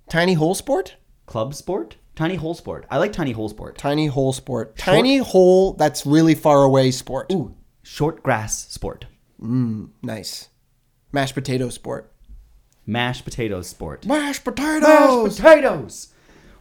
Speaker 1: tiny hole sport,
Speaker 2: Club sport? Tiny hole sport. I like tiny hole sport.
Speaker 1: tiny hole sport, tiny hole that's really far away sport. Mm,
Speaker 2: Ooh. Short grass sport.
Speaker 1: Nice. Mashed potato sport.
Speaker 2: mashed potatoes sport.
Speaker 1: Mashed potatoes.
Speaker 2: Mashed potatoes.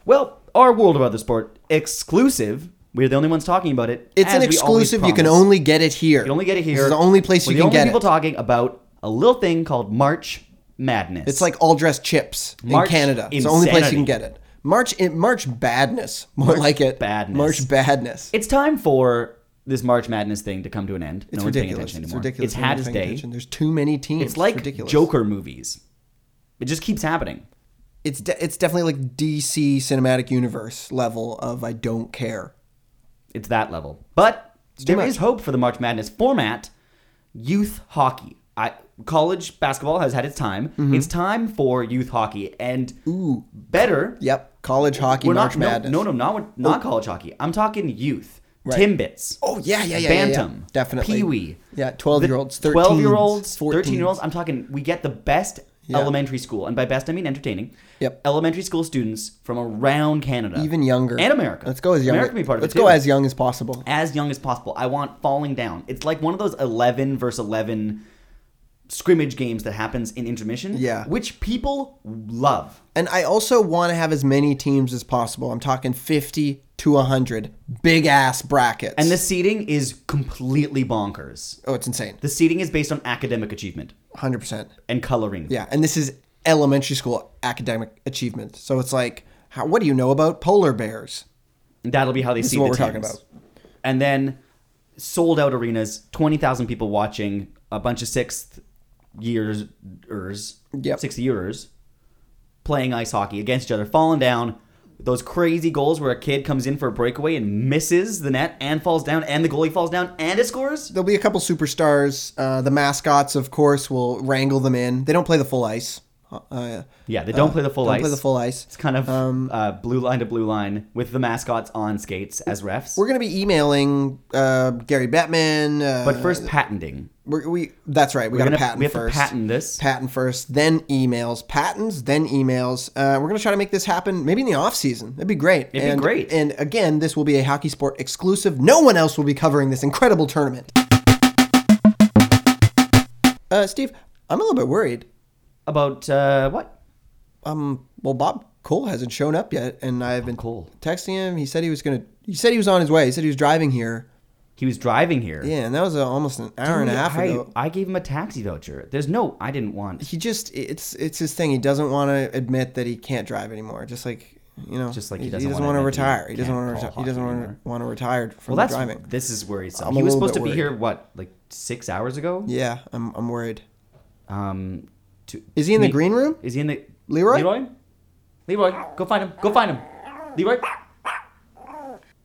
Speaker 2: Well, our World of Other Sport exclusive. We're the only ones talking about it.
Speaker 1: It's an
Speaker 2: as we always
Speaker 1: exclusive. You can
Speaker 2: promise.
Speaker 1: only get it here.
Speaker 2: You can only get it here.
Speaker 1: This is the only place
Speaker 2: We're
Speaker 1: you
Speaker 2: the
Speaker 1: can
Speaker 2: only
Speaker 1: get
Speaker 2: people
Speaker 1: it.
Speaker 2: talking about a little thing called March Madness.
Speaker 1: It's like all dressed chips
Speaker 2: March
Speaker 1: in Canada. It's the only place you
Speaker 2: insanity.
Speaker 1: can get it. March in, March badness, [laughs] more like it.
Speaker 2: badness.
Speaker 1: March badness.
Speaker 2: it's time for this March Madness thing to come to an end.
Speaker 1: It's
Speaker 2: no one's paying
Speaker 1: ridiculous.
Speaker 2: attention
Speaker 1: It's
Speaker 2: anymore.
Speaker 1: ridiculous.
Speaker 2: It's
Speaker 1: no one's
Speaker 2: had its
Speaker 1: paying
Speaker 2: day.
Speaker 1: attention. There's too many teams.
Speaker 2: It's like
Speaker 1: ridiculous.
Speaker 2: Joker movies. It just keeps happening.
Speaker 1: It's de- it's definitely like DC cinematic universe level of I don't care.
Speaker 2: It's that level. But there is
Speaker 1: much.
Speaker 2: hope for the March Madness format. Youth hockey. I college basketball has had its time. It's time for youth hockey and
Speaker 1: Mm-hmm. Ooh.
Speaker 2: better.
Speaker 1: Yep. College hockey
Speaker 2: We're
Speaker 1: March
Speaker 2: not, no,
Speaker 1: Madness. Oh.
Speaker 2: no, no, not not college hockey. I'm talking youth.
Speaker 1: Right.
Speaker 2: Timbits.
Speaker 1: Oh yeah, yeah, yeah, yeah, yeah.
Speaker 2: Bantam.
Speaker 1: Definitely.
Speaker 2: Pee wee.
Speaker 1: Yeah, 12-year-olds,
Speaker 2: 12-year-olds,
Speaker 1: 13s,
Speaker 2: 13-year-olds. I'm talking, we get the best
Speaker 1: Yeah.
Speaker 2: elementary school. And by best, I mean entertaining.
Speaker 1: Yep.
Speaker 2: Elementary school students from around Canada.
Speaker 1: Even younger.
Speaker 2: And America.
Speaker 1: Let's go as young.
Speaker 2: America can be part of
Speaker 1: Let's
Speaker 2: it,
Speaker 1: go
Speaker 2: too
Speaker 1: as young as possible.
Speaker 2: as young as possible. I want falling down. It's like one of those 11 versus 11 scrimmage games that happens in intermission,
Speaker 1: Yeah.
Speaker 2: which people love.
Speaker 1: And I also want to have as many teams as possible. I'm talking 50 to 100 big ass brackets.
Speaker 2: And the seating is completely bonkers.
Speaker 1: oh, it's insane.
Speaker 2: The seating is based on academic achievement
Speaker 1: 100%.
Speaker 2: and coloring.
Speaker 1: Yeah, and this is elementary school academic achievement. So it's like how, what do you know about polar bears?
Speaker 2: That'll be how they
Speaker 1: is
Speaker 2: see
Speaker 1: what
Speaker 2: the
Speaker 1: we're talking
Speaker 2: teams.
Speaker 1: about.
Speaker 2: And then sold out arenas, 20,000 people watching, a bunch of sixth years,
Speaker 1: Yep.
Speaker 2: sixth yearers playing ice hockey against each other, falling down. Those crazy goals where a kid comes in for a breakaway and misses the net and falls down, and the goalie falls down and it scores.
Speaker 1: There'll be a couple superstars. Uh, the mascots, of course, will wrangle them in. They don't play the full ice. Uh,
Speaker 2: Yeah, they don't
Speaker 1: uh,
Speaker 2: play the full
Speaker 1: don't
Speaker 2: ice.
Speaker 1: play the full ice. Um,
Speaker 2: It's kind of uh, blue line to blue line with the mascots on skates as refs.
Speaker 1: We're gonna be emailing uh, Gary Bettman. Uh,
Speaker 2: but first, patenting.
Speaker 1: we're, we that's right. We got to
Speaker 2: gonna-
Speaker 1: patent
Speaker 2: we have to
Speaker 1: first.
Speaker 2: patent this.
Speaker 1: Patent first, then emails. Patents, then emails. Uh, we're gonna try to make this happen. Maybe in the off season. That'd be great.
Speaker 2: It'd be
Speaker 1: and,
Speaker 2: great.
Speaker 1: And again, this will be a hockey sport exclusive. No one else will be covering this incredible tournament. Uh, Steve, I'm a little bit worried.
Speaker 2: About uh, what?
Speaker 1: Um, well, Bob Cole hasn't shown up yet, and I've been
Speaker 2: Cole.
Speaker 1: texting him. He said he was gonna. He said he was on his way. He said he was driving here.
Speaker 2: He was driving here.
Speaker 1: Yeah, and that was uh, almost an hour and a
Speaker 2: Dude,
Speaker 1: half
Speaker 2: I,
Speaker 1: ago.
Speaker 2: I gave him a taxi voucher. There's no, I didn't
Speaker 1: [laughs]
Speaker 2: want.
Speaker 1: he just it's it's his thing. He doesn't want to admit that he can't drive anymore. Just like you know,
Speaker 2: Just like he
Speaker 1: he
Speaker 2: doesn't
Speaker 1: doesn't
Speaker 2: wanna
Speaker 1: want to
Speaker 2: admit that
Speaker 1: retire.
Speaker 2: he
Speaker 1: He doesn't
Speaker 2: can't
Speaker 1: want
Speaker 2: call
Speaker 1: to. He
Speaker 2: hockey
Speaker 1: doesn't want to
Speaker 2: anymore.
Speaker 1: want to retire from
Speaker 2: Well, that's
Speaker 1: driving.
Speaker 2: this is worrisome.
Speaker 1: I'm a
Speaker 2: he was
Speaker 1: little
Speaker 2: supposed to
Speaker 1: bit
Speaker 2: be
Speaker 1: worried.
Speaker 2: here what, like six hours ago?
Speaker 1: Yeah, I'm I'm worried.
Speaker 2: Um, to,
Speaker 1: Is he in the
Speaker 2: meet-
Speaker 1: green room?
Speaker 2: Is he in the
Speaker 1: Leroy?
Speaker 2: Leroy, Leroy, go find him. Go find him. Leroy.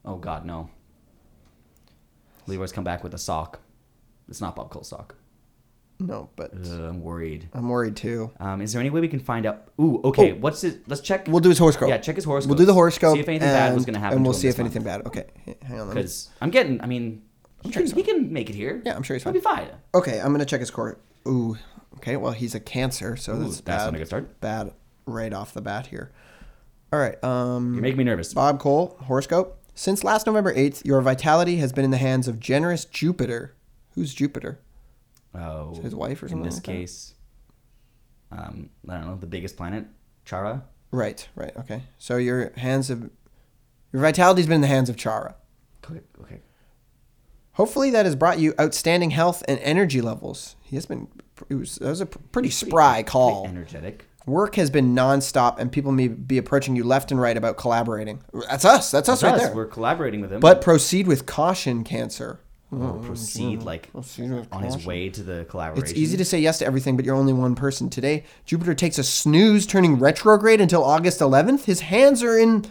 Speaker 2: Oh God, no. Leroy's come back with a sock. It's not Bob Cole's sock.
Speaker 1: No, but
Speaker 2: Ugh, I'm worried.
Speaker 1: I'm worried too.
Speaker 2: Um, is there any way we can find out? Ooh, okay.
Speaker 1: Oh.
Speaker 2: What's it? Let's check.
Speaker 1: We'll do his horoscope.
Speaker 2: Yeah, check his horoscope.
Speaker 1: We'll do the horoscope.
Speaker 2: See if anything bad was
Speaker 1: and-
Speaker 2: going to happen.
Speaker 1: and
Speaker 2: to
Speaker 1: we'll
Speaker 2: him
Speaker 1: see if
Speaker 2: this month.
Speaker 1: anything bad. Okay, h- hang on. Let me,
Speaker 2: Because I'm getting. I mean, I'm sure he can make it here.
Speaker 1: Yeah, I'm sure he's
Speaker 2: He'll be fine.
Speaker 1: okay, I'm gonna check his core. Ooh, okay. Well, he's a cancer, so that's,
Speaker 2: that's
Speaker 1: bad.
Speaker 2: not a good start.
Speaker 1: Bad right off the bat here. All right. Um,
Speaker 2: You're making me nervous.
Speaker 1: Bob Cole, horoscope. Since last November 8th, your vitality has been in the hands of generous Jupiter. Who's Jupiter?
Speaker 2: Oh,
Speaker 1: his wife or something
Speaker 2: In this
Speaker 1: like that?
Speaker 2: case, um, I don't know the biggest planet, Chara.
Speaker 1: Right, right, okay. So your hands of your vitality's been in the hands of Chara.
Speaker 2: Okay, okay.
Speaker 1: Hopefully that has brought you outstanding health and energy levels. He has been it was that was a pr- pretty spry call.
Speaker 2: Pretty energetic.
Speaker 1: Work has been nonstop and people may be approaching you left and right about collaborating. That's us. That's us
Speaker 2: Us,
Speaker 1: right there.
Speaker 2: We're collaborating with him.
Speaker 1: But Mm-hmm. proceed with caution, Cancer.
Speaker 2: We'll proceed like
Speaker 1: Proceed with
Speaker 2: on his
Speaker 1: caution.
Speaker 2: way to the collaboration.
Speaker 1: It's easy to say yes to everything, but you're only one person today. Jupiter takes a snooze, turning retrograde until August 11th. His hands are in,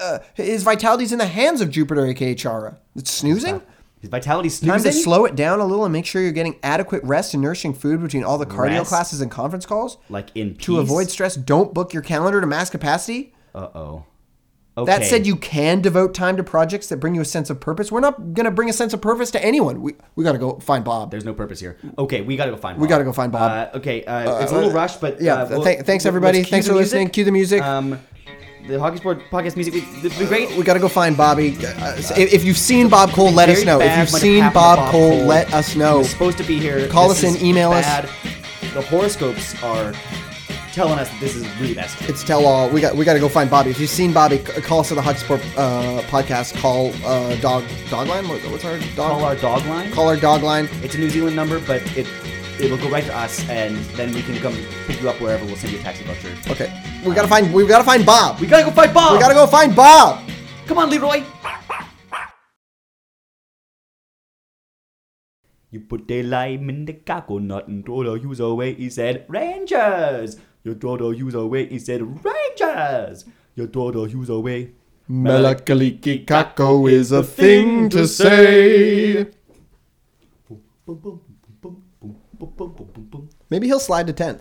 Speaker 1: uh, his vitality's in the hands of Jupiter, aka Chara. It's snoozing?
Speaker 2: His vitality
Speaker 1: Time to
Speaker 2: snoozing.
Speaker 1: slow it down a little and make sure you're getting adequate rest and nourishing food between all the cardio
Speaker 2: Rest?
Speaker 1: classes and conference calls.
Speaker 2: like in
Speaker 1: To avoid stress, don't book your calendar to max capacity.
Speaker 2: Uh oh. Okay.
Speaker 1: That said, you can devote time to projects that bring you a sense of purpose. We're not going to bring a sense of purpose to anyone. We, we got to go find Bob.
Speaker 2: There's no purpose here. Okay, we gotta go find. Bob.
Speaker 1: We gotta go find Bob.
Speaker 2: Uh, okay, uh, it's a little
Speaker 1: uh,
Speaker 2: rushed, but
Speaker 1: yeah,
Speaker 2: uh,
Speaker 1: th- thank- thanks,
Speaker 2: let's
Speaker 1: everybody.
Speaker 2: cue
Speaker 1: Thanks
Speaker 2: the
Speaker 1: for listening. Cue the music.
Speaker 2: Um, the hockey sport podcast music would be great.
Speaker 1: We got to go find Bobby. Uh, if if you've seen Bob Cole, let us
Speaker 2: Very
Speaker 1: know. If
Speaker 2: bad
Speaker 1: you've
Speaker 2: when it
Speaker 1: seen
Speaker 2: happened to
Speaker 1: Bob, Cole, let us
Speaker 2: He
Speaker 1: know.
Speaker 2: was supposed to be here.
Speaker 1: Call us
Speaker 2: is
Speaker 1: in, email us.
Speaker 2: bad. The horoscopes are telling us that this is really basketball.
Speaker 1: It's tell all. We got we got to go find Bobby. If you've seen Bobby, c- call us at the Hot Sport uh, podcast. Call uh, dog dogline. What, what's our dog?
Speaker 2: Call our dog line.
Speaker 1: call our dog line.
Speaker 2: It's a New Zealand number, but it it'll go right to us, and then we can come pick you up wherever. We'll send you a taxi voucher.
Speaker 1: Okay, we
Speaker 2: Uh,
Speaker 1: gotta find we gotta find Bob.
Speaker 2: We gotta go fight Bob.
Speaker 1: we gotta go find Bob.
Speaker 2: Come on, Leroy. You put a lime in the coconut and throw the user away. He said, Rangers. You throw the user away. He said, Rangers. You throw the user away.
Speaker 1: Malakaliki kako is a thing to say.
Speaker 2: Boom, boom, boom, boom, boom, boom, boom, boom, boom.
Speaker 1: Maybe he'll slide to tenth.